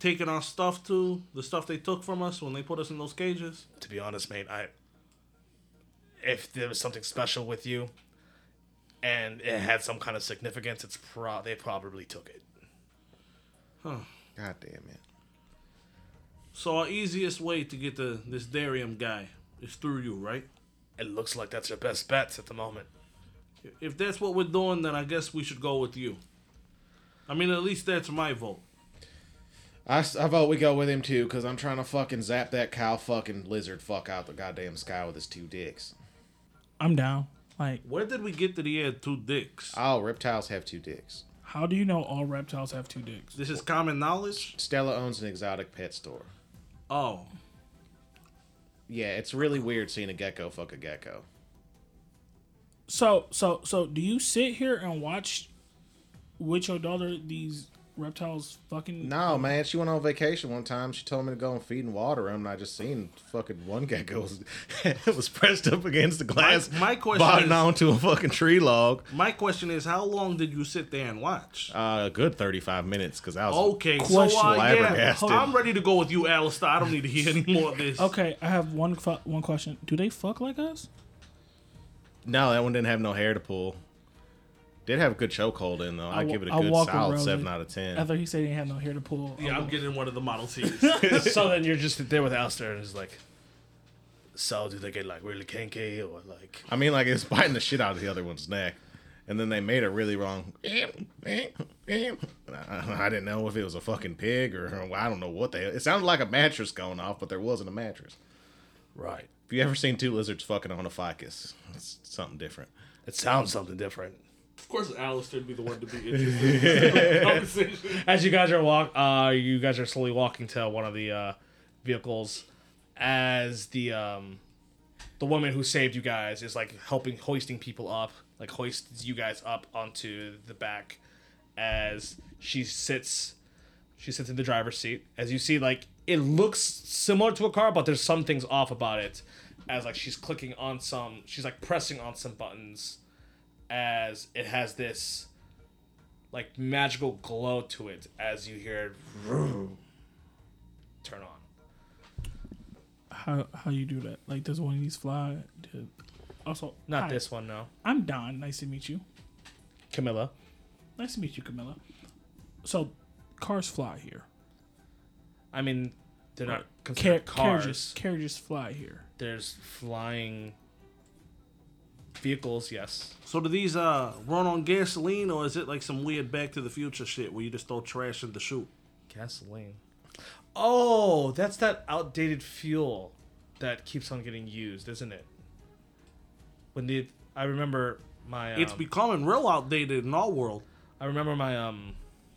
Speaker 3: taking our stuff to? The stuff they took from us when they put us in those cages.
Speaker 2: To be honest, mate, I if there was something special with you and it had some kind of significance, it's pro they probably took it.
Speaker 5: God damn it.
Speaker 3: So our easiest way to get to this Darium guy is through you, right?
Speaker 2: It looks like that's your best bets at the moment.
Speaker 3: If that's what we're doing, then I guess we should go with you. I mean, at least that's my vote.
Speaker 5: I, s- I vote we go with him too, cause I'm trying to fucking zap that cow fucking lizard fuck out the goddamn sky with his two dicks.
Speaker 4: I'm down. Like,
Speaker 3: Where did we get that he had two dicks?
Speaker 5: Oh, reptiles have two dicks.
Speaker 4: how do you know all reptiles have two dicks?
Speaker 3: This is common knowledge.
Speaker 5: Stella owns an exotic pet store.
Speaker 3: Oh,
Speaker 5: Yeah, it's really weird seeing a gecko fuck a gecko.
Speaker 4: So, so, so, do you sit here and watch with your daughter these reptiles fucking?
Speaker 5: No, man, she went on vacation one time. She told me to go and feed and water him, and I just seen fucking one gecko was, was pressed up against the glass,
Speaker 3: my question
Speaker 5: biting
Speaker 3: is-
Speaker 5: onto a fucking tree log.
Speaker 3: my question is, how long did you sit there and watch?
Speaker 5: Uh, a good 35 minutes, cause I was
Speaker 3: Okay, so
Speaker 4: Question.
Speaker 3: uh, yeah,
Speaker 5: Flabbergasted.
Speaker 3: I'm ready to go with you, Alistair. I don't need to hear any more of this.
Speaker 4: Okay, I have one fu- one question. Do they fuck like us?
Speaker 5: No, that one didn't have no hair to pull. Did have a good chokehold in though. I,
Speaker 4: wa-
Speaker 5: give it a
Speaker 4: I
Speaker 5: good
Speaker 4: walk
Speaker 5: solid
Speaker 4: around
Speaker 5: seven
Speaker 4: it.
Speaker 5: out of ten.
Speaker 4: I thought he said he had no hair to pull.
Speaker 3: Yeah, I'm getting one of the model Ts.
Speaker 2: so then you're just there with Alistair and it's like so do they get like really kinky or like
Speaker 5: I mean, like it's biting the shit out of the other one's neck, and then they made a really wrong. I, I didn't know if it was a fucking pig or I don't know what the hell. It sounded like a mattress going off, but there wasn't a mattress.
Speaker 2: Right.
Speaker 5: If you ever seen two lizards fucking on a ficus, it's something different.
Speaker 2: It sounds something different.
Speaker 3: Of course, Alistair'd be the one to be interested in the conversation.
Speaker 2: As you guys are walk, uh, you guys are slowly walking to one of the uh, vehicles. As the um, the woman who saved you guys is like helping hoisting people up, like hoists you guys up onto the back. As she sits, she sits in the driver's seat. As you see, like it looks similar to a car, but there's some things off about it. As like she's clicking on some, she's like pressing on some buttons. As it has this like magical glow to it as you hear it vroom, turn on.
Speaker 4: How how you do that? Like, does one of these fly? to- Also,
Speaker 2: Not
Speaker 4: hi,
Speaker 2: this one, no.
Speaker 4: I'm Don. Nice to meet you.
Speaker 2: Camilla.
Speaker 4: Nice to meet you, Camilla. So, cars fly here.
Speaker 2: I mean, they're not
Speaker 4: Car-
Speaker 2: considered cars.
Speaker 4: carriages, carriages fly here.
Speaker 2: There's flying vehicles. Yes.
Speaker 3: So do these uh run on gasoline or is it like some weird Back to the Future shit where you just throw trash in the chute?
Speaker 2: Gasoline. Oh, that's that outdated fuel that keeps on getting used, isn't it? When the I remember my um,
Speaker 3: It's becoming real outdated in our world.
Speaker 2: I remember my um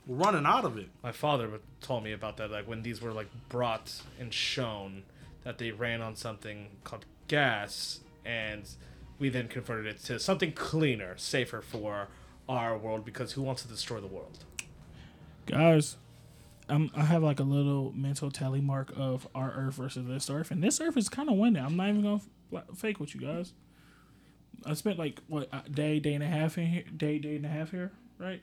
Speaker 3: We're running out of it.
Speaker 2: my father would- told me about that like when these were like brought and shown that they ran on something called gas and we then converted it to something cleaner safer for our world because who wants to destroy the world
Speaker 4: guys I'm, i have like a little mental tally mark of our earth versus this earth and this earth is kind of winning i'm not even gonna f- fake with you guys i spent like what a day day and a half in here day day and a half here right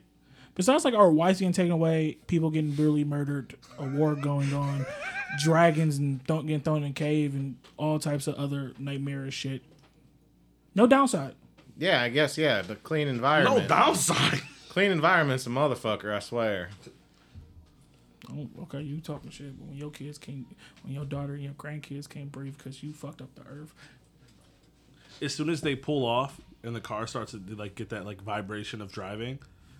Speaker 4: besides like our wives getting taken away people getting brutally murdered a war going on dragons and th- getting thrown in a cave and all types of other nightmarish shit no downside
Speaker 5: Yeah, I guess yeah. The clean environment.
Speaker 3: No downside.
Speaker 5: Clean environment's a motherfucker, I swear.
Speaker 4: Oh, okay, you talking shit, but when your kids can't, when your daughter and your grandkids can't breathe because you fucked up the earth.
Speaker 3: As soon as they pull off and the car starts to like get that like vibration of driving,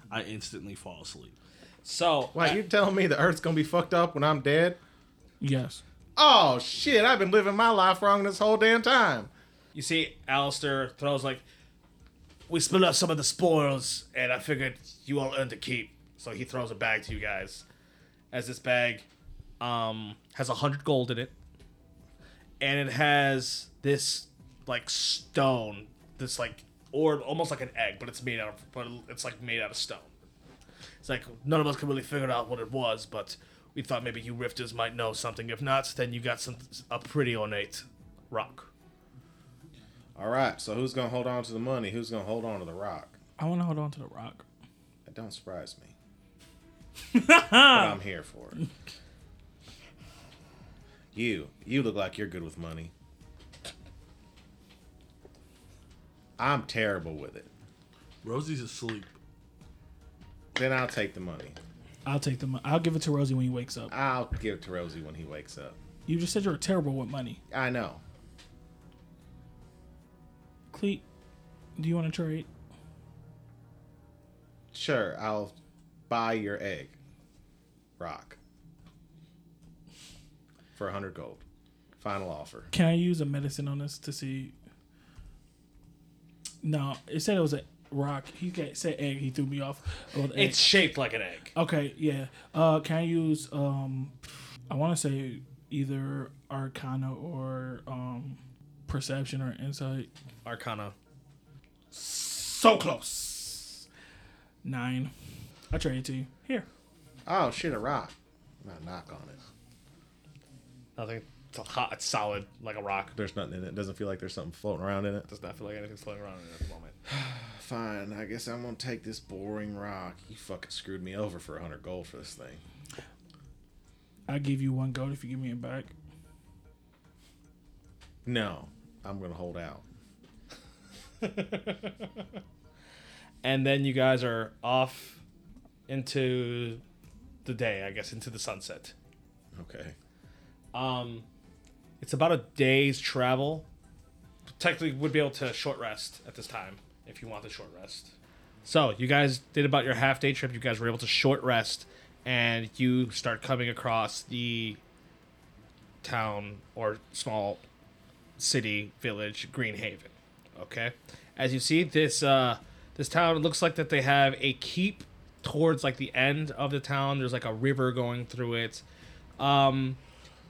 Speaker 3: I instantly fall asleep.
Speaker 2: so
Speaker 5: Wait, you telling me the Earth's gonna be fucked up when I'm dead?
Speaker 4: Yes.
Speaker 5: Oh shit! I've been living my life wrong this whole damn time.
Speaker 2: you see Alistair throws like we split up some of the spoils and I figured you all earned a keep. So he throws a bag to you guys. As this bag um has a hundred gold in it. And it has this like stone, this like orb almost like an egg, but it's made out of but it's like made out of stone. It's like none of us could really figure out what it was, but we thought maybe you rifters might know something. If not, then you got some a pretty ornate rock.
Speaker 5: All right, so who's gonna hold on to the money? Who's gonna hold on to the rock?
Speaker 4: I want to hold on to the rock.
Speaker 5: That don't surprise me. but I'm here for it. You, you look like you're good with money. I'm terrible with it.
Speaker 3: Rosie's asleep.
Speaker 5: Then I'll take the money.
Speaker 4: I'll take the. mon- I'll give it to Rosie when he wakes up.
Speaker 5: I'll give it to Rosie when he wakes up.
Speaker 4: You just said you're terrible with money.
Speaker 5: I know.
Speaker 4: Cleet, do you want to trade?
Speaker 5: Sure, I'll buy your egg. Rock. For a hundred gold. Final offer.
Speaker 4: Can I use a medicine on this to see? No, it said it was a rock. He got, said egg. He threw me off. Oh, the egg.
Speaker 2: It's shaped like an egg.
Speaker 4: okay. Yeah. Uh, can I use? Um, I want to say either Arcana or um, perception or insight.
Speaker 2: Arcana.
Speaker 4: So close. Nine. I trade it to you. Here.
Speaker 5: Oh shit, a rock. I'm gonna knock on it.
Speaker 2: Nothing. It's a hot. It's solid like a rock.
Speaker 5: There's nothing in it. Doesn't feel like there's something floating around in it.
Speaker 2: Does not feel like anything's floating around in it at the moment.
Speaker 5: Fine, I guess I'm gonna take this boring rock. You fucking screwed me over for a hundred gold for this thing.
Speaker 4: I give you one gold if you give me it back.
Speaker 5: No, I'm gonna hold out.
Speaker 2: And then you guys are off into the day, I guess, into the sunset.
Speaker 5: Okay.
Speaker 2: Um, it's about a day's travel. Technically, would be able to short rest at this time if you want the short rest. So you guys did about your half day trip. You guys were able to short rest, and you start coming across the town or small city village Green Haven. Okay, as you see this uh, this town it looks like that they have a keep towards like the end of the town. There's like a river going through it. Um,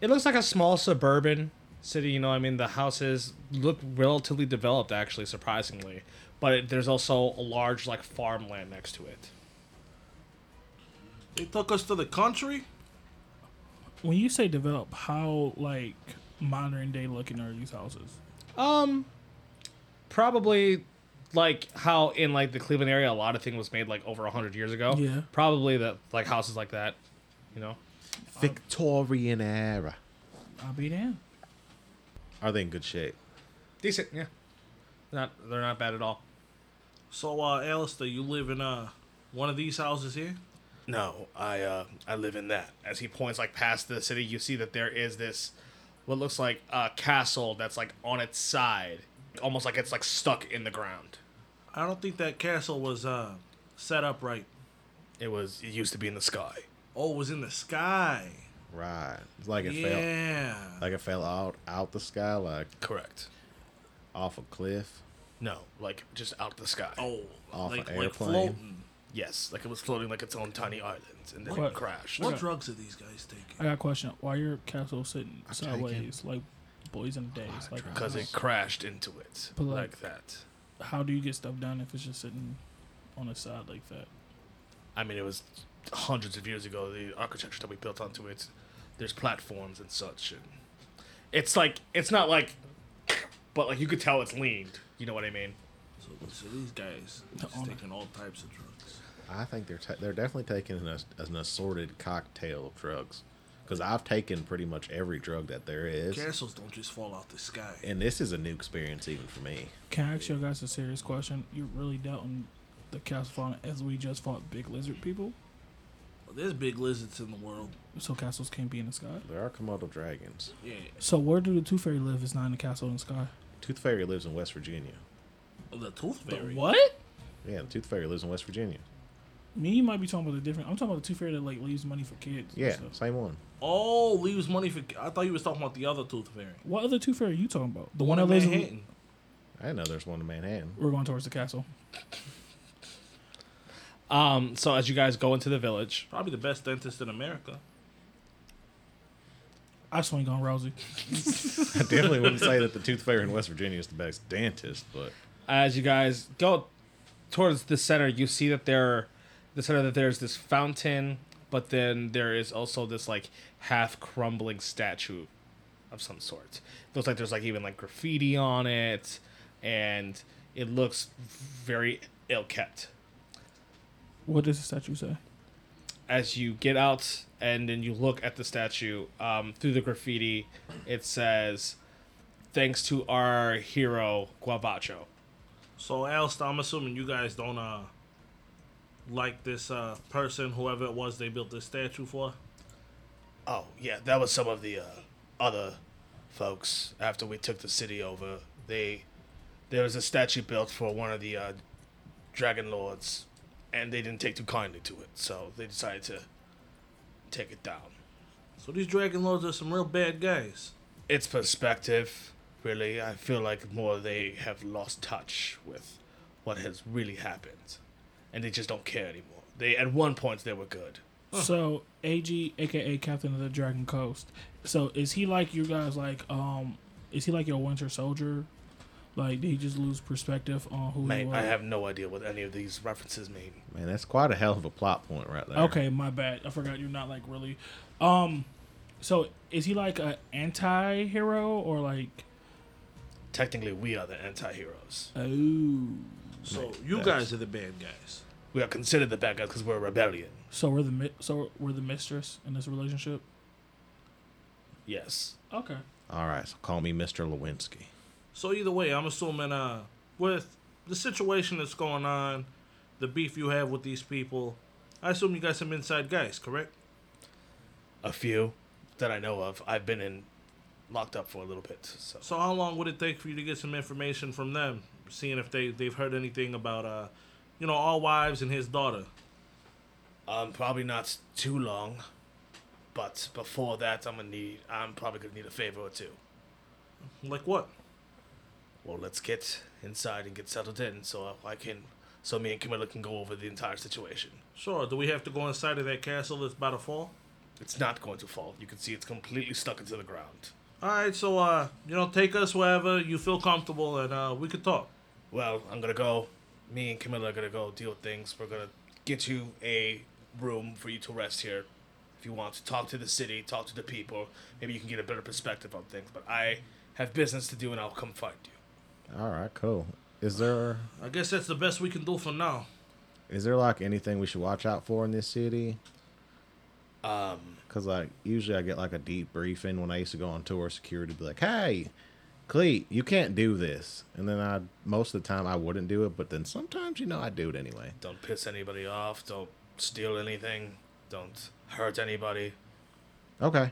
Speaker 2: it looks like a small suburban city. You know, I mean, the houses look relatively developed, actually, surprisingly. But it, there's also a large like farmland next to it.
Speaker 3: They took us to the country.
Speaker 4: When you say develop, how like modern day looking are these houses?
Speaker 2: Probably like how in like the Cleveland area, a lot of thing was made like over hundred years ago.
Speaker 4: Yeah.
Speaker 2: Probably that like houses like that. You know.
Speaker 5: Victorian era.
Speaker 4: I'll be damned.
Speaker 5: Are they in good shape?
Speaker 2: Decent, yeah. Not they're not bad at all.
Speaker 3: So, uh, Alistair, you live in uh one of these houses here.
Speaker 2: No, I uh, I live in that. As he points like past the city, you see that there is this what looks like a castle that's like on its side, almost like it's like stuck in the ground.
Speaker 3: I don't think that castle was uh set up right.
Speaker 2: It was it used to be in the sky.
Speaker 3: Oh, it was in the sky.
Speaker 5: Right. It's like it fell.
Speaker 3: Yeah.
Speaker 5: Like it fell out out the sky, like
Speaker 2: Correct.
Speaker 5: off a cliff.
Speaker 2: No, like just out of the sky.
Speaker 3: Oh,
Speaker 5: Off
Speaker 3: like
Speaker 5: an
Speaker 3: like
Speaker 5: airplane.
Speaker 3: floating.
Speaker 2: yes, like it was floating like its own tiny island, and then
Speaker 4: What?
Speaker 2: it crashed.
Speaker 3: What drugs are these guys taking?
Speaker 4: I got a question. Why your castle sitting
Speaker 5: taking
Speaker 4: sideways like boys in the days? Like
Speaker 2: Because it crashed into it
Speaker 4: But,
Speaker 2: like
Speaker 4: like-
Speaker 2: that.
Speaker 4: how do you get stuff done if it's just sitting on the side like that?
Speaker 2: I mean, it was hundreds of years ago. The architecture that we built onto it, there's platforms and such, and it's like it's not like, but like you could tell it's leaned. You know what I mean?
Speaker 3: So, so these guys are just taking all types of drugs.
Speaker 5: I think they're ta- they're definitely taking an, as- an assorted cocktail of drugs, because I've taken pretty much every drug that there is,
Speaker 3: Castles don't just fall out the sky.
Speaker 5: and this is a new experience even for me.
Speaker 4: Can I ask you guys a serious question? You're really doubting the castle falling as we just fought big lizard people?
Speaker 3: There's big lizards in the world.
Speaker 4: So castles can't be in the sky?
Speaker 5: There are Komodo dragons.
Speaker 3: Yeah.
Speaker 4: So where do the two fairy live if it's not in the castle in the sky?
Speaker 5: Tooth Fairy lives in West Virginia.
Speaker 3: The tooth fairy.
Speaker 4: what?
Speaker 5: Yeah, the Tooth Fairy lives in West Virginia.
Speaker 4: Me, you might be talking about the different. I'm talking about the two fairy that like leaves money for kids. and
Speaker 5: Yeah,
Speaker 4: stuff.
Speaker 5: same one.
Speaker 3: Oh, leaves money for. I thought you was talking about the other tooth fairy.
Speaker 4: What other two fairy are you talking about? The one,
Speaker 3: in
Speaker 4: that lives in.
Speaker 3: Manhattan.
Speaker 5: I didn't know there's one in Manhattan.
Speaker 4: We're going towards the castle.
Speaker 2: Um. So as you guys go into the village,
Speaker 3: Probably the best dentist in America.
Speaker 4: I swing on Rousey.
Speaker 5: I definitely wouldn't say that the Tooth Fairy in West Virginia is the best dentist, but
Speaker 2: as you guys go towards the center, you see that there, the center that there's this fountain, but then there is also this like half crumbling statue of some sort. looks like there's like even like graffiti on it, and it looks very ill kept.
Speaker 4: What does the statue say?
Speaker 2: As you get out and then you look at the statue um, through the graffiti, it says, "Thanks to our hero Guavacho."
Speaker 3: So, Alistair, I'm assuming you guys don't uh like this uh person, whoever it was they built this statue for.
Speaker 2: Oh yeah, that was some of the uh, other folks. After we took the city over, they there was a statue built for one of the uh, dragon lords, and they didn't take too kindly to it, so they decided to take it down.
Speaker 3: So these dragon lords are some real bad guys.
Speaker 2: It's perspective, really. I feel like more they have lost touch with what has really happened, and they just don't care anymore. They at one point they were good.
Speaker 4: So AG, aka Captain of the Dragon Coast. So is he like you guys? Like, um, is he like your Winter Soldier? Like, did he just lose perspective on who he
Speaker 2: Man,
Speaker 4: was?
Speaker 2: I have no idea what any of these references mean.
Speaker 5: man, that's quite a hell of a plot point right there.
Speaker 4: Okay, my bad. I forgot you're not like really. Um, so is he like a anti-hero or like?
Speaker 2: Technically, we are the anti-heroes.
Speaker 4: Oh,
Speaker 3: So you guys are the bad guys.
Speaker 2: we are considered the bad guys because we're a rebellion.
Speaker 4: so we're the mi- so we're the mistress in this relationship.
Speaker 2: Yes.
Speaker 4: Okay.
Speaker 5: All right, so call me Mr. Lewinsky.
Speaker 3: So either way, I'm assuming uh with the situation that's going on, the beef you have with these people, I assume you got some inside guys, correct?
Speaker 2: A few that I know of. I've been in locked up for a little bit. So
Speaker 3: So how long would it take for you to get some information from them, seeing if they they've heard anything about uh you know, our wives and his daughter?
Speaker 2: Um, probably not too long, but before that, I'm gonna need. I'm probably gonna need a favor or two.
Speaker 3: Like what?
Speaker 2: Well, let's get inside and get settled in, so I can, so me and Camilla can go over the entire situation.
Speaker 3: Sure. Do we have to go inside of that castle that's about to fall?
Speaker 2: It's not going to fall. You can see it's completely stuck into the ground.
Speaker 3: All right. So, uh, you know, take us wherever you feel comfortable, and uh, we could talk.
Speaker 2: Well, I'm gonna go. Me and Camilla are gonna go deal with things. We're gonna get you a room for you to rest here. If you want to talk to the city, talk to the people, maybe you can get a better perspective on things. But I have business to do and I'll come find you.
Speaker 5: All right, cool. Is there
Speaker 3: I guess that's the best we can do for now.
Speaker 5: is there like anything we should watch out for in this city? Um, cause like usually I get like a deep briefing when I used to go on tour. Security would be like, "Hey, Cleet, you can't do this," and then I most of the time I wouldn't do it, but then sometimes you know I do it anyway.
Speaker 2: Don't piss anybody off. Don't steal anything. Don't hurt anybody.
Speaker 5: Okay,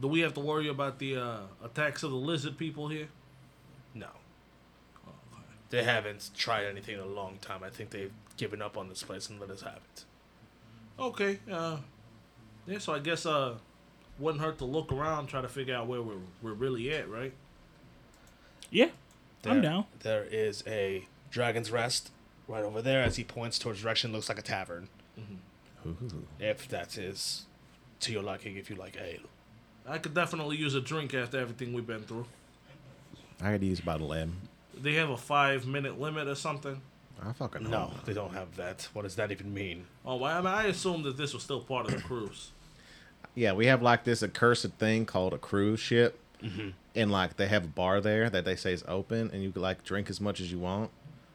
Speaker 3: Do we have to worry about the uh, attacks of the lizard people here?
Speaker 2: No. They haven't tried anything in a long time. I think they've given up on this place and let us have it.
Speaker 3: Okay. Uh, yeah. So I guess uh, wouldn't hurt to look around, try to figure out where we're we're really at, right?
Speaker 4: Yeah, I'm
Speaker 2: There-
Speaker 4: down.
Speaker 2: There is a Dragon's Rest right over there as he points towards direction. Looks like a tavern. If that is to your liking, if you like ale.
Speaker 3: I could definitely use a drink after everything we've been through.
Speaker 5: I could use about eleven.
Speaker 3: They have a five minute limit or something.
Speaker 5: I fucking hope
Speaker 2: No,
Speaker 5: not.
Speaker 2: they don't have that. What does that even mean?
Speaker 3: Oh, well, I, mean, I assumed that this was still part of the cruise.
Speaker 5: Yeah, we have like this accursed thing called a cruise ship, and like they have a bar there that they say is open, and you can like drink as much as you want,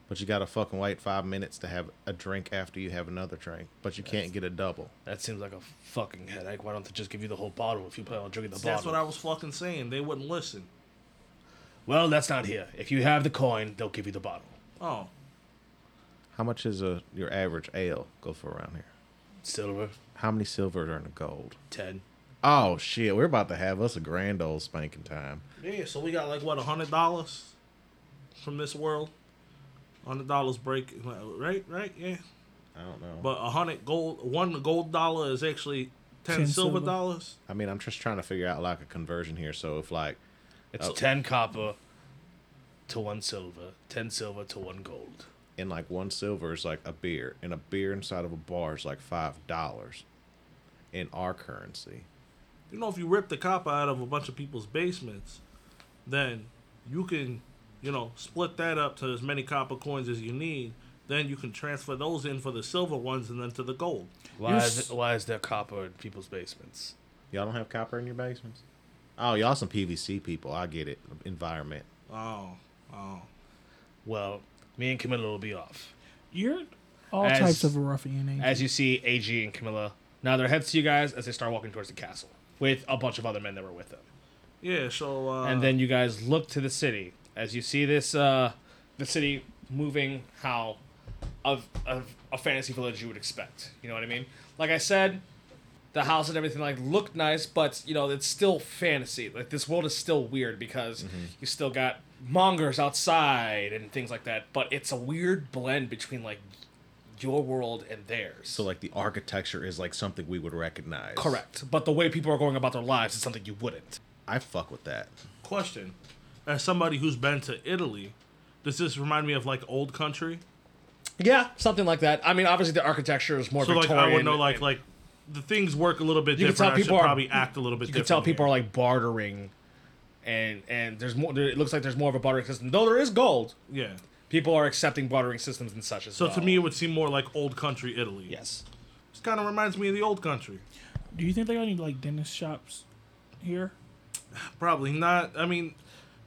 Speaker 5: but you gotta fucking wait five minutes to have a drink after you have another drink, but you can't get a double.
Speaker 2: That seems like a fucking headache. Why don't they just give you the whole bottle if you plan on drinking the
Speaker 3: That's
Speaker 2: bottle?
Speaker 3: what I was fucking saying. They wouldn't listen.
Speaker 2: Well, that's not here. If you have the coin, they'll give you the bottle.
Speaker 3: Oh,
Speaker 5: How much is a your average ale go for around here?
Speaker 2: Silver,
Speaker 5: How many silver are in a gold?
Speaker 2: ten.
Speaker 5: Oh shit, we're about to have us a grand old spanking time.
Speaker 3: yeah. So we got like what a hundred dollars from this world. Hundred dollars break, right? Right? Yeah.
Speaker 5: I don't know.
Speaker 3: But a hundred gold, one gold dollar is actually ten,
Speaker 4: Ten
Speaker 3: silver,
Speaker 4: silver.
Speaker 3: dollars.
Speaker 5: I mean, I'm just trying to figure out like a conversion here. So if like
Speaker 2: It's
Speaker 4: Oh.
Speaker 2: ten copper to one silver, ten silver to one gold.
Speaker 5: and like one silver is like a beer, and a beer inside of a bar is like five dollars in our currency.
Speaker 3: You know, if you rip the copper out of a bunch of people's basements, then you can, you know, split that up to as many copper coins as you need. Then you can transfer those in for the silver ones and then to the gold.
Speaker 2: Why
Speaker 4: s-
Speaker 2: is, it, why is there copper in people's basements?
Speaker 5: Y'all don't have copper in your basements? Oh, y'all some PVC people. I get it. Environment.
Speaker 3: Oh, oh.
Speaker 2: Well, me and Camilla will be off.
Speaker 4: You're all
Speaker 2: As-
Speaker 4: types of ruffian. ain't
Speaker 2: As you see, AG and Camilla nod their heads to you guys as they start walking towards the castle with a bunch of other men that were with them.
Speaker 3: Yeah, so uh,
Speaker 2: and then you guys look to the city as you see this, uh, the city moving how of, of a fantasy village you would expect. You know what I mean? Like I said, the house and everything like looked nice, but you know it's still fantasy. Like this world is still weird because you still got mongers outside and things like that. But it's a weird blend between like your world and theirs.
Speaker 5: So like the architecture is like something we would recognize.
Speaker 2: Correct. But the way people are going about their lives is something you wouldn't.
Speaker 5: I fuck with that.
Speaker 3: question: As somebody who's been to Italy, does this remind me of like old country?
Speaker 2: Yeah, something like that. I mean, obviously the architecture is more
Speaker 3: So like
Speaker 2: Victorian.
Speaker 3: I would know like
Speaker 2: and
Speaker 3: like the things work a little bit
Speaker 2: You can
Speaker 3: different.
Speaker 2: tell
Speaker 3: I
Speaker 2: people
Speaker 3: should
Speaker 2: are-
Speaker 3: probably act a little bit.
Speaker 2: you could tell
Speaker 3: different
Speaker 2: people
Speaker 3: here.
Speaker 2: are like bartering, and and there's more. There, it looks like there's more of a bartering system, though there is gold.
Speaker 3: yeah.
Speaker 2: People are accepting bartering systems and such as
Speaker 3: So
Speaker 2: well.
Speaker 3: to me, it would seem more like old country Italy.
Speaker 2: yes.
Speaker 3: This kind of reminds me of the old country.
Speaker 4: you? Do you think they got any like dentist shops here?
Speaker 3: Probably not. I mean,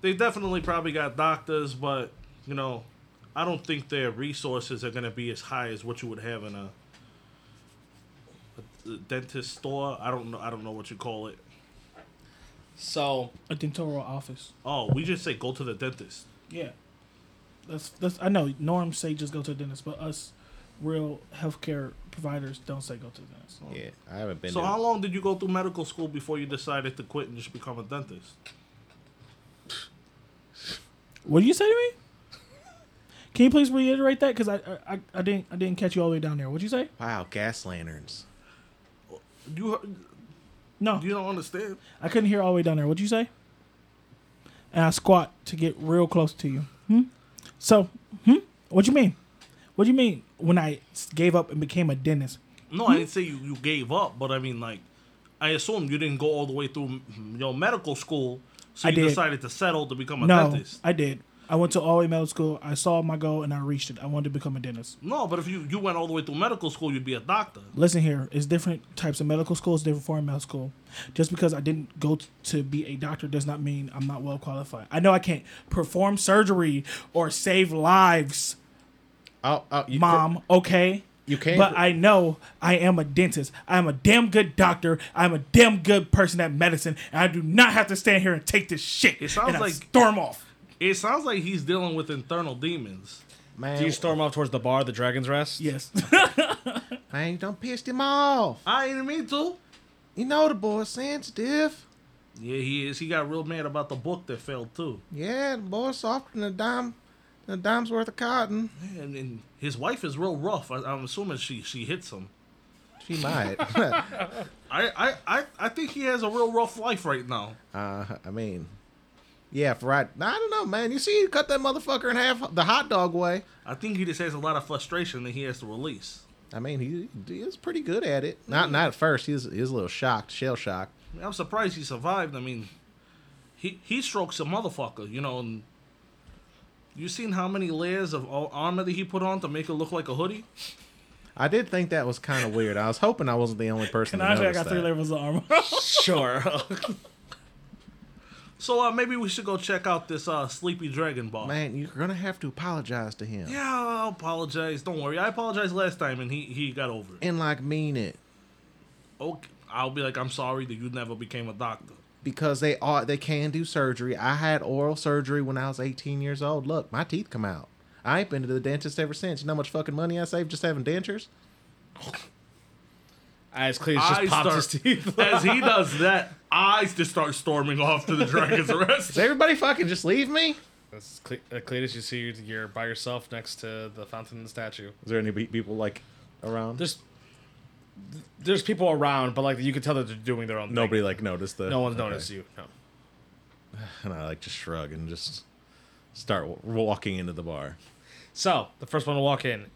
Speaker 3: they definitely probably got doctors, but you know, I don't think their resources are going to be as high as what you would have in a, a dentist store. I don't know. I don't know what you call it.
Speaker 2: So
Speaker 4: A dental office.
Speaker 3: Oh, we just say go to the dentist.
Speaker 4: Yeah. That's that's I know norms say just go to the dentist, but us real healthcare providers don't say go to the dentist.
Speaker 5: Yeah, I haven't been.
Speaker 3: So
Speaker 5: to,
Speaker 3: how long did you go through medical school before you decided to quit and just become a dentist?
Speaker 4: What do you say to me? Can you please reiterate that? Because I, I I- I didn't I didn't catch you all the way down there. What'd you say?
Speaker 5: Wow, gas lanterns.
Speaker 3: You
Speaker 4: No,
Speaker 3: you don't understand.
Speaker 4: I couldn't hear all the way down there. What'd you say? And I squat to get real close to you. Hmm? So, hmm? What you mean? What do you mean when I s- gave up and became a dentist?
Speaker 3: No,
Speaker 4: Hmm?
Speaker 3: I didn't say you, you gave up, but I mean like, I assume you didn't go all the way through mm, your medical school, so
Speaker 4: I
Speaker 3: you
Speaker 4: did.
Speaker 3: decided to settle to become a
Speaker 4: no,
Speaker 3: dentist.
Speaker 4: I did. I went to all way medical school. I saw my goal and I reached it. I wanted to become a dentist.
Speaker 3: No, but if you you went all the way through medical school, you'd be a doctor.
Speaker 4: Listen here, it's different types of medical schools, different form of medical school. Just because I didn't go t- to be a doctor does not mean I'm not well qualified. I know I can't perform surgery or save lives,
Speaker 5: Oh, oh you,
Speaker 4: mom. Okay.
Speaker 5: You can't-
Speaker 4: But I know I am a dentist. I'm a damn good doctor. I'm a damn good person at medicine, and I do not have to stand here and take this shit.
Speaker 3: It sounds
Speaker 4: and I
Speaker 3: like-
Speaker 4: storm off.
Speaker 3: It sounds like he's dealing with internal demons.
Speaker 5: Man,
Speaker 2: Do you storm off towards the bar, the Dragon's Rest?
Speaker 4: Yes.
Speaker 5: man, don't piss them off.
Speaker 3: I didn't mean to.
Speaker 5: You know the boy's sensitive.
Speaker 3: Yeah, he is. He got real mad about the book that failed too,
Speaker 5: Yeah, the boy's softer than a dime, than a dime's worth of cotton.
Speaker 3: and, and his wife is real rough. I, I'm assuming she she hits him.
Speaker 5: She might.
Speaker 3: I, I, I, I think he has a real rough life right now.
Speaker 5: Uh, I mean, yeah, for right. I don't know, man. You see, you cut that motherfucker in half the hot dog way.
Speaker 3: I think he just has a lot of frustration that he has to release.
Speaker 5: I mean, he, he is pretty good at it.
Speaker 4: Mm-hmm.
Speaker 5: Not not at first. He's he's a little shocked, shell shocked.
Speaker 3: I mean, I'm surprised he survived. I mean, he he strokes a motherfucker, you know. And you seen how many layers of ar- armor that he put on to make it look like a hoodie?
Speaker 5: I did think that was kind of weird. I was hoping I wasn't the only person.
Speaker 4: and
Speaker 5: to
Speaker 4: honestly, I
Speaker 5: notice
Speaker 4: got three
Speaker 5: that.
Speaker 4: levels of armor.
Speaker 2: Sure.
Speaker 3: So uh, maybe we should go check out this uh, Sleepy Dragon Bar.
Speaker 5: Man, you're gonna have to apologize to him
Speaker 3: Yeah, I apologize. Don't worry. I apologized last time, and he he got over it.
Speaker 5: and like mean it
Speaker 3: Okay, I'll be like, I'm sorry that you never became a doctor.
Speaker 5: because they are they can do surgery. I had oral surgery when I was 18 years old. Look, my teeth come out. I ain't been to the dentist ever since. You know how much fucking money I saved just having dentures?
Speaker 2: As Cletus just
Speaker 3: I
Speaker 2: pops
Speaker 3: start-
Speaker 2: his teeth.
Speaker 3: As he does that, I just start storming off to the Dragon's Rest.
Speaker 5: Does everybody fucking just leave me?
Speaker 2: As Cle- uh, Cletus, you see you're- you're by yourself next to the fountain and statue.
Speaker 5: Is there any pe- people like around?
Speaker 2: There's there's people around, but like you can tell that they're doing their own thing.
Speaker 5: Nobody like noticed the.
Speaker 2: No one's
Speaker 5: Okay.
Speaker 2: noticed you. No.
Speaker 5: And I like just shrug and just start w- walking into the bar.
Speaker 2: So the first one to walk in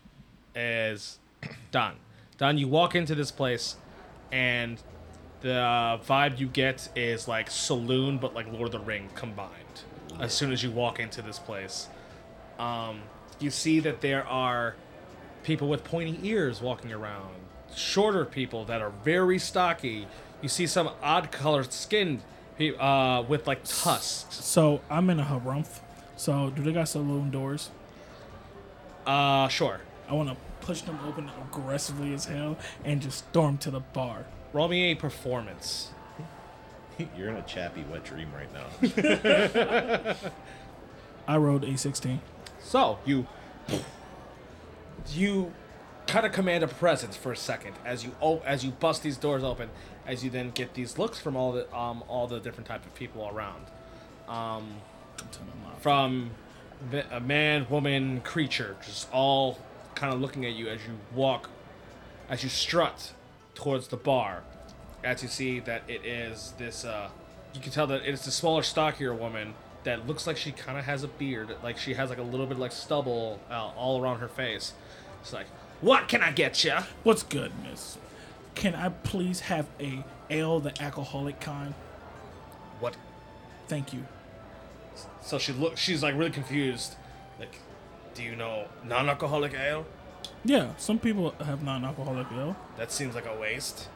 Speaker 2: is Don. Don, you walk into this place, and the vibe you get is like saloon, but like Lord of the Ring combined. As soon as you walk into this place, um, you see that there are people with pointy ears walking around, shorter people that are very stocky. You see some odd colored skinned, pe- uh, with like tusks.
Speaker 4: So I'm in a harumph. So do they got saloon doors?
Speaker 2: Uh, sure.
Speaker 4: I want to push them open aggressively as hell and just storm to the bar.
Speaker 2: Roll me a performance.
Speaker 5: You're in a chappy wet dream right now.
Speaker 4: I rolled a 16.
Speaker 2: So you you kind of command a presence for a second as you oh as you bust these doors open, as you then get these looks from all the um all the different type of people around, um from the- a man, woman, creature, just all kind of looking at you as you walk, as you strut towards the bar, as you see that it is this uh you can tell that it's the smaller, stockier woman that looks like she kind of has a beard, like she has like a little bit like stubble uh, all around her face. It's like, what can I get you?
Speaker 4: What's good, miss? Can I please have a ale, the alcoholic kind?
Speaker 2: What?
Speaker 4: Thank you.
Speaker 2: So she look, she's like really confused. Like, do you know non-alcoholic ale?
Speaker 4: Yeah, some people have non-alcoholic ale.
Speaker 2: That seems like a waste.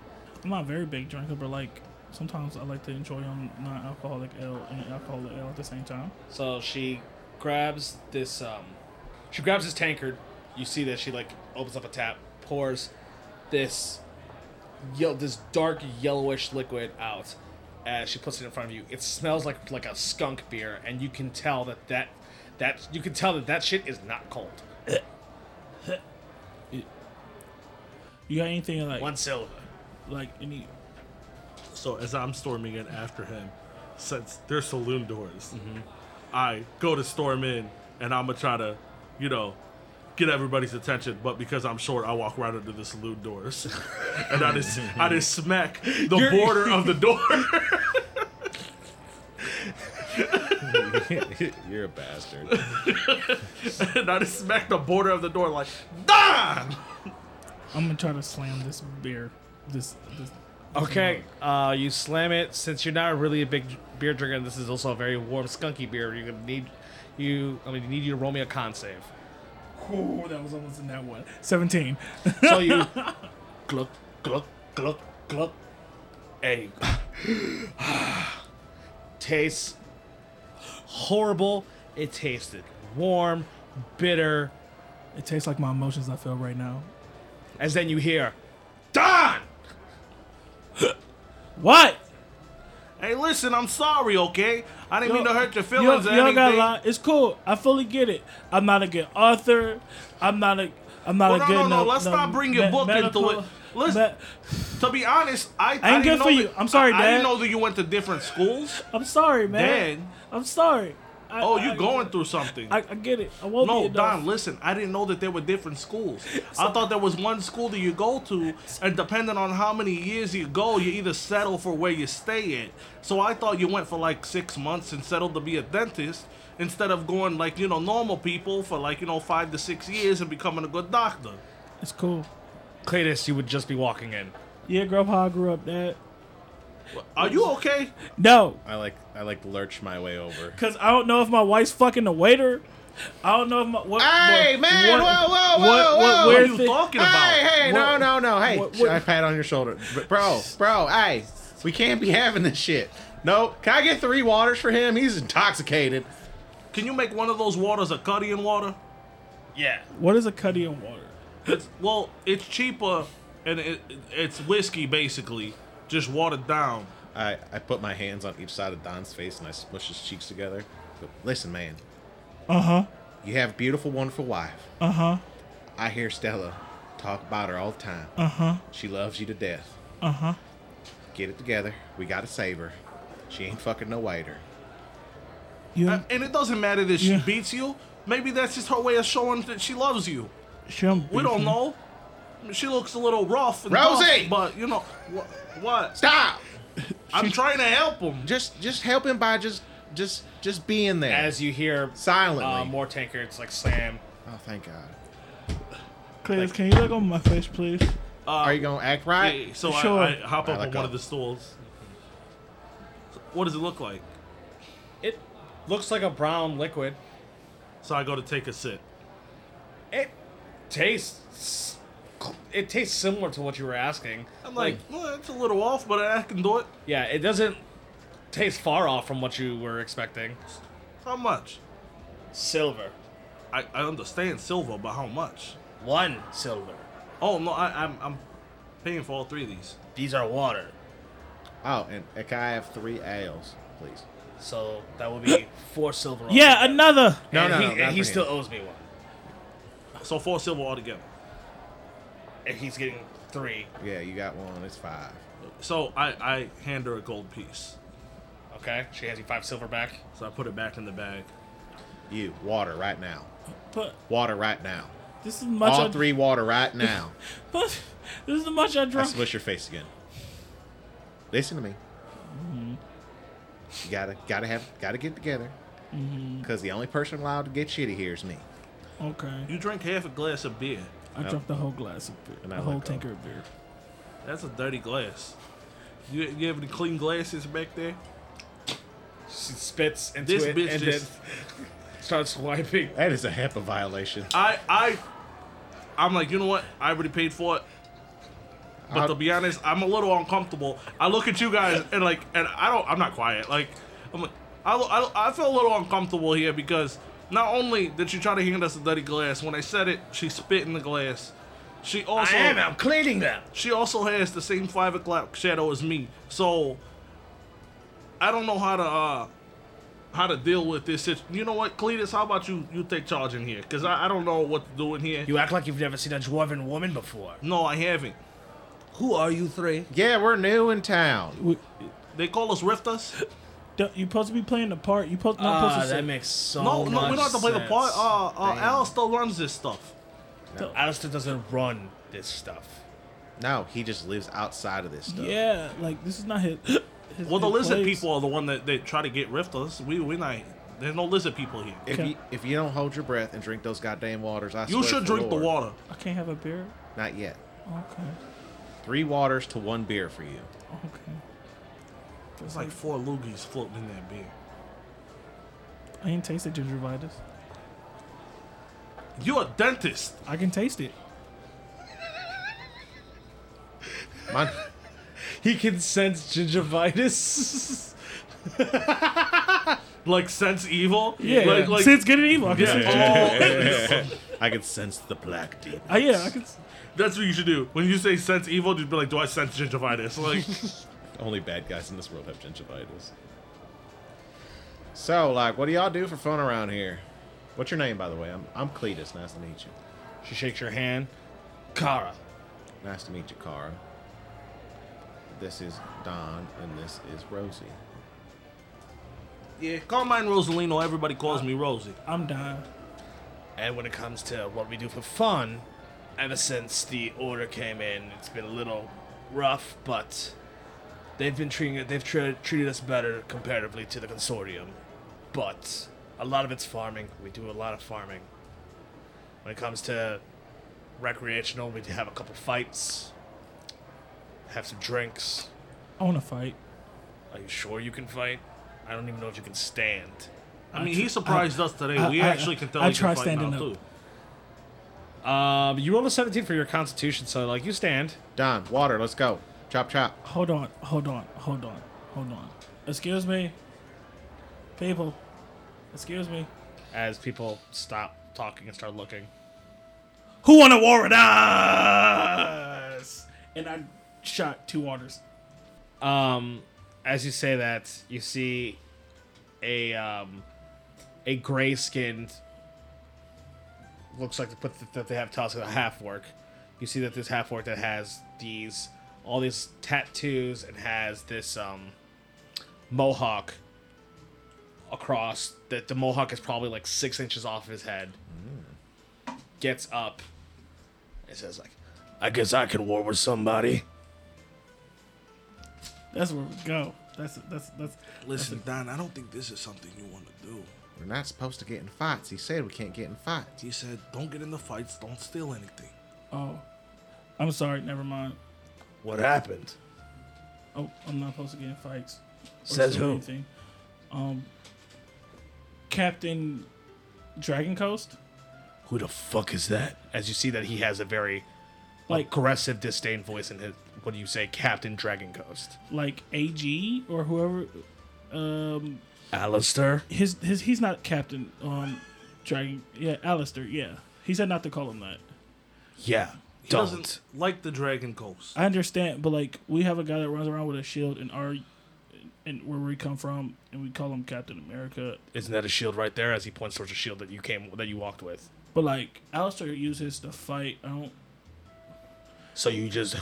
Speaker 4: I'm not a very big drinker, but like sometimes I like to enjoy on non-alcoholic ale and alcoholic ale at the same time.
Speaker 2: So she grabs this um she grabs this tankard. You see that she like opens up a tap, pours this yell this dark yellowish liquid out as she puts it in front of you. It smells like like a skunk beer and you can tell that that that you can tell that that shit is not cold.
Speaker 4: You got anything like
Speaker 2: One silver.
Speaker 4: like any?
Speaker 3: So as I'm storming in after him,
Speaker 2: Mm-hmm.
Speaker 3: since there's saloon doors, I go to storm in, and I'm gonna try to, you know, get everybody's attention, but because I'm short, I walk right under the saloon doors, and I just I just smack the
Speaker 2: You're-
Speaker 3: border of the door.
Speaker 7: You're a bastard.
Speaker 3: and I just smack the border of the door like, Don!
Speaker 4: I'm gonna try to slam this beer. This, this
Speaker 2: Okay, uh, you slam it. Since you're not really a big beer drinker, this is also a very warm, skunky beer. You're gonna need you. I mean, you need you to roll me a con save.
Speaker 4: Oh, that was almost in that one. 17.
Speaker 2: So you gluck, gluck, gluck, gluck, and you tastes horrible. It tasted warm, bitter,
Speaker 4: It tastes like my emotions I feel right now.
Speaker 2: as then you hear, Don!
Speaker 4: What?
Speaker 3: Hey, listen, I'm sorry, okay? I didn't mean to hurt your
Speaker 4: Y'all,
Speaker 3: feelings or
Speaker 4: y'all
Speaker 3: anything.
Speaker 4: gotta lie. It's cool. I fully get it. I'm not a good author. I'm not a. I'm not
Speaker 3: Well,
Speaker 4: a
Speaker 3: no,
Speaker 4: good.
Speaker 3: no, no, let's not bring your book into it. Let's- To be honest, I, I
Speaker 4: ain't
Speaker 3: didn't
Speaker 4: good
Speaker 3: know
Speaker 4: for
Speaker 3: that-
Speaker 4: you. I'm sorry,
Speaker 3: I, I
Speaker 4: Dad.
Speaker 3: didn't know that you went to different schools.
Speaker 4: I'm sorry, man.
Speaker 3: Dan.
Speaker 4: I'm sorry. I,
Speaker 3: Oh,
Speaker 4: I-
Speaker 3: you going through something.
Speaker 4: I, I get it. I won't
Speaker 3: no,
Speaker 4: be
Speaker 3: Don,
Speaker 4: adult.
Speaker 3: listen, I didn't know that there were different schools. I thought there was one school that you go to, and depending on how many years you go, you either settle for where you stay at. So I thought you went for like six months and settled to be a dentist instead of going like, you know, normal people for like, you know, five to six years and becoming a good doctor.
Speaker 4: It's cool.
Speaker 2: Cletus, you would just be walking in.
Speaker 4: Yeah, grandpa grew up that.
Speaker 3: Are you okay?
Speaker 4: No,
Speaker 7: I like I like lurch my way over.
Speaker 4: Cause I don't know if my wife's fucking the waiter. I don't know if my what.
Speaker 5: Hey,
Speaker 4: what,
Speaker 5: man, whoa, whoa, whoa, whoa.
Speaker 3: What
Speaker 4: where
Speaker 3: are you
Speaker 4: thi-
Speaker 3: talking about?
Speaker 5: Hey, hey,
Speaker 4: What-
Speaker 5: no, no, no. Hey,
Speaker 4: what- what-
Speaker 5: I pat on your shoulder. B- Bro, bro, hey, we can't be having this shit. No, can I get three waters for him? He's intoxicated.
Speaker 3: Can you make one of those waters a cutty and water?
Speaker 2: Yeah.
Speaker 4: What is a cutty and water?
Speaker 3: It's, well, it's cheaper and it, it's whiskey basically, just watered down.
Speaker 7: I, I put my hands on each side of Don's face and I smush his cheeks together. But listen, man,
Speaker 4: Uh huh.
Speaker 7: you have a beautiful, wonderful wife.
Speaker 4: Uh huh.
Speaker 7: I hear Stella talk about her all the time.
Speaker 4: Uh huh.
Speaker 7: She loves you to death.
Speaker 4: Uh huh.
Speaker 7: Get it together. We gotta save her. She ain't fucking no waiter.
Speaker 4: You
Speaker 3: Uh, and it doesn't matter that she
Speaker 4: Yeah.
Speaker 3: beats you. Maybe that's just her way of showing that she loves you.
Speaker 4: shrimp.
Speaker 3: We don't know. I mean, She looks a little rough, and
Speaker 5: Rosie!
Speaker 3: tough, but you know what? What?
Speaker 5: Stop.
Speaker 3: I'm trying to help him.
Speaker 5: Just just help him by just just just being there.
Speaker 2: As you hear
Speaker 5: Silently.
Speaker 2: uh, more tankards like slam.
Speaker 5: oh, thank God.
Speaker 4: Cletus, can you look on my face, please?
Speaker 5: Are you going to act right?
Speaker 3: Hey, so
Speaker 4: Sure.
Speaker 3: I, I hop
Speaker 7: Alright,
Speaker 3: up on
Speaker 7: let
Speaker 3: one
Speaker 7: go.
Speaker 3: of the stools. So What does it look like?
Speaker 2: It looks like a brown liquid.
Speaker 3: So I go to take a sip.
Speaker 2: It tastes. It tastes similar to what you were asking.
Speaker 3: I'm like, well, it's a little off, but I can do it.
Speaker 2: Yeah, it doesn't taste far off from what you were expecting.
Speaker 3: How much?
Speaker 2: Silver.
Speaker 3: I, I understand silver, but how much?
Speaker 2: One silver.
Speaker 3: Oh no, I, I'm I'm paying for all three of these.
Speaker 2: These are water.
Speaker 7: Oh, and uh, can I have three ales, please?
Speaker 2: So that would be four silver.
Speaker 4: Yeah, another.
Speaker 7: no,
Speaker 2: No, no,
Speaker 7: no,
Speaker 2: he,
Speaker 7: not
Speaker 2: and he
Speaker 7: for him.
Speaker 2: still owes me one.
Speaker 3: So four silver altogether.
Speaker 2: And he's getting three.
Speaker 7: Yeah, you got one. It's five.
Speaker 3: So I I hand her a gold piece.
Speaker 2: Okay, she has you five silver back.
Speaker 3: So I put it back in the bag.
Speaker 7: You water right now.
Speaker 4: But
Speaker 7: Water right now.
Speaker 4: this is much.
Speaker 7: All
Speaker 4: I,
Speaker 7: three water right now.
Speaker 4: But this is the much I
Speaker 7: I
Speaker 4: drank.
Speaker 7: smush your face again. Listen to me. You gotta gotta have gotta get together. Cause the only person allowed to get shitty here is me.
Speaker 4: Okay,
Speaker 3: You drink half a glass of beer.
Speaker 4: I drank the whole glass of beer,
Speaker 7: And I
Speaker 4: the whole
Speaker 7: let go.
Speaker 4: tanker of beer.
Speaker 3: That's a dirty glass. You, you have any clean glasses back there?
Speaker 2: She spits into
Speaker 3: This
Speaker 2: it
Speaker 3: bitch
Speaker 2: and
Speaker 3: just-
Speaker 2: then starts wiping.
Speaker 7: That is a HEPA violation.
Speaker 3: I I I'm like, you know what? I already paid for it. But
Speaker 7: I'll-
Speaker 3: to be honest, I'm a little uncomfortable. I look at you guys and like, and I don't. I'm not quiet. Like, I'm like, I, lo- I, lo- I feel a little uncomfortable here because not only did she try to hand us a dirty glass, when I said it, she spit in the glass. She also
Speaker 2: I'm cleaning them.
Speaker 3: She also has the same five o'clock shadow as me, so I don't know how to uh how to deal with this. Situ- you know what, Cletus? How about you you take charge in here? Cause I, I don't know what to do in here.
Speaker 2: You act like you've never seen a dwarven woman before.
Speaker 3: no, I haven't. Who are you three?
Speaker 7: Yeah, we're new in town.
Speaker 3: They call us rifters.
Speaker 4: Don't- You're supposed to be playing the part. You're supposed not
Speaker 2: Ah,
Speaker 4: supposed to.
Speaker 2: that
Speaker 4: say-
Speaker 2: makes so
Speaker 3: No,
Speaker 2: much
Speaker 3: no, we don't have to play the
Speaker 2: sense.
Speaker 3: part. Uh, uh, Al still runs this stuff.
Speaker 2: Alistair doesn't run this stuff.
Speaker 5: No, he just lives outside of this stuff.
Speaker 4: yeah, like this is not his. his
Speaker 3: Well, the
Speaker 4: his
Speaker 3: lizard
Speaker 4: place.
Speaker 3: people are the one that they try to get rift us. We we not. There's no lizard people here.
Speaker 5: If
Speaker 4: Okay.
Speaker 5: you if you don't hold your breath and drink those goddamn waters, I
Speaker 3: You
Speaker 5: swear
Speaker 3: should
Speaker 5: to
Speaker 3: drink the
Speaker 5: Lord,
Speaker 3: water.
Speaker 4: I can't have a beer.
Speaker 5: Not yet.
Speaker 4: Okay,
Speaker 5: Three waters to one beer for you.
Speaker 4: okay.
Speaker 3: There's like four loogies floating in that beer.
Speaker 4: I ain't tasted gingivitis.
Speaker 3: You're a dentist.
Speaker 4: I can taste it.
Speaker 5: Mine,
Speaker 2: He can sense gingivitis.
Speaker 3: Like sense evil.
Speaker 4: Yeah,
Speaker 3: Like, like Oh,
Speaker 4: since good and evil, I can
Speaker 8: Yeah,
Speaker 4: sense-
Speaker 8: yeah, yeah, yeah, yeah.
Speaker 5: I can sense the black demon.
Speaker 4: Oh, yeah, I can. s-
Speaker 3: that's what you should do. When you say sense evil, just be like, do I sense gingivitis? Like,
Speaker 5: Only bad guys in this world have gingivitis. So, like, what do y'all do for fun around here? What's your name, by the way? I'm I'm Cletus. Nice to meet you.
Speaker 2: she shakes her hand. Kara.
Speaker 5: Nice to meet you, Kara. This is Don, and this is Rosie.
Speaker 3: yeah, Carmine Rosalino. Everybody calls me Rosie.
Speaker 4: I'm dying.
Speaker 2: And when it comes to what we do for fun, ever since the order came in, it's been a little rough, but they've been treating it, they've tre- treated us better comparatively to the consortium. But a lot of it's farming. We do a lot of farming. When it comes to recreational, we have a couple fights, have some drinks.
Speaker 4: I want to fight.
Speaker 2: Are you sure you can fight? I don't even know if you can stand.
Speaker 3: I mean, he surprised us today. we
Speaker 4: I- I-
Speaker 3: actually can tell
Speaker 4: I
Speaker 3: he
Speaker 4: try
Speaker 3: can fight now
Speaker 4: standing up.
Speaker 3: too.
Speaker 2: Um, you rolled a 17 for your constitution, so like you stand.
Speaker 5: Don, water. Let's go. Chop chop.
Speaker 4: Hold on, hold on, hold on, hold on. Excuse me, people. Excuse me.
Speaker 2: as people stop talking and start looking.
Speaker 4: Who want to war with us? And I shot two orders.
Speaker 2: Um, as you say that, you see a um, a gray skinned looks like the, put that they have tossed a half orc. You see that this half orc that has these all these tattoos and has this um, mohawk across that the mohawk is probably like six inches off his head. Gets up. It says like, Mm. I guess I could war with somebody.
Speaker 4: That's where we go. That's that's that's.
Speaker 3: Listen, Don, I don't think this is something you want to do.
Speaker 5: We're not supposed to get in fights. He said we can't get in fights.
Speaker 3: He said, don't get in the fights. Don't steal anything.
Speaker 4: Oh, I'm sorry. Never mind.
Speaker 2: What happened?
Speaker 4: Oh, I'm not supposed to get in fights. or
Speaker 2: Says
Speaker 4: say
Speaker 2: who?
Speaker 4: anything. Um, Captain Dragon Coast.
Speaker 2: Who the fuck is that? As you see that he has a very
Speaker 4: Like-
Speaker 2: aggressive disdain voice in his what do you say, Captain Dragon Ghost.
Speaker 4: like AG or whoever. Um,
Speaker 2: Alistair?
Speaker 4: his his he's not Captain um, Dragon. Yeah, Alistair. Yeah, he said not to call him that.
Speaker 2: Yeah.
Speaker 3: He
Speaker 2: Don't.
Speaker 3: doesn't like the Dragon Coast.
Speaker 4: I understand, but like we have a guy that runs around with a shield and our and where we come from, and we call him Captain America.
Speaker 2: Isn't that a shield right there? As he points towards a shield that you came that you walked with.
Speaker 4: But like Alistair uses to fight. I don't.
Speaker 2: So you just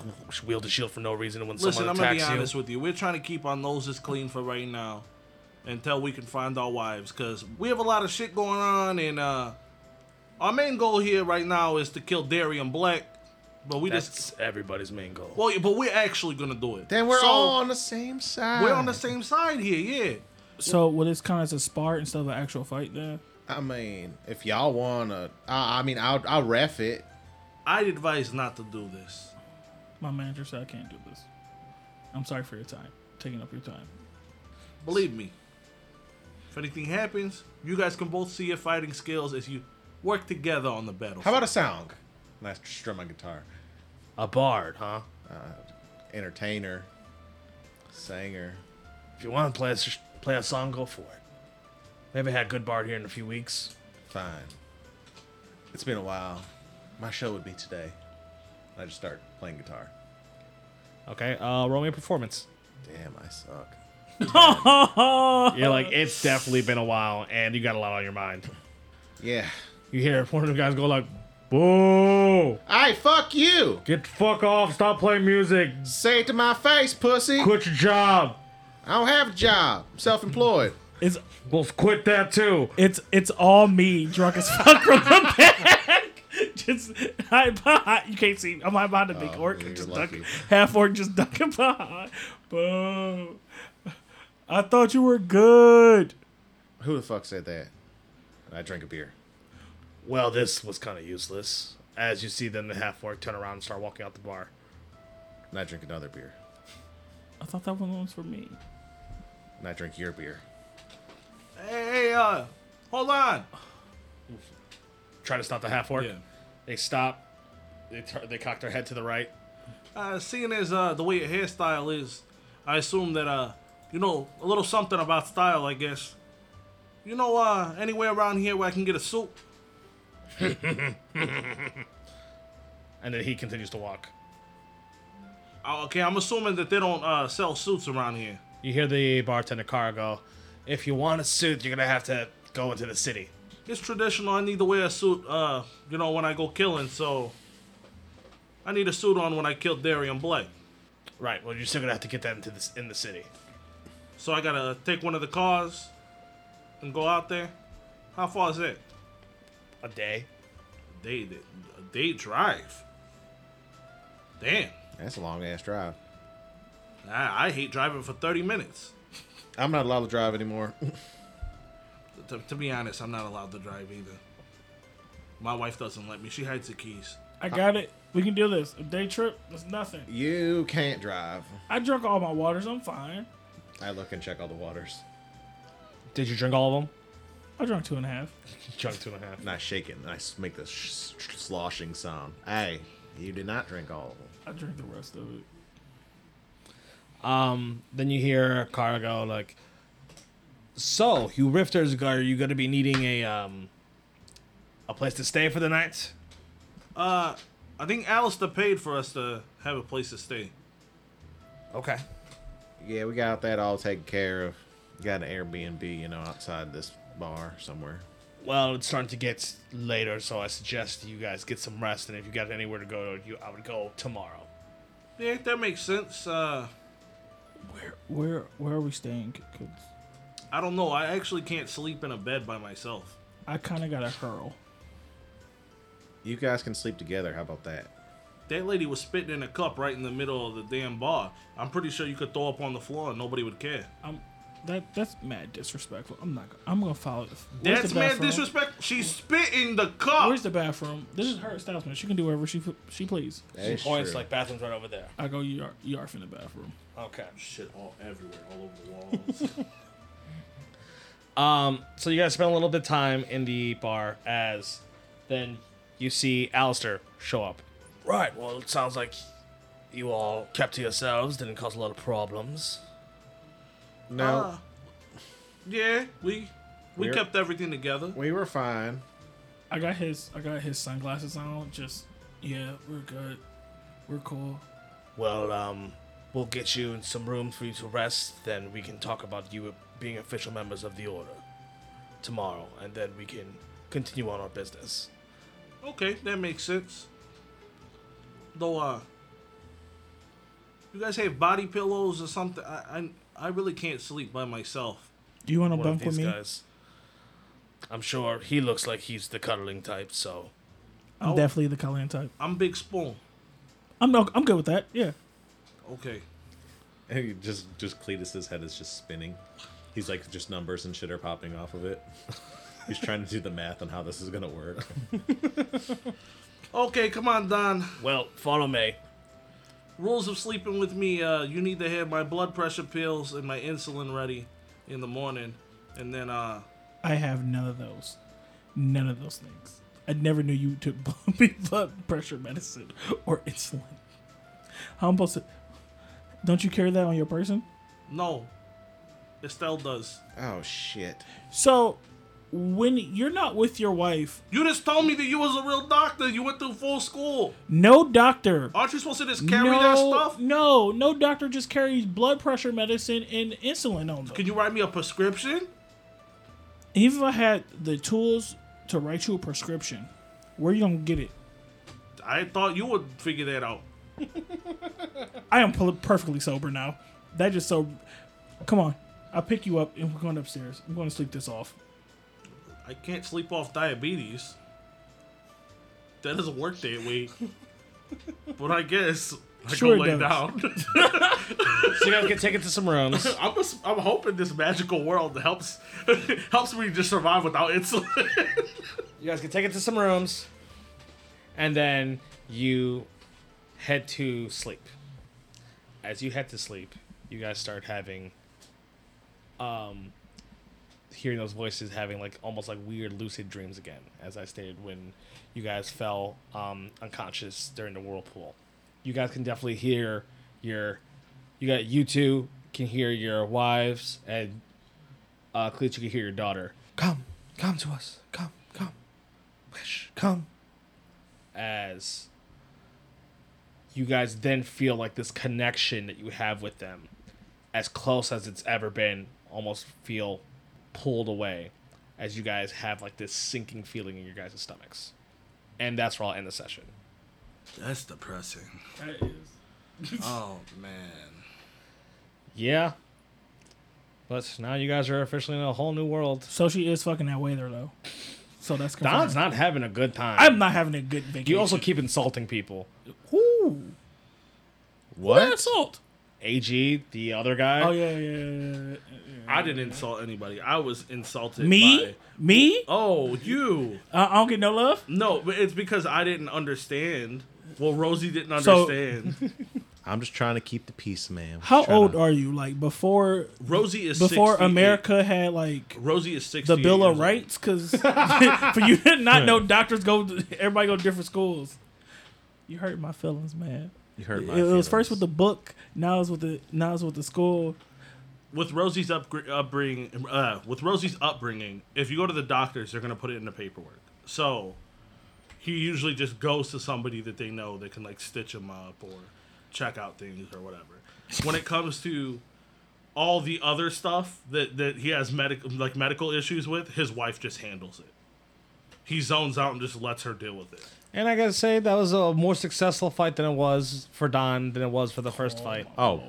Speaker 2: wield a shield for no reason when
Speaker 3: Listen,
Speaker 2: someone
Speaker 3: I'm gonna be
Speaker 2: attacks you.
Speaker 3: honest with you. We're trying to keep our noses clean for right now, until we can find our wives, cause we have a lot of shit going on, and uh, our main goal here right now is to kill Darian Black. But we just
Speaker 2: That's everybody's main goal.
Speaker 3: well, yeah, but we're actually gonna do it.
Speaker 5: Then we're
Speaker 3: So,
Speaker 5: all on the same side.
Speaker 3: we're on the same side here, yeah.
Speaker 4: So well, it's kind of a spar instead of an actual fight. Then
Speaker 5: I mean, if y'all wanna, I, I mean, I'll I'll ref it.
Speaker 3: I'd advise not to do this.
Speaker 4: my manager said I can't do this. I'm sorry for your time, taking up your time.
Speaker 3: Believe me. If anything happens, you guys can both see your fighting skills as you work together on the battlefield.
Speaker 5: How about a song? Nice to strum my guitar. Uh,
Speaker 2: A bard, huh?
Speaker 5: Entertainer, singer.
Speaker 2: If you want to play a, s- play a song, go for it. We haven't had good bard here in a few weeks.
Speaker 5: Fine. It's been a while. My show would be today. I just start playing guitar.
Speaker 2: Okay, uh, roll me a performance.
Speaker 5: Damn, I suck.
Speaker 2: You're like, it's definitely been a while, and you got a lot on your mind.
Speaker 5: Yeah.
Speaker 2: You hear one of the guys go like, "Boo!
Speaker 5: Hey, fuck you!
Speaker 2: Get the fuck off! Stop playing music!
Speaker 5: Say it to my face, pussy.
Speaker 2: Quit your job!
Speaker 5: I don't have a job. I'm self-employed.
Speaker 4: It's
Speaker 2: Wolf quit that too.
Speaker 4: it's it's all me, drunk as fuck from the back. Just hide behind. You can't see. me. I'm hiding behind a big orc.
Speaker 5: Oh, you're
Speaker 4: Just
Speaker 5: lucky.
Speaker 4: ducking, half orc just ducking behind. Boo. I thought you were good.
Speaker 5: Who the fuck said that? I drink a beer.
Speaker 2: Well, this was kind of useless. As you see them, the half orc turn around and start walking out the bar.
Speaker 5: And I drink another beer.
Speaker 4: I thought that one was for me.
Speaker 5: And I drink your beer.
Speaker 3: Hey, hey, uh, hold on.
Speaker 2: Try to stop the half orc.
Speaker 3: Yeah.
Speaker 2: They stop. They tur they cock their head to the right.
Speaker 3: Uh, seeing as uh, the way your hairstyle is, I assume that uh, you know a little something about style, I guess. You know, uh, anywhere around here where I can get a suit.
Speaker 2: And then he continues to walk.
Speaker 3: Uh, okay, I'm assuming that they don't uh, sell suits around here.
Speaker 2: You hear the bartender car go, If you want a suit, you're going to have to go into the city.
Speaker 3: It's traditional. I need to wear a suit, uh, you know, when I go killing. So I need a suit on when I kill Darian Blake.
Speaker 2: Right, well, you're still going to have to get that into this, in the city.
Speaker 3: So I gotta take one of the cars and go out there. How far is that?
Speaker 2: A day.
Speaker 3: Day, a day drive. Damn,
Speaker 5: That's a long ass drive.
Speaker 3: I, I hate driving for 30 minutes.
Speaker 5: I'm not allowed to drive anymore.
Speaker 3: To, to be honest, I'm not allowed to drive either. My wife doesn't let me. She hides the keys.
Speaker 4: I got it. We can do this. A day trip. It's nothing.
Speaker 5: you can't drive.
Speaker 4: I drunk all my waters. I'm fine.
Speaker 5: I look and check all the waters.
Speaker 2: Did you drink all of them?
Speaker 4: I drank two and a half.
Speaker 2: Chug two and a half.
Speaker 5: And I shake it and I s- make this sh- sh- sloshing sound. Hey, you did not drink all of them.
Speaker 4: I drank the rest of it.
Speaker 2: Um, then you hear Kara go like, "So, you rifters, are you gonna be needing a um, a place to stay for the night?"
Speaker 3: Uh, I think Alistair paid for us to have a place to stay.
Speaker 2: Okay.
Speaker 5: Yeah, we got that all taken care of. Got an Airbnb, you know, outside this bar somewhere.
Speaker 2: Well, it's starting to get later, so I suggest you guys get some rest. And if you got anywhere to go, you I would go tomorrow.
Speaker 3: Yeah, that makes sense. Uh,
Speaker 4: Where where where are we staying? 'Cause
Speaker 3: I don't know. I actually can't sleep in a bed by myself.
Speaker 4: I kind of got a hurl.
Speaker 5: You guys can sleep together. How about that?
Speaker 3: That lady was spitting in a cup right in the middle of the damn bar. I'm pretty sure you could throw up on the floor and nobody would care.
Speaker 4: I'm that that's mad disrespectful. I'm not. gonna- I'm gonna follow. Where's
Speaker 3: That's
Speaker 4: the
Speaker 3: mad
Speaker 4: bathroom?
Speaker 3: disrespect. She spit in the cup.
Speaker 4: Where's the bathroom? This is her establishment. She can do whatever she f- she please.
Speaker 5: That
Speaker 2: She
Speaker 5: is
Speaker 2: points
Speaker 5: true.
Speaker 2: like bathrooms right over there.
Speaker 4: I go yar yarf in the bathroom.
Speaker 2: Okay.
Speaker 3: Shit all everywhere, all over the walls.
Speaker 2: Um, so you guys spend a little bit of time in the bar as then you see Alistair show up. Right, well, it sounds like you all kept to yourselves, didn't cause a lot of problems.
Speaker 5: No,
Speaker 3: Uh, yeah, we we
Speaker 5: We're-
Speaker 3: kept everything together.
Speaker 5: we were fine.
Speaker 4: I got his I got his sunglasses on. Just yeah, we're good. We're cool.
Speaker 2: Well, um, we'll get you in some room for you to rest, then we can talk about you being official members of the order tomorrow, and then we can continue on our business.
Speaker 3: Okay, that makes sense. Though, uh, you guys have body pillows or something? I I, I really can't sleep by myself.
Speaker 4: You want to
Speaker 2: One of
Speaker 4: bunk with
Speaker 2: these
Speaker 4: me?
Speaker 2: guys. I'm sure he looks like he's the cuddling type, so
Speaker 4: I'm
Speaker 3: Oh.
Speaker 4: definitely the Colleen type.
Speaker 3: I'm Big Spoon.
Speaker 4: I'm no, I'm good with that. Yeah.
Speaker 3: Okay.
Speaker 7: And he just just Cletus's head is just spinning. He's like just numbers and shit are popping off of it. He's trying to do the math on how this is gonna work.
Speaker 3: Okay, come on, Don.
Speaker 2: well, follow me.
Speaker 3: Rules of sleeping with me, uh, you need to have my blood pressure pills and my insulin ready in the morning. And then, uh,
Speaker 4: I have none of those. None of those things. I never knew you took big blood pressure medicine or insulin. How am I supposed to? Don't you carry that on your person?
Speaker 3: no. Estelle does.
Speaker 5: Oh shit.
Speaker 4: So, when you're not with your wife,
Speaker 3: You just told me that you was a real doctor. You went through full school.
Speaker 4: no doctor,
Speaker 2: Oh,
Speaker 3: Aren't you supposed to just carry
Speaker 4: no,
Speaker 3: that stuff?
Speaker 4: no, no doctor just carries blood pressure medicine and insulin on them.
Speaker 3: Can you write me a prescription?
Speaker 4: Even if I had the tools to write you a prescription, where you gonna get it?
Speaker 3: I thought you would figure that out.
Speaker 4: I am pol- perfectly sober now. That just so Come on. I'll pick you up and we're going upstairs. I'm going to sleep this off.
Speaker 3: I can't sleep off diabetes. That doesn't work that way. but I guess I
Speaker 4: Sure it
Speaker 3: go lay
Speaker 4: does.
Speaker 3: down.
Speaker 2: So you guys can take it to some rooms.
Speaker 3: I'm, just, I'm hoping this magical world helps helps me just survive without insulin.
Speaker 2: You guys can take it to some rooms, and then you head to sleep. As you head to sleep, you guys start having, um, hearing those voices, having like almost like weird lucid dreams again. As I stated when you guys fell um, unconscious during the whirlpool, you guys can definitely hear your, you got you two can hear your wives and, uh, Cleet, you can hear your daughter. Come, come to us, come, come come as you guys then feel like this connection that you have with them as close as it's ever been almost feel pulled away as you guys have like this sinking feeling in your guys' stomachs and that's where i'll end the session
Speaker 3: That's depressing.
Speaker 4: That is.
Speaker 3: Oh man.
Speaker 2: yeah but now you guys are officially in a whole new world
Speaker 4: So she is fucking that waiter though. So that's confirmed.
Speaker 2: don's not having a good time
Speaker 4: I'm not having a good vacation.
Speaker 2: you also keep insulting people
Speaker 4: Ooh.
Speaker 7: What?
Speaker 4: Insult.
Speaker 2: ag the other guy
Speaker 4: Oh yeah, yeah, yeah, yeah,
Speaker 3: I didn't insult anybody. I was insulted.
Speaker 4: yeah. Me?
Speaker 3: by-
Speaker 4: Me?
Speaker 3: oh, you.
Speaker 4: Uh, I don't get no love.
Speaker 3: No, but it's because I didn't understand. Well, Rosie didn't
Speaker 4: So-
Speaker 3: understand.
Speaker 7: I'm just trying to keep the peace, man.
Speaker 4: How old are you? Like before
Speaker 3: Rosie is
Speaker 4: before
Speaker 3: 68.
Speaker 4: America had like
Speaker 3: Rosie is sixty.
Speaker 4: the Bill of Rights, because for you to not know doctors go, everybody go to different schools. You hurt my feelings, man.
Speaker 7: You heard
Speaker 4: it
Speaker 7: my
Speaker 4: was first with the
Speaker 7: feelings.
Speaker 4: book, now it's with the now it's with the school.
Speaker 3: With Rosie's upgr upbringing, uh, with Rosie's upbringing, if you go to the doctors, they're gonna put it in the paperwork. So he usually just goes to somebody that they know that can like stitch him up or check out things or whatever. When it comes to all the other stuff that that he has medical like medical issues with, his wife just handles it. He zones out and just lets her deal with it.
Speaker 2: And I gotta say, that was a more successful fight than it was for Don than it was for the first fight.
Speaker 7: Oh,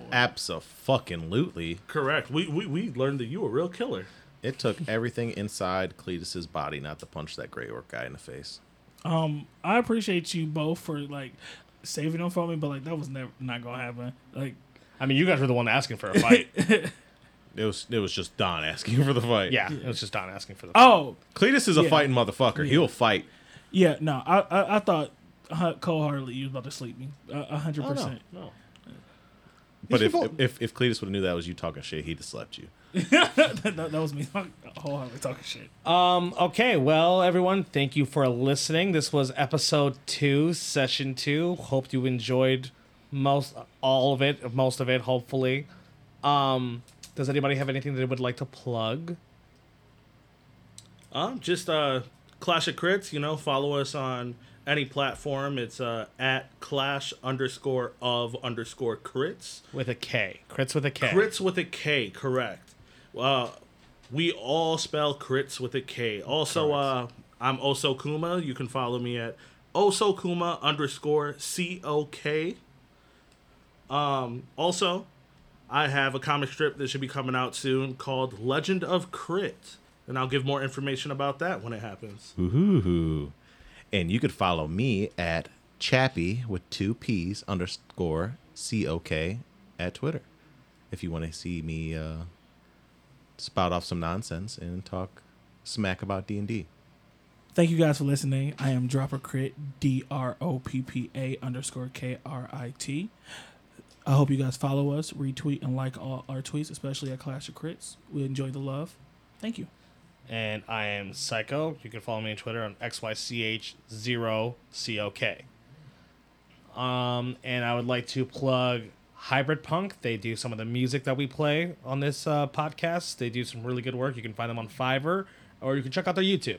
Speaker 7: absolutely.
Speaker 3: Correct. We we, we learned that you a real killer.
Speaker 7: It took everything inside Cletus's body not to punch that gray orc guy in the face.
Speaker 4: Um, I appreciate you both for like saving them for me, but like that was never not gonna happen. Like
Speaker 2: I mean, you guys were the one asking for a fight.
Speaker 7: It was it was just Don asking for the fight.
Speaker 2: yeah, it was just Don asking for the fight.
Speaker 4: oh
Speaker 7: Cletus is a
Speaker 4: Yeah.
Speaker 7: fighting motherfucker. He'll fight.
Speaker 4: yeah, no, I I, I thought uh, wholeheartedly you was about to sleep me, A- a hundred
Speaker 7: Oh, no.
Speaker 4: percent.
Speaker 2: no.
Speaker 7: But if,
Speaker 2: people-
Speaker 7: if if Cletus would have knew that was you talking shit, he'd have slept you.
Speaker 4: That that was me wholeheartedly talking shit.
Speaker 2: Um, okay, well, everyone, thank you for listening. This was episode two, session two. Hope you enjoyed most all of it, most of it, hopefully. Um, does anybody have anything they would like to plug?
Speaker 3: Um, just uh, Clash of Crits. You know, follow us on any platform. It's uh, at Clash underscore of underscore Crits.
Speaker 2: With a K. Crits with a K.
Speaker 3: Crits with a K, correct. Uh, we all spell crits with a K. Also, uh, I'm Osokuma. You can follow me at Osokuma underscore C O K. Um, also, I have a comic strip that should be coming out soon called Legend of Crit. And I'll give more information about that when it happens.
Speaker 7: Ooh. And you could follow me at Chappie with two P's underscore C O K at Twitter if you want to see me uh, spout off some nonsense and talk smack about D and D.
Speaker 4: Thank you guys for listening. I am Dropper Crit, D R O P P A underscore K R I T. I hope you guys follow us, retweet, and like all our tweets, especially at Clash of Crits. We enjoy the love. Thank you.
Speaker 2: and I am Psycho. You can follow me on Twitter on XYCH0COK. Um, and I would like to plug Hybrid Punk. They do some of the music that we play on this uh, podcast. They do some really good work. You can find them on Fiverr or you can check out their YouTube.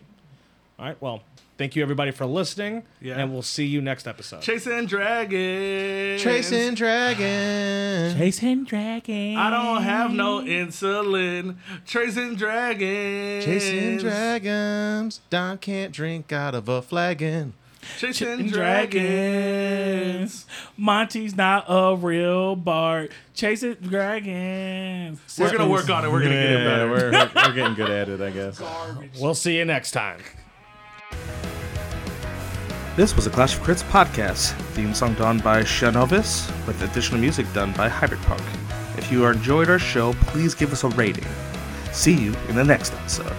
Speaker 2: All right. Well, thank you everybody for listening.
Speaker 3: Yeah.
Speaker 2: And we'll see you next episode.
Speaker 3: Chasing Dragons.
Speaker 7: Tracing Dragon.
Speaker 4: Jason Dragon.
Speaker 3: I don't have no insulin. Tracing Dragons.
Speaker 7: Chasing dragons. Don can't drink out of a flagon.
Speaker 9: Chasing
Speaker 4: Chicken
Speaker 9: dragons.
Speaker 4: dragons. Monty's not a real Bart. Chasing dragons.
Speaker 9: We're gonna work on it. We're gonna get it
Speaker 5: Yeah,
Speaker 9: better.
Speaker 5: we're, we're getting good at it, I guess.
Speaker 2: We'll see you next time.
Speaker 9: This was a Clash of Crits podcast. Theme song done by Shanovis, with additional music done by Hybridpunk. If you enjoyed our show, please give us a rating. See you in the next episode.